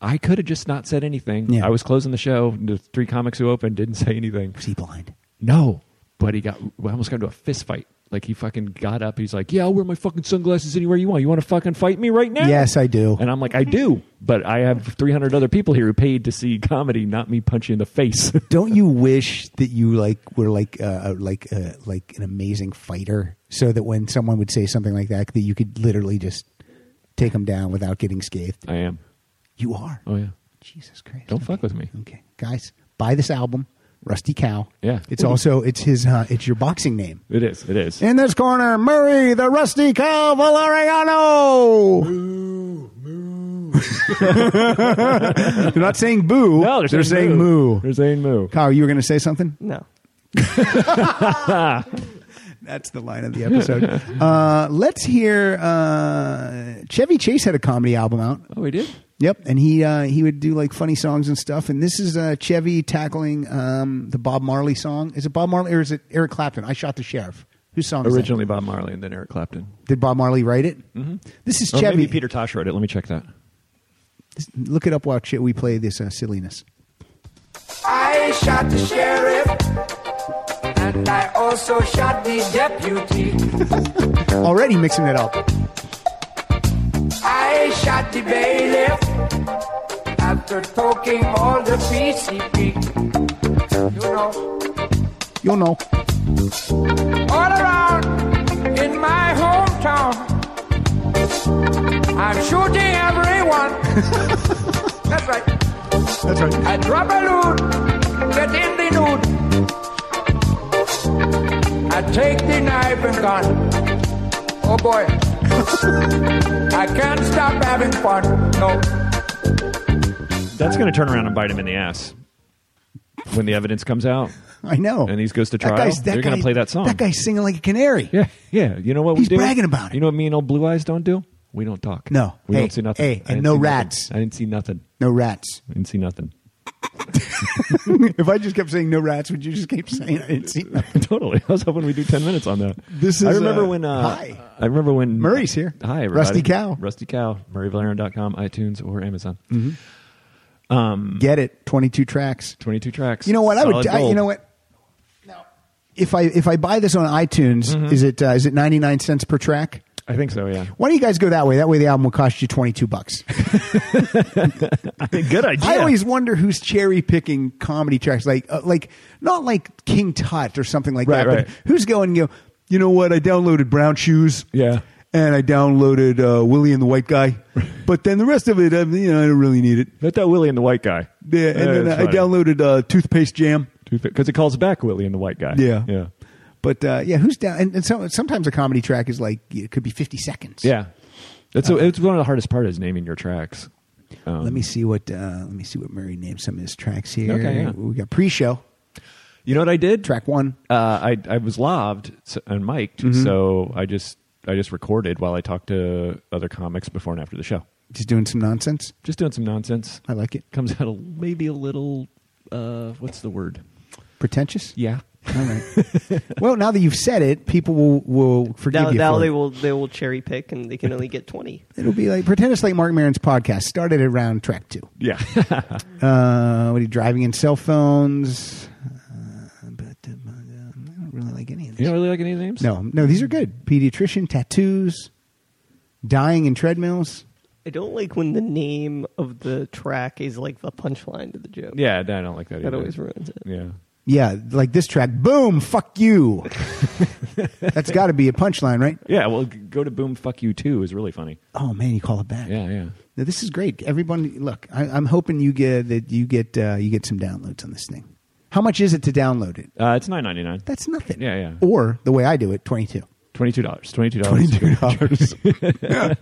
Speaker 3: I could have just not said anything.
Speaker 2: Yeah.
Speaker 3: I was closing the show. and The three comics who opened didn't say anything. Was
Speaker 2: he blind?
Speaker 3: No, but he got. We almost got into a fist fight. Like he fucking got up. He's like, "Yeah, I'll wear my fucking sunglasses anywhere you want. You want to fucking fight me right now?"
Speaker 2: Yes, I do.
Speaker 3: And I'm like, "I do, but I have 300 other people here who paid to see comedy, not me punch you in the face."
Speaker 2: Don't you wish that you like were like uh, like uh, like an amazing fighter, so that when someone would say something like that, that you could literally just take them down without getting scathed?
Speaker 3: I am.
Speaker 2: You are.
Speaker 3: Oh yeah.
Speaker 2: Jesus Christ.
Speaker 3: Don't fuck with me.
Speaker 2: Okay, guys, buy this album. Rusty Cow.
Speaker 3: Yeah.
Speaker 2: It's also it's his uh, it's your boxing name.
Speaker 3: It is. It is.
Speaker 2: In this corner, Murray, the Rusty Cow Valeriano. They're not saying boo. No,
Speaker 3: they're
Speaker 2: they're
Speaker 3: saying
Speaker 2: saying
Speaker 3: moo.
Speaker 2: moo.
Speaker 3: They're saying moo.
Speaker 2: Kyle, you were going to say something?
Speaker 4: No.
Speaker 2: That's the line of the episode. uh, let's hear. Uh, Chevy Chase had a comedy album out.
Speaker 3: Oh, he did.
Speaker 2: Yep, and he uh, he would do like funny songs and stuff. And this is uh, Chevy tackling um, the Bob Marley song. Is it Bob Marley or is it Eric Clapton? I shot the sheriff. Whose song? is that?
Speaker 3: Originally Bob Marley and then Eric Clapton.
Speaker 2: Did Bob Marley write it?
Speaker 3: Mm-hmm.
Speaker 2: This is
Speaker 3: oh,
Speaker 2: Chevy.
Speaker 3: Maybe Peter Tosh wrote it. Let me check that.
Speaker 2: Look it up while ch- we play this uh, silliness.
Speaker 10: I shot the sheriff, and I also shot the deputy.
Speaker 2: Already mixing it up.
Speaker 10: I shot the bailiff after poking all the PCP. You know,
Speaker 2: You'll know.
Speaker 10: all around in my hometown, I'm shooting everyone. That's right.
Speaker 2: That's right.
Speaker 10: I drop a loot, get in the nude. I take the knife and gun. Oh boy. I can't stop having fun. No.
Speaker 3: That's going to turn around and bite him in the ass when the evidence comes out.
Speaker 2: I know.
Speaker 3: And he goes to
Speaker 2: That
Speaker 3: trial.
Speaker 2: guy's- that
Speaker 3: They're going
Speaker 2: guy-
Speaker 3: to play that song.
Speaker 2: That guy's singing like a canary.
Speaker 3: Yeah, yeah. You know what
Speaker 2: He's
Speaker 3: we do?
Speaker 2: bragging about it.
Speaker 3: You know what me and old Blue Eyes don't do? We don't talk.
Speaker 2: No.
Speaker 3: We
Speaker 2: Hey,
Speaker 3: don't see nothing.
Speaker 2: hey,
Speaker 3: I
Speaker 2: and
Speaker 3: didn't
Speaker 2: no
Speaker 3: see nothing.
Speaker 2: rats.
Speaker 3: I didn't see nothing.
Speaker 2: No rats.
Speaker 3: I didn't see nothing.
Speaker 2: if I just kept saying no rats, would you just keep saying I didn't see nothing?
Speaker 3: totally. I was hoping we'd do 10 minutes on that.
Speaker 2: This
Speaker 3: I
Speaker 2: is,
Speaker 3: remember
Speaker 2: uh,
Speaker 3: when. Uh,
Speaker 2: hi.
Speaker 3: I remember when.
Speaker 2: Murray's here.
Speaker 3: Hi, everybody.
Speaker 2: Rusty Cow.
Speaker 3: Rusty Cow. MurrayValerian.com, iTunes, or Amazon.
Speaker 2: Mhm.
Speaker 3: Um,
Speaker 2: Get it? Twenty two tracks.
Speaker 3: Twenty two tracks.
Speaker 2: You know what? I would.
Speaker 3: Solid
Speaker 2: I, you
Speaker 3: gold.
Speaker 2: know what? No. If I if I buy this on iTunes,
Speaker 3: Mhm.
Speaker 2: is it uh, is it ninety nine cents per track?
Speaker 3: I think so, yeah.
Speaker 2: Why don't you guys go that way? That way, the album will cost you twenty two bucks.
Speaker 3: Good idea.
Speaker 2: I always wonder who's cherry picking comedy tracks, like uh, like not like King Tut or something like
Speaker 3: Right,
Speaker 2: that.
Speaker 3: right.
Speaker 2: But who's going? You know, you know what? I downloaded Brown Shoes.
Speaker 3: Yeah.
Speaker 2: And I downloaded uh, Willie and the White Guy, but then the rest of it, I, you know, I don't really need it.
Speaker 3: Not that Willie and the White Guy.
Speaker 2: Yeah, and
Speaker 3: Yeah,
Speaker 2: then
Speaker 3: that's
Speaker 2: I
Speaker 3: funny.
Speaker 2: downloaded uh, Toothpaste Jam.
Speaker 3: Because it calls back Willie and the White Guy.
Speaker 2: Yeah.
Speaker 3: Yeah.
Speaker 2: But uh, yeah, who's down? And, and so, sometimes a comedy track is like it could be fifty seconds.
Speaker 3: Yeah. That's it's one of the hardest part is naming your tracks. Um,
Speaker 2: Let me see what uh, let me see what Murray named some of his tracks here.
Speaker 3: Okay, yeah.
Speaker 2: We got pre-show.
Speaker 3: You know what I did?
Speaker 2: Track one.
Speaker 3: Uh, I I was lobbed so- and mic'd,
Speaker 2: Mhm.
Speaker 3: so I just I just recorded while I talked to other comics before and after the show.
Speaker 2: Just doing some nonsense.
Speaker 3: Just doing some nonsense.
Speaker 2: I like it.
Speaker 3: Comes out a, maybe a little. Uh, what's the word?
Speaker 2: Pretentious.
Speaker 3: Yeah.
Speaker 2: All right. well, now that you've said it, people will will forgive
Speaker 4: Now,
Speaker 2: you.
Speaker 4: now
Speaker 2: for
Speaker 4: they
Speaker 2: it.
Speaker 4: will they will cherry pick and they can only get twenty.
Speaker 2: It'll be like pretend it's like Mark Maron's podcast started at around track two.
Speaker 3: Yeah.
Speaker 2: uh, what are you driving in cell phones? Uh, but uh, I don't really like any of these.
Speaker 3: You don't really like any of the names?
Speaker 2: No, no, these are good. Pediatrician, tattoos, dying in treadmills.
Speaker 4: I don't like when the name of the track is like the punchline to the joke.
Speaker 3: Yeah, I don't like that.
Speaker 4: That
Speaker 3: either.
Speaker 4: always ruins it.
Speaker 3: Yeah.
Speaker 2: Yeah, like this track. Boom, fuck you. That's got to be a punchline, right?
Speaker 3: Yeah. Well, g- go to Boom Fuck You Too is really funny.
Speaker 2: Oh man, you call it back.
Speaker 3: Yeah. Yeah.
Speaker 2: Now, this is great. Everyone, look, I, I'm hoping you get that you get uh, you get some downloads on this thing. How much is it to download it?
Speaker 3: Uh, it's nine ninety nine.
Speaker 2: That's nothing.
Speaker 3: Yeah. Yeah.
Speaker 2: Or the way I do it, twenty two.
Speaker 3: Twenty two dollars. Twenty two dollars. Twenty two dollars.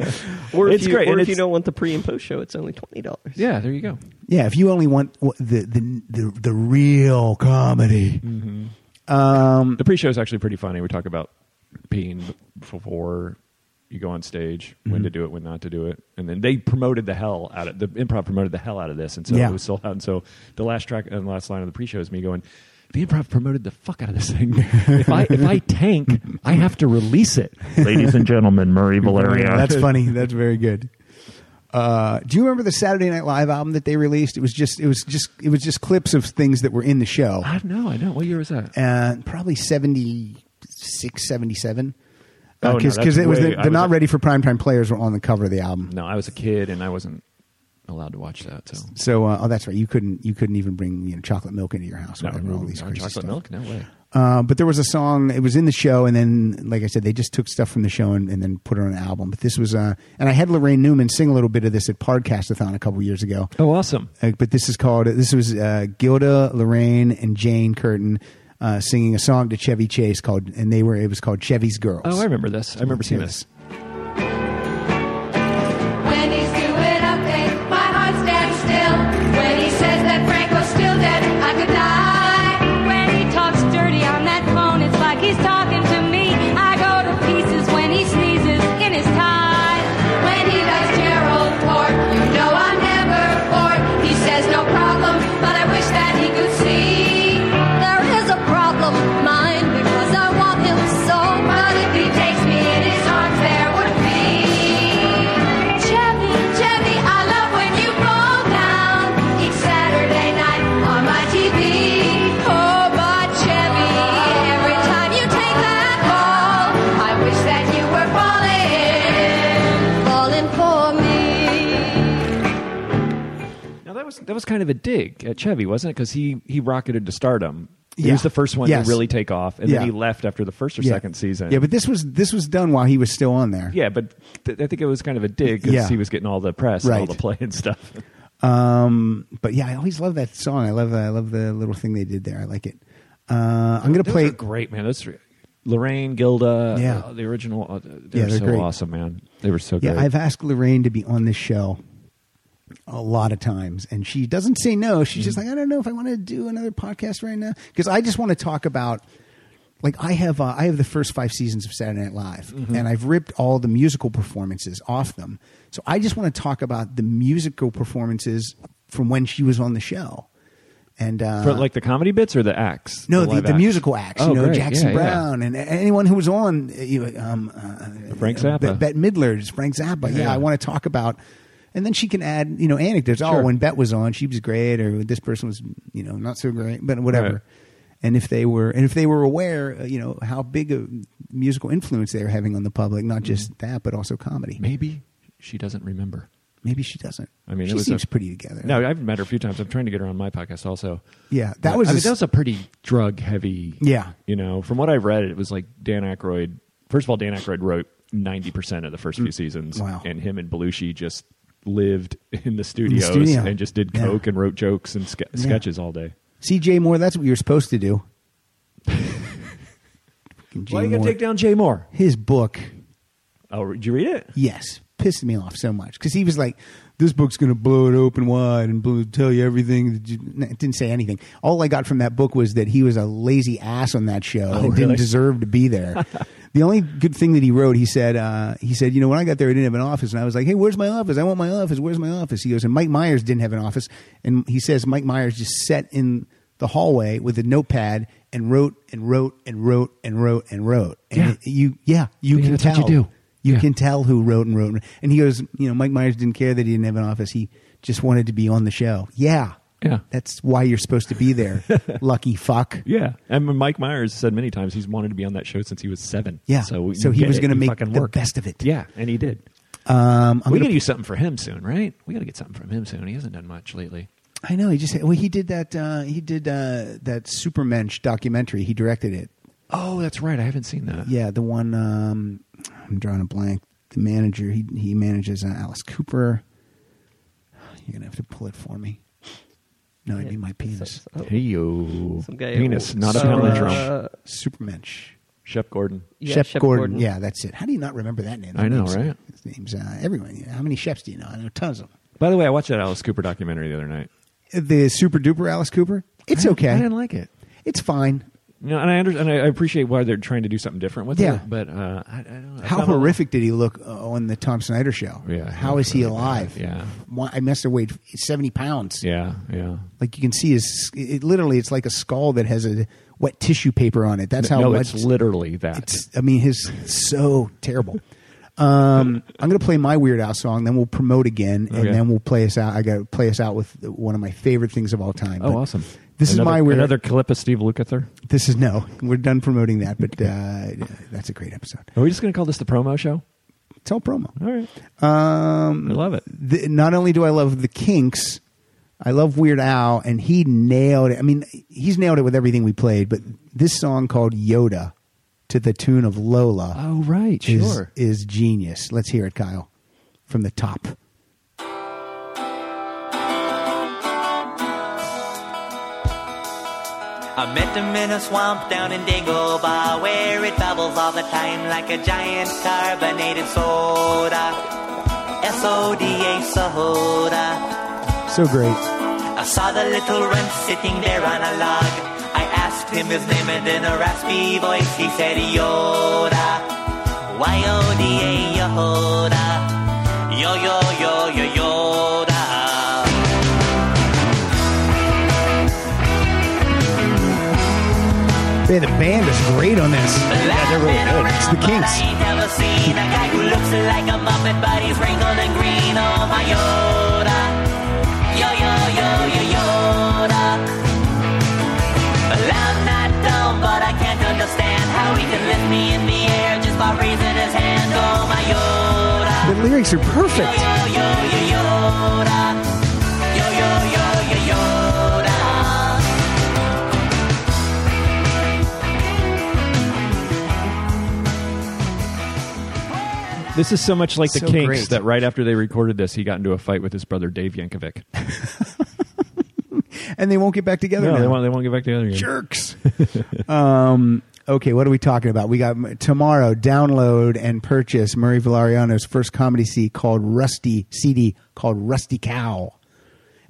Speaker 4: Or if
Speaker 3: it's
Speaker 4: you,
Speaker 3: great.
Speaker 4: Or
Speaker 3: and
Speaker 4: if you
Speaker 3: it's-
Speaker 4: don't want the pre and post show, it's only twenty dollars.
Speaker 3: yeah. There you go.
Speaker 2: Yeah, if you only want wh- the the the, the real comedy. Um,
Speaker 3: the pre-show is actually pretty funny. We talk about peeing before you go on stage, when
Speaker 2: Mhm.
Speaker 3: to do it, when not to do it, and then they promoted the hell out of the improv promoted the hell out of this, and so
Speaker 2: Yeah.
Speaker 3: it was sold out. And so the last track and last line of the pre-show is me going. The improv promoted the fuck out of this thing. if I if I tank, I have to release it, ladies and gentlemen. Murray Valeria.
Speaker 2: That's funny. That's very good. Uh, do you remember the Saturday Night Live album that they released? It was just it was just it was just clips of things that were in the show.
Speaker 3: I know. I know. What year was that?
Speaker 2: and probably 76, 77.
Speaker 3: Oh, no,
Speaker 2: Because
Speaker 3: that's
Speaker 2: Uh, it was
Speaker 3: way-
Speaker 2: the,
Speaker 3: I
Speaker 2: the
Speaker 3: was
Speaker 2: not
Speaker 3: a-
Speaker 2: ready for primetime players were on the cover of the album.
Speaker 3: No, I was a kid and I wasn't allowed to watch that. So
Speaker 2: So uh, oh, that's right. You couldn't you couldn't even bring you know, chocolate milk into your house.
Speaker 3: No,
Speaker 2: whatever, all
Speaker 3: no,
Speaker 2: these
Speaker 3: no,
Speaker 2: crazy
Speaker 3: chocolate
Speaker 2: stuff.
Speaker 3: milk? No way.
Speaker 2: Uh, but there was a song. It was in the show, and then, like I said, they just took stuff from the show and, and then put it on an album. But this was, uh, and I had Lorraine Newman sing a little bit of this at Podcastathon a couple years ago.
Speaker 3: Oh, awesome!
Speaker 2: Uh, but this is called. This was uh, Gilda, Lorraine, and Jane Curtin uh, singing a song to Chevy Chase called, and they were. It was called Chevy's Girls.
Speaker 3: Oh, I remember this. I remember
Speaker 2: Let's
Speaker 3: seeing
Speaker 2: hear
Speaker 3: this.
Speaker 1: When he's doing okay, my heart stands still. When he says that Franco's still dead, I could die. When he talks dirty on that phone, it's like he's talking to me. I go to pieces when he sneezes in his tie. When he does Gerald Ford, you know I'm never bored. He says no problem, but I wish that he could see. There is a problem, mine, because I want him so. But if he takes me in his arms, there would be. Chevy, Chevy, I love when you roll down each Saturday night on my TV. Oh, but Chevy, every time you take that ball, I wish that you were falling, falling for me.
Speaker 3: Now that was that was kind of a dig at Chevy, wasn't it? Because he he rocketed to stardom. He
Speaker 2: Yeah.
Speaker 3: was the first one
Speaker 2: Yes.
Speaker 3: to really take off, and
Speaker 2: Yeah.
Speaker 3: then he left after the first or
Speaker 2: Yeah.
Speaker 3: second season.
Speaker 2: Yeah, but this was this was done while he was still on there.
Speaker 3: yeah, but th- I think it was kind of a dig because
Speaker 2: Yeah.
Speaker 3: he was getting all the press
Speaker 2: Right.
Speaker 3: and all the play and stuff.
Speaker 2: Um, but yeah, I always love that song. I love I love the little thing they did there. I like it. Uh, I'm gonna
Speaker 3: Those
Speaker 2: play.
Speaker 3: are great, man. Those three- Lorraine, Gilda,
Speaker 2: Yeah.
Speaker 3: uh, the original. Uh, they
Speaker 2: Yeah,
Speaker 3: were
Speaker 2: they're
Speaker 3: so
Speaker 2: great.
Speaker 3: awesome, man. They were so
Speaker 2: yeah,
Speaker 3: great.
Speaker 2: I've asked Lorraine to be on this show a lot of times, and she doesn't say no. She's
Speaker 3: Mm.
Speaker 2: just like, I don't know if I want to do another podcast right now because I just want to talk about. Like I have, uh, I have the first five seasons of Saturday Night Live,
Speaker 3: Mm-hmm.
Speaker 24: Mhm.
Speaker 2: and I've ripped all the musical performances off them. So I just want to talk about the musical performances from when she was on the show, and uh,
Speaker 3: For, like the comedy bits or the acts?
Speaker 2: No, the,
Speaker 3: live
Speaker 2: the
Speaker 3: acts?
Speaker 2: musical acts.
Speaker 3: Oh,
Speaker 2: you know,
Speaker 3: great.
Speaker 2: Jackson
Speaker 3: Yeah, yeah.
Speaker 2: Brown and anyone who was on. uh, You know, um, uh,
Speaker 3: Frank
Speaker 2: uh,
Speaker 3: Zappa.
Speaker 2: Bet- Bette Midler, it's Frank Zappa. Yeah,
Speaker 3: Yeah.
Speaker 2: I want to talk about. And then she can add, you know, anecdotes. Oh,
Speaker 3: Sure.
Speaker 2: when Bet was on, she was great, or this person was, you know, not so great, but whatever.
Speaker 3: Right.
Speaker 2: And if they were, and if they were aware, uh, you know, how big a musical influence they were having on the public, not just that, but also comedy.
Speaker 3: Hmm. Maybe she doesn't remember.
Speaker 2: Maybe she doesn't.
Speaker 3: I mean,
Speaker 2: she
Speaker 3: it was
Speaker 2: seems
Speaker 3: a-
Speaker 2: pretty together.
Speaker 3: No, I've met her a few times. I'm trying to get her on my podcast also.
Speaker 2: Yeah, that
Speaker 3: But,
Speaker 2: was
Speaker 3: I
Speaker 2: a
Speaker 3: mean,
Speaker 2: s-
Speaker 3: that was a pretty drug heavy.
Speaker 2: Yeah.
Speaker 3: you know, from what I read, it was like Dan Aykroyd. First of all, Dan Aykroyd wrote ninety percent of the first few seasons,
Speaker 2: Mm. Wow.
Speaker 3: and him and Belushi just lived in the studios
Speaker 2: studio.
Speaker 3: and just did
Speaker 2: Yeah.
Speaker 3: coke and wrote jokes and ske-
Speaker 2: Yeah.
Speaker 3: sketches all day.
Speaker 2: C.J. Moore, that's what you're supposed to do.
Speaker 3: Why are you gonna take down Jay Moore?
Speaker 2: His book.
Speaker 3: Oh, did you read it?
Speaker 2: Yes, pissed me off so much because he was like, "This book's going to blow it open wide and blow, tell you everything." That you, no, it didn't say anything. All I got from that book was that he was a lazy ass on that show and
Speaker 3: Oh, really?
Speaker 2: didn't deserve to be there. the only good thing that he wrote, he said, uh, he said, "You know, when I got there, I didn't have an office, and I was like, hey, where's my office? I want my office. Where's my office?" He goes, and Mike Myers didn't have an office, and he says Mike Myers just sat in the hallway with a notepad and wrote and wrote and wrote and wrote and wrote. And
Speaker 3: Yeah.
Speaker 2: it- you, yeah, you
Speaker 3: Yeah,
Speaker 2: can
Speaker 3: that's
Speaker 2: tell.
Speaker 3: what you do.
Speaker 2: You
Speaker 3: Yeah.
Speaker 2: can tell who wrote and wrote. And, and he goes, you know, Mike Myers didn't care that he didn't have an office. He just wanted to be on the show. Yeah.
Speaker 3: Yeah.
Speaker 2: That's why you're supposed to be there, lucky fuck.
Speaker 3: Yeah, and Mike Myers said many times he's wanted to be on that show since he was seven.
Speaker 2: Yeah.
Speaker 3: so,
Speaker 2: So
Speaker 3: you
Speaker 2: he
Speaker 3: get
Speaker 2: was
Speaker 3: it.
Speaker 2: gonna
Speaker 3: You
Speaker 2: make
Speaker 3: fucking
Speaker 2: the
Speaker 3: work.
Speaker 2: best of it.
Speaker 3: Yeah, and he did.
Speaker 2: Um, I'm
Speaker 3: we
Speaker 2: gonna-
Speaker 3: gotta do something for him soon, right? We gotta get something from him soon. He hasn't done much lately.
Speaker 2: I know. He just, well, he did that, uh, he did uh, that Supermensch documentary. He directed it.
Speaker 3: Oh, that's right. I haven't seen that.
Speaker 2: Yeah. The one, um, I'm drawing a blank. The manager, he, he manages uh, Alice Cooper. You're going to have to pull it for me. No, I need my penis.
Speaker 3: Hey yo,
Speaker 4: oh, Some guy-
Speaker 3: penis, not a
Speaker 4: So,
Speaker 3: palindrome.
Speaker 4: uh,
Speaker 2: Supermensch.
Speaker 3: Chef Gordon.
Speaker 4: Yeah,
Speaker 2: Shep,
Speaker 4: Shep
Speaker 2: Gordon.
Speaker 4: Gordon.
Speaker 2: Yeah, that's it. How do you not remember that name?
Speaker 3: I know,
Speaker 2: His
Speaker 3: right?
Speaker 2: name's- His name's uh, everyone. How many chefs do you know? I know tons of them.
Speaker 3: By the way, I watched that Alice Cooper documentary the other night.
Speaker 2: The super duper Alice Cooper. It's
Speaker 3: I-
Speaker 2: okay.
Speaker 3: I didn't like it.
Speaker 2: It's fine.
Speaker 3: No, and I under, and I I appreciate why they're trying to do something different with
Speaker 2: Yeah.
Speaker 3: it. But uh, I, I don't. I
Speaker 2: How
Speaker 3: found a-
Speaker 2: horrific did he look uh, on the Tom Snyder show?
Speaker 3: Yeah,
Speaker 2: How is he alive?
Speaker 3: Yeah.
Speaker 2: Why, I must have weighed seventy pounds.
Speaker 3: Yeah, yeah.
Speaker 2: Like you can see his. It, literally, it's like a skull that has a wet tissue paper on it. That's how.
Speaker 3: No,
Speaker 2: much,
Speaker 3: it's literally that.
Speaker 2: I mean, his so terrible. Um, I'm gonna play my Weird Al song, then we'll promote again, and
Speaker 3: Okay.
Speaker 2: then we'll play us out. I gotta play us out with one of my favorite things of all time.
Speaker 3: oh,
Speaker 2: But
Speaker 3: awesome.
Speaker 2: This
Speaker 3: Another-
Speaker 2: is my Weird.
Speaker 3: another clip of Steve Lukather.
Speaker 2: This is no. We're done promoting that, but uh, that's a great episode.
Speaker 3: Are we just going to call this the promo show?
Speaker 2: It's all promo.
Speaker 3: All right.
Speaker 2: Um,
Speaker 3: I love it.
Speaker 2: The, not only do I love the Kinks, I love Weird Al, and he nailed it. I mean, he's nailed it with everything we played, but this song called Yoda to the tune of Lola.
Speaker 3: Oh, right,
Speaker 2: is,
Speaker 3: sure.
Speaker 2: Is genius. Let's hear it, Kyle, from the top.
Speaker 24: I met him in a swamp down in Dagobah where it bubbles all the time like a giant carbonated soda. S-O-D-A soda.
Speaker 2: So great.
Speaker 24: I saw the little runt sitting there on a log. I asked him his name and in a raspy voice he said Yoda. Y-O-D-A Yoda. Yo, yo, yo, yo, Yoda.
Speaker 2: Man, the band is great on this. Yeah, they're really good. It's the Kinks.
Speaker 24: ain't never seen a guy who looks like a Muppet, but he's wrinkled and green. Oh my Yoda, yo yo yo yo Yoda. Well, I'm not dumb, but I can't understand how he can lift me in the air just by raising his hand. Oh my Yoda,
Speaker 2: The lyrics are perfect.
Speaker 24: yo yo yo Yoda, yo yo yo yo Yoda.
Speaker 3: This is so much like the
Speaker 2: So
Speaker 3: Kinks
Speaker 2: great.
Speaker 3: that right after they recorded this, he got into a fight with his brother Dave Yankovic.
Speaker 2: And they won't get back together.
Speaker 3: no,
Speaker 2: now.
Speaker 3: they won't. They won't get back together again.
Speaker 2: Jerks. um, okay, what are we talking about? We got tomorrow, download and purchase Murray Valeriano's first comedy CD called Rusty CD called Rusty Cow.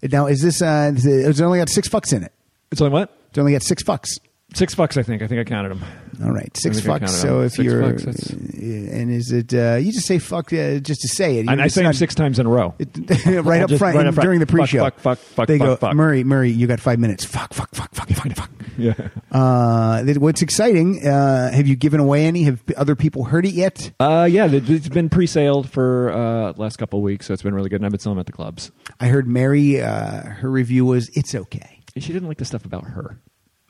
Speaker 2: Now, is this, uh, is it- it's only got six fucks in it.
Speaker 3: It's only what?
Speaker 2: It's only got six fucks.
Speaker 3: Six fucks, I think. I think I counted them.
Speaker 2: All right, six
Speaker 3: I think I
Speaker 2: fucks.
Speaker 3: counted
Speaker 2: So
Speaker 3: them.
Speaker 2: if
Speaker 3: Six
Speaker 2: you're,
Speaker 3: fucks, that's-
Speaker 2: and is it, uh, you just say fuck uh, just to say it.
Speaker 3: and I
Speaker 2: It's
Speaker 3: say them
Speaker 2: not-
Speaker 3: six times in a row.
Speaker 2: right up
Speaker 3: Just right
Speaker 2: front in-
Speaker 3: up front.
Speaker 2: during the
Speaker 3: Fuck,
Speaker 2: pre-show.
Speaker 3: fuck, fuck, fuck,
Speaker 2: they
Speaker 3: fuck,
Speaker 2: go, "Mm,
Speaker 3: fuck.
Speaker 2: Murray, Murray, you got five minutes. Fuck, fuck, fuck, fuck, fuck, fuck, fuck.
Speaker 3: Yeah.
Speaker 2: Uh, that- what's exciting? Uh, have you given away any? Have other people heard it yet?
Speaker 3: Uh, yeah, th- it's been pre-saled for uh, last couple of weeks, so it's been really good, and I've been selling them at the clubs.
Speaker 2: I heard Mary. Uh, her review was, "It's okay."
Speaker 3: She didn't like the stuff about her.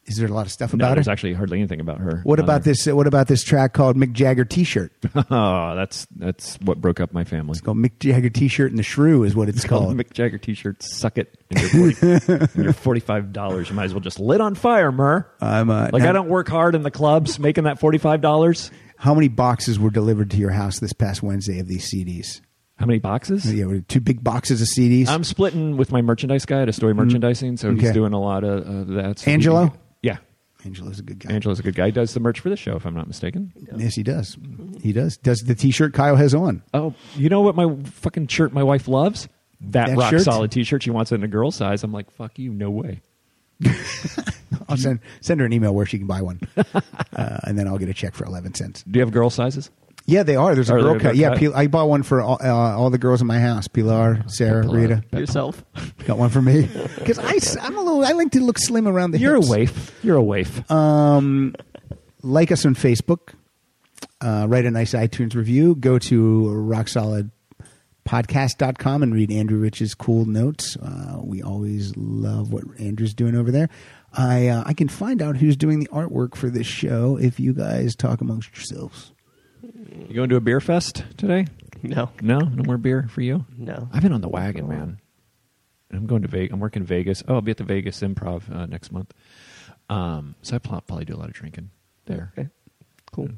Speaker 2: Is there a lot of stuff
Speaker 3: no,
Speaker 2: about
Speaker 3: there's
Speaker 2: it?
Speaker 3: actually hardly anything about her.
Speaker 2: What
Speaker 3: on
Speaker 2: about
Speaker 3: there.
Speaker 2: this? uh, What about this track called Mick Jagger T-shirt?
Speaker 3: oh, that's that's what broke up my family. It's
Speaker 2: called Mick Jagger T-shirt and the Shrew is what it's, called.
Speaker 3: Mick Jagger T-shirt. Suck it. And you're, 40, and you're forty-five dollars. You might as well just lit on fire, Mur.
Speaker 2: I'm uh,
Speaker 3: Like
Speaker 2: now-
Speaker 3: I don't work hard in the clubs making that forty-five dollars.
Speaker 2: How many boxes were delivered to your house this past Wednesday of these CDs?
Speaker 3: How many boxes?
Speaker 2: Yeah, we- two big boxes of CDs.
Speaker 3: I'm splitting with my merchandise guy at a story merchandising, so
Speaker 2: Mm-hmm. Okay.
Speaker 3: he's doing a lot of uh, that. So
Speaker 2: Angelo?
Speaker 3: he- yeah,
Speaker 2: Angelo's a good guy.
Speaker 3: Angelo's a good guy. He does the merch for the show, if I'm not mistaken.
Speaker 2: Yes, he does. He does. Does the T-shirt Kyle has on?
Speaker 3: Oh, you know what my fucking shirt my wife loves? That,
Speaker 2: That
Speaker 3: rock
Speaker 2: shirt?
Speaker 3: solid T-shirt. She wants it in a girl size. I'm like, fuck you, no way.
Speaker 2: I'll send send her an email where she can buy one, uh, and then I'll get a check for eleven cents.
Speaker 3: Do you have girl sizes?
Speaker 2: Yeah, they are. There's a
Speaker 3: Are
Speaker 2: girl
Speaker 3: they-
Speaker 2: cut.
Speaker 3: they're
Speaker 2: Yeah,
Speaker 3: cut?
Speaker 2: Pil- I bought one for all, uh, all the girls in my house: Pilar, Sarah, Rita.
Speaker 4: Yourself.
Speaker 2: Got one for me because I am a little. I like to look slim around the.
Speaker 3: You're
Speaker 2: hips.
Speaker 3: a waif. You're a waif.
Speaker 2: Um, like us on Facebook. Uh, write a nice iTunes review. Go to rocksolidpodcast.com and read Andrew Rich's cool notes. Uh, we always love what Andrew's doing over there. I uh, I can find out who's doing the artwork for this show if you guys talk amongst yourselves.
Speaker 3: You going to a beer fest today?
Speaker 4: No.
Speaker 3: No? No more beer for you?
Speaker 4: No.
Speaker 3: I've been on the wagon, man. And I'm going to Vegas. I'm working Vegas. Oh, I'll be at the Vegas Improv uh, next month. Um, so I pl- probably do a lot of drinking there.
Speaker 4: Cool.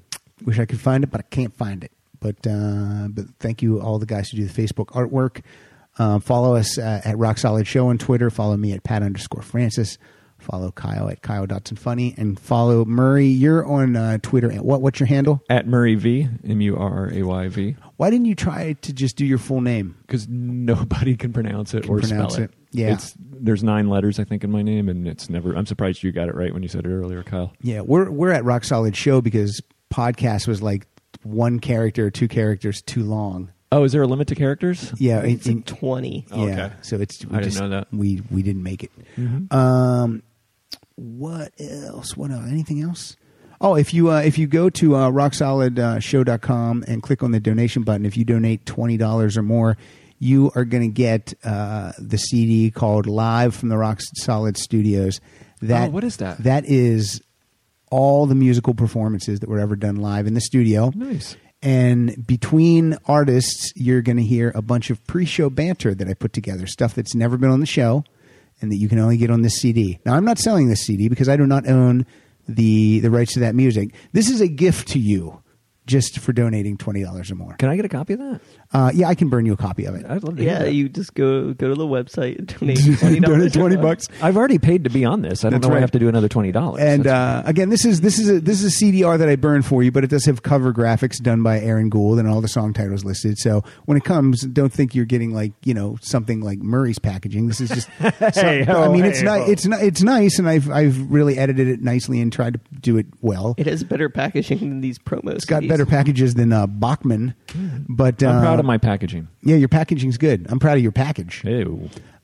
Speaker 2: Wish I could find it, but I can't find it. But uh, but thank you all the guys who do the Facebook artwork. Um, follow us uh, at Rock Solid Show on Twitter. Follow me at Pat underscore Francis. Follow Kyle at Kyle Dotson Funny and follow Murray. You're on uh, Twitter at what? What's your handle?
Speaker 3: At Murray V, M U R R A Y V.
Speaker 2: Why didn't you try to just do your full name?
Speaker 3: Because nobody can pronounce it
Speaker 2: Can
Speaker 3: or
Speaker 2: pronounce
Speaker 3: spell it.
Speaker 2: it. Yeah.
Speaker 3: It's, there's nine letters, I think, in my name, and it's never. I'm surprised you got it right when you said it earlier, Kyle.
Speaker 2: Yeah, we're we're at Rock Solid Show because podcast was like one character, or two characters too long.
Speaker 3: Oh, is there a limit to characters? Oh,
Speaker 2: Yeah,
Speaker 4: It's
Speaker 2: it-
Speaker 4: like 20.
Speaker 2: Yeah, so it's we
Speaker 3: I didn't
Speaker 2: just-
Speaker 3: know that.
Speaker 2: we we didn't make it.
Speaker 3: Mhm.
Speaker 2: Um, what else? What else? Anything else? Oh, if you uh, if you go to uh, rocksolidshow.com and click on the donation button, if you donate twenty dollars or more, you are going to get uh, the CD called "Live from the Rock Solid Studios." That
Speaker 3: Oh, what is that?
Speaker 2: That is all the musical performances that were ever done live in the studio.
Speaker 3: Nice.
Speaker 2: And between artists, you're going to hear a bunch of pre show banter that I put together, stuff that's never been on the show and that you can only get on this CD. Now, I'm not selling this CD because I do not own the the rights to that music. This is a gift to you, just for donating twenty dollars or more.
Speaker 3: Can I get a copy of that?
Speaker 2: Uh, yeah, I can burn you a copy of it.
Speaker 3: I'd love to
Speaker 4: Yeah,
Speaker 3: hear that.
Speaker 4: you just go go to the website and donate twenty dollars.
Speaker 3: I've already paid to be on this. I don't
Speaker 2: That's
Speaker 3: know. why
Speaker 2: right.
Speaker 3: I have to do another twenty dollars.
Speaker 2: And uh, again, this is this is a this is a CDR that I burned for you, but it does have cover graphics done by Aaron Gould and all the song titles listed. So when it comes, don't think you're getting like you know something like Murray's packaging. This is just. so-
Speaker 4: Hey,
Speaker 2: but, I
Speaker 3: oh,
Speaker 4: ho,
Speaker 2: mean, it's
Speaker 4: hey,
Speaker 2: not
Speaker 4: ho.
Speaker 2: it's not it's nice, and I've I've really edited it nicely and tried to do it well.
Speaker 4: It has better packaging than these promos.
Speaker 2: It's got better packages than uh, Bachman, but uh,
Speaker 3: I'm proud of my packaging.
Speaker 2: Yeah, your packaging's good. I'm proud of your package.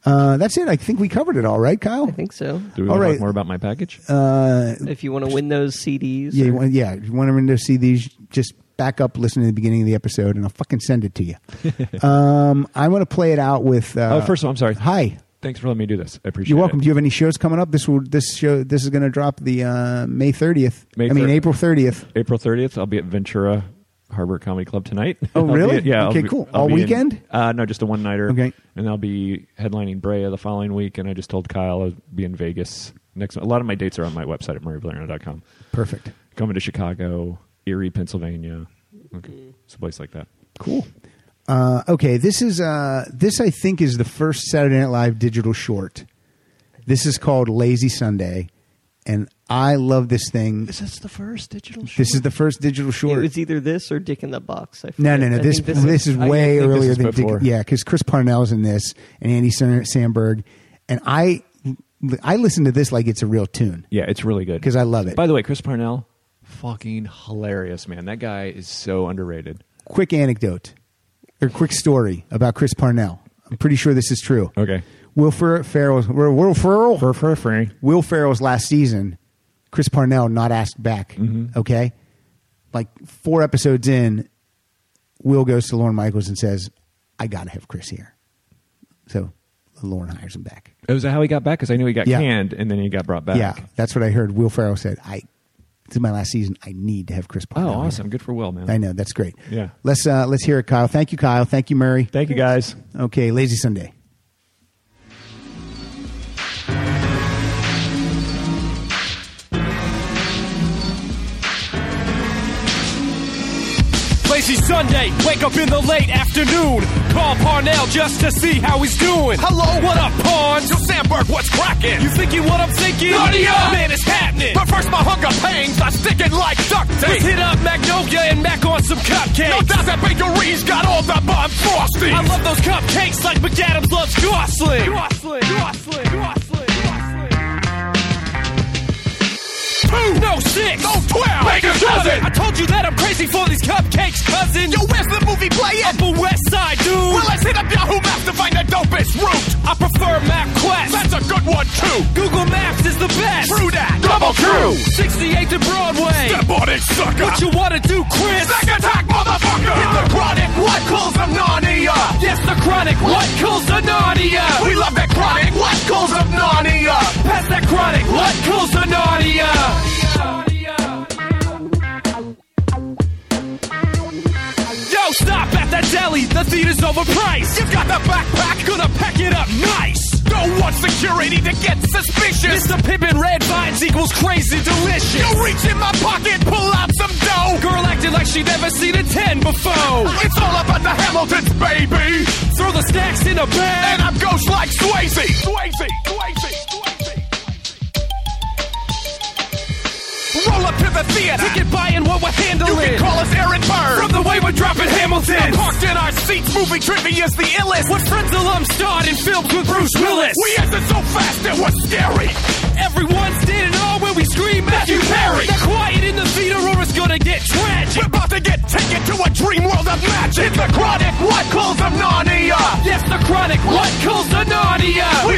Speaker 2: Uh, that's it. I think we covered it all, right, Kyle? I
Speaker 4: think so.
Speaker 3: Do we
Speaker 2: all
Speaker 3: want to
Speaker 2: right.
Speaker 3: talk more about my package?
Speaker 2: Uh,
Speaker 4: If you want to win those CDs,
Speaker 2: yeah, you want, yeah. If you want everyone to see these, just back up, listen to the beginning of the episode, and I'll fucking send it to you. um, I want to play it out with. Uh,
Speaker 3: oh, first of all, I'm sorry.
Speaker 2: Hi.
Speaker 3: Thanks for letting me do this. I appreciate
Speaker 2: You're welcome.
Speaker 3: it.
Speaker 2: Do you have any shows coming up? This will this show this is going to drop the uh, May 30th.
Speaker 3: May
Speaker 2: I mean
Speaker 3: thir-
Speaker 2: April 30th.
Speaker 3: April 30th, I'll be at Ventura Harbor Comedy Club tonight.
Speaker 2: Oh,
Speaker 3: I'll be
Speaker 2: really?
Speaker 3: at- yeah. I'll
Speaker 2: Okay,
Speaker 3: be-
Speaker 2: cool.
Speaker 3: I'll
Speaker 2: All
Speaker 3: be in-
Speaker 2: weekend?
Speaker 3: uh, no, just a one nighter.
Speaker 2: Okay.
Speaker 3: And I'll be headlining Brea the following week. And I just told Kyle I'll be in Vegas next. A lot of my dates are on my website at murrayblairno.com.
Speaker 2: Perfect.
Speaker 3: Coming to Chicago, Erie, Pennsylvania, okay. some place like that.
Speaker 2: Cool. Uh, okay, this is uh, this I think is the first Saturday Night Live digital short. This is called Lazy Sunday, and I love this thing.
Speaker 3: Is this the first digital? Short?
Speaker 2: This is the first digital
Speaker 4: It
Speaker 2: short.
Speaker 4: was either this or Dick in the Box. I
Speaker 2: No,
Speaker 4: forget.
Speaker 2: no, no.
Speaker 4: I
Speaker 2: This
Speaker 4: think
Speaker 2: this, is
Speaker 4: I
Speaker 2: way
Speaker 4: think this
Speaker 2: earlier
Speaker 4: is
Speaker 2: than Dick,
Speaker 4: before.
Speaker 2: yeah, because Chris Parnell's in this and Andy Sam- Samberg, and I I listen to this like it's a real tune
Speaker 3: Yeah, it's really good.
Speaker 2: because I love it.
Speaker 3: By the way, Chris Parnell, fucking hilarious, man. That guy is so underrated.
Speaker 2: quick anecdote or quick story about Chris Parnell. I'm pretty sure this is true.
Speaker 3: Okay.
Speaker 2: Will Fer- Ferrell's Will Will Ferrell Will Ferrell's last season, Chris Parnell not asked back.
Speaker 3: Mm-hmm.
Speaker 2: Okay, like four episodes in, Will goes to Lorne Michaels and says, "I gotta have Chris here." So Lorne hires him back.
Speaker 3: Oh, is that how he got back? Because I knew he got
Speaker 2: Yeah.
Speaker 3: canned and then he got brought back.
Speaker 2: Yeah, that's what I heard. Will Ferrell said, "I this is my last season. I need to have Chris
Speaker 3: Oh,
Speaker 2: Parnell." here."
Speaker 3: awesome. Good for Will, man.
Speaker 2: I know that's great.
Speaker 3: Yeah.
Speaker 2: Let's uh, let's hear it, Kyle. Thank you, Kyle. Thank you, Murray.
Speaker 3: Thank you, guys.
Speaker 2: Okay, Lazy Sunday.
Speaker 11: Lazy Sunday, wake up in the late afternoon. Call Parnell just to see how he's doing. Hello, what up, Parn? Yo, Sandberg, what's crackin'? You thinking what I'm thinking?
Speaker 13: Naughty up!
Speaker 11: Man, it's happening.
Speaker 13: But first, my hunger pangs are sticking like duct
Speaker 11: Let's
Speaker 13: tape.
Speaker 11: hit up Magnolia and Mac on some cupcakes.
Speaker 13: No doubt that bakery's got all the bomb frosty.
Speaker 11: I love those cupcakes like McAdams loves Gosling. Gosling, Gosling, Gosling. Two, no six, no twelve,
Speaker 13: Make a dozen.
Speaker 11: I told you that I'm crazy for these cupcakes, cousin.
Speaker 13: Yo, where's the movie playing?
Speaker 11: Upper West Side, dude.
Speaker 13: Well, let's hit up Yahoo Maps to find the dopest route.
Speaker 11: I prefer MapQuest.
Speaker 13: That's a good one, too.
Speaker 11: Google Maps is the best.
Speaker 13: True that. Double true.
Speaker 11: 68th and Broadway.
Speaker 13: Step on it, sucker.
Speaker 11: What you wanna do, Chris?
Speaker 13: Zack attack, motherfucker! Hit the chronic, what calls them Narnia?
Speaker 11: Yes, the chronic. What calls a Narnia?
Speaker 13: We love that chronic, what calls them Narnia?
Speaker 11: Pass that chronic. What calls a Narnia? Yo, stop at that deli. The theater's overpriced.
Speaker 13: You've got the backpack,
Speaker 11: Gonna pack it up nice.
Speaker 13: don't want security to get suspicious.
Speaker 11: Mr. Pippin Red Vines equals crazy delicious.
Speaker 13: You reach in my pocket, pull out some dough.
Speaker 11: Girl acted like she never seen a 10 before.
Speaker 13: It's all about the Hamiltons, baby.
Speaker 11: Throw the stacks in a bag.
Speaker 13: And I'm ghost like Swayze. Swayze, Swayze, Swayze. Roll up to the theater.
Speaker 11: Ticket buying what we're handling.
Speaker 13: You can call us Aaron Burr.
Speaker 11: From the way we're dropping Hamilton.
Speaker 13: Now parked in our seats, movie trivia's the illest.
Speaker 11: What friends alum starred in films with Bruce Willis.
Speaker 13: We acted so fast it was scary.
Speaker 11: Everyone's dead and all when we scream Matthew
Speaker 13: Perry.
Speaker 11: They're quiet in the theater or it's gonna get tragic.
Speaker 13: We're about to get taken to a dream world of magic. It's the chronic, what calls of Narnia?
Speaker 11: Yes, the chronic. What calls the Narnia?
Speaker 13: We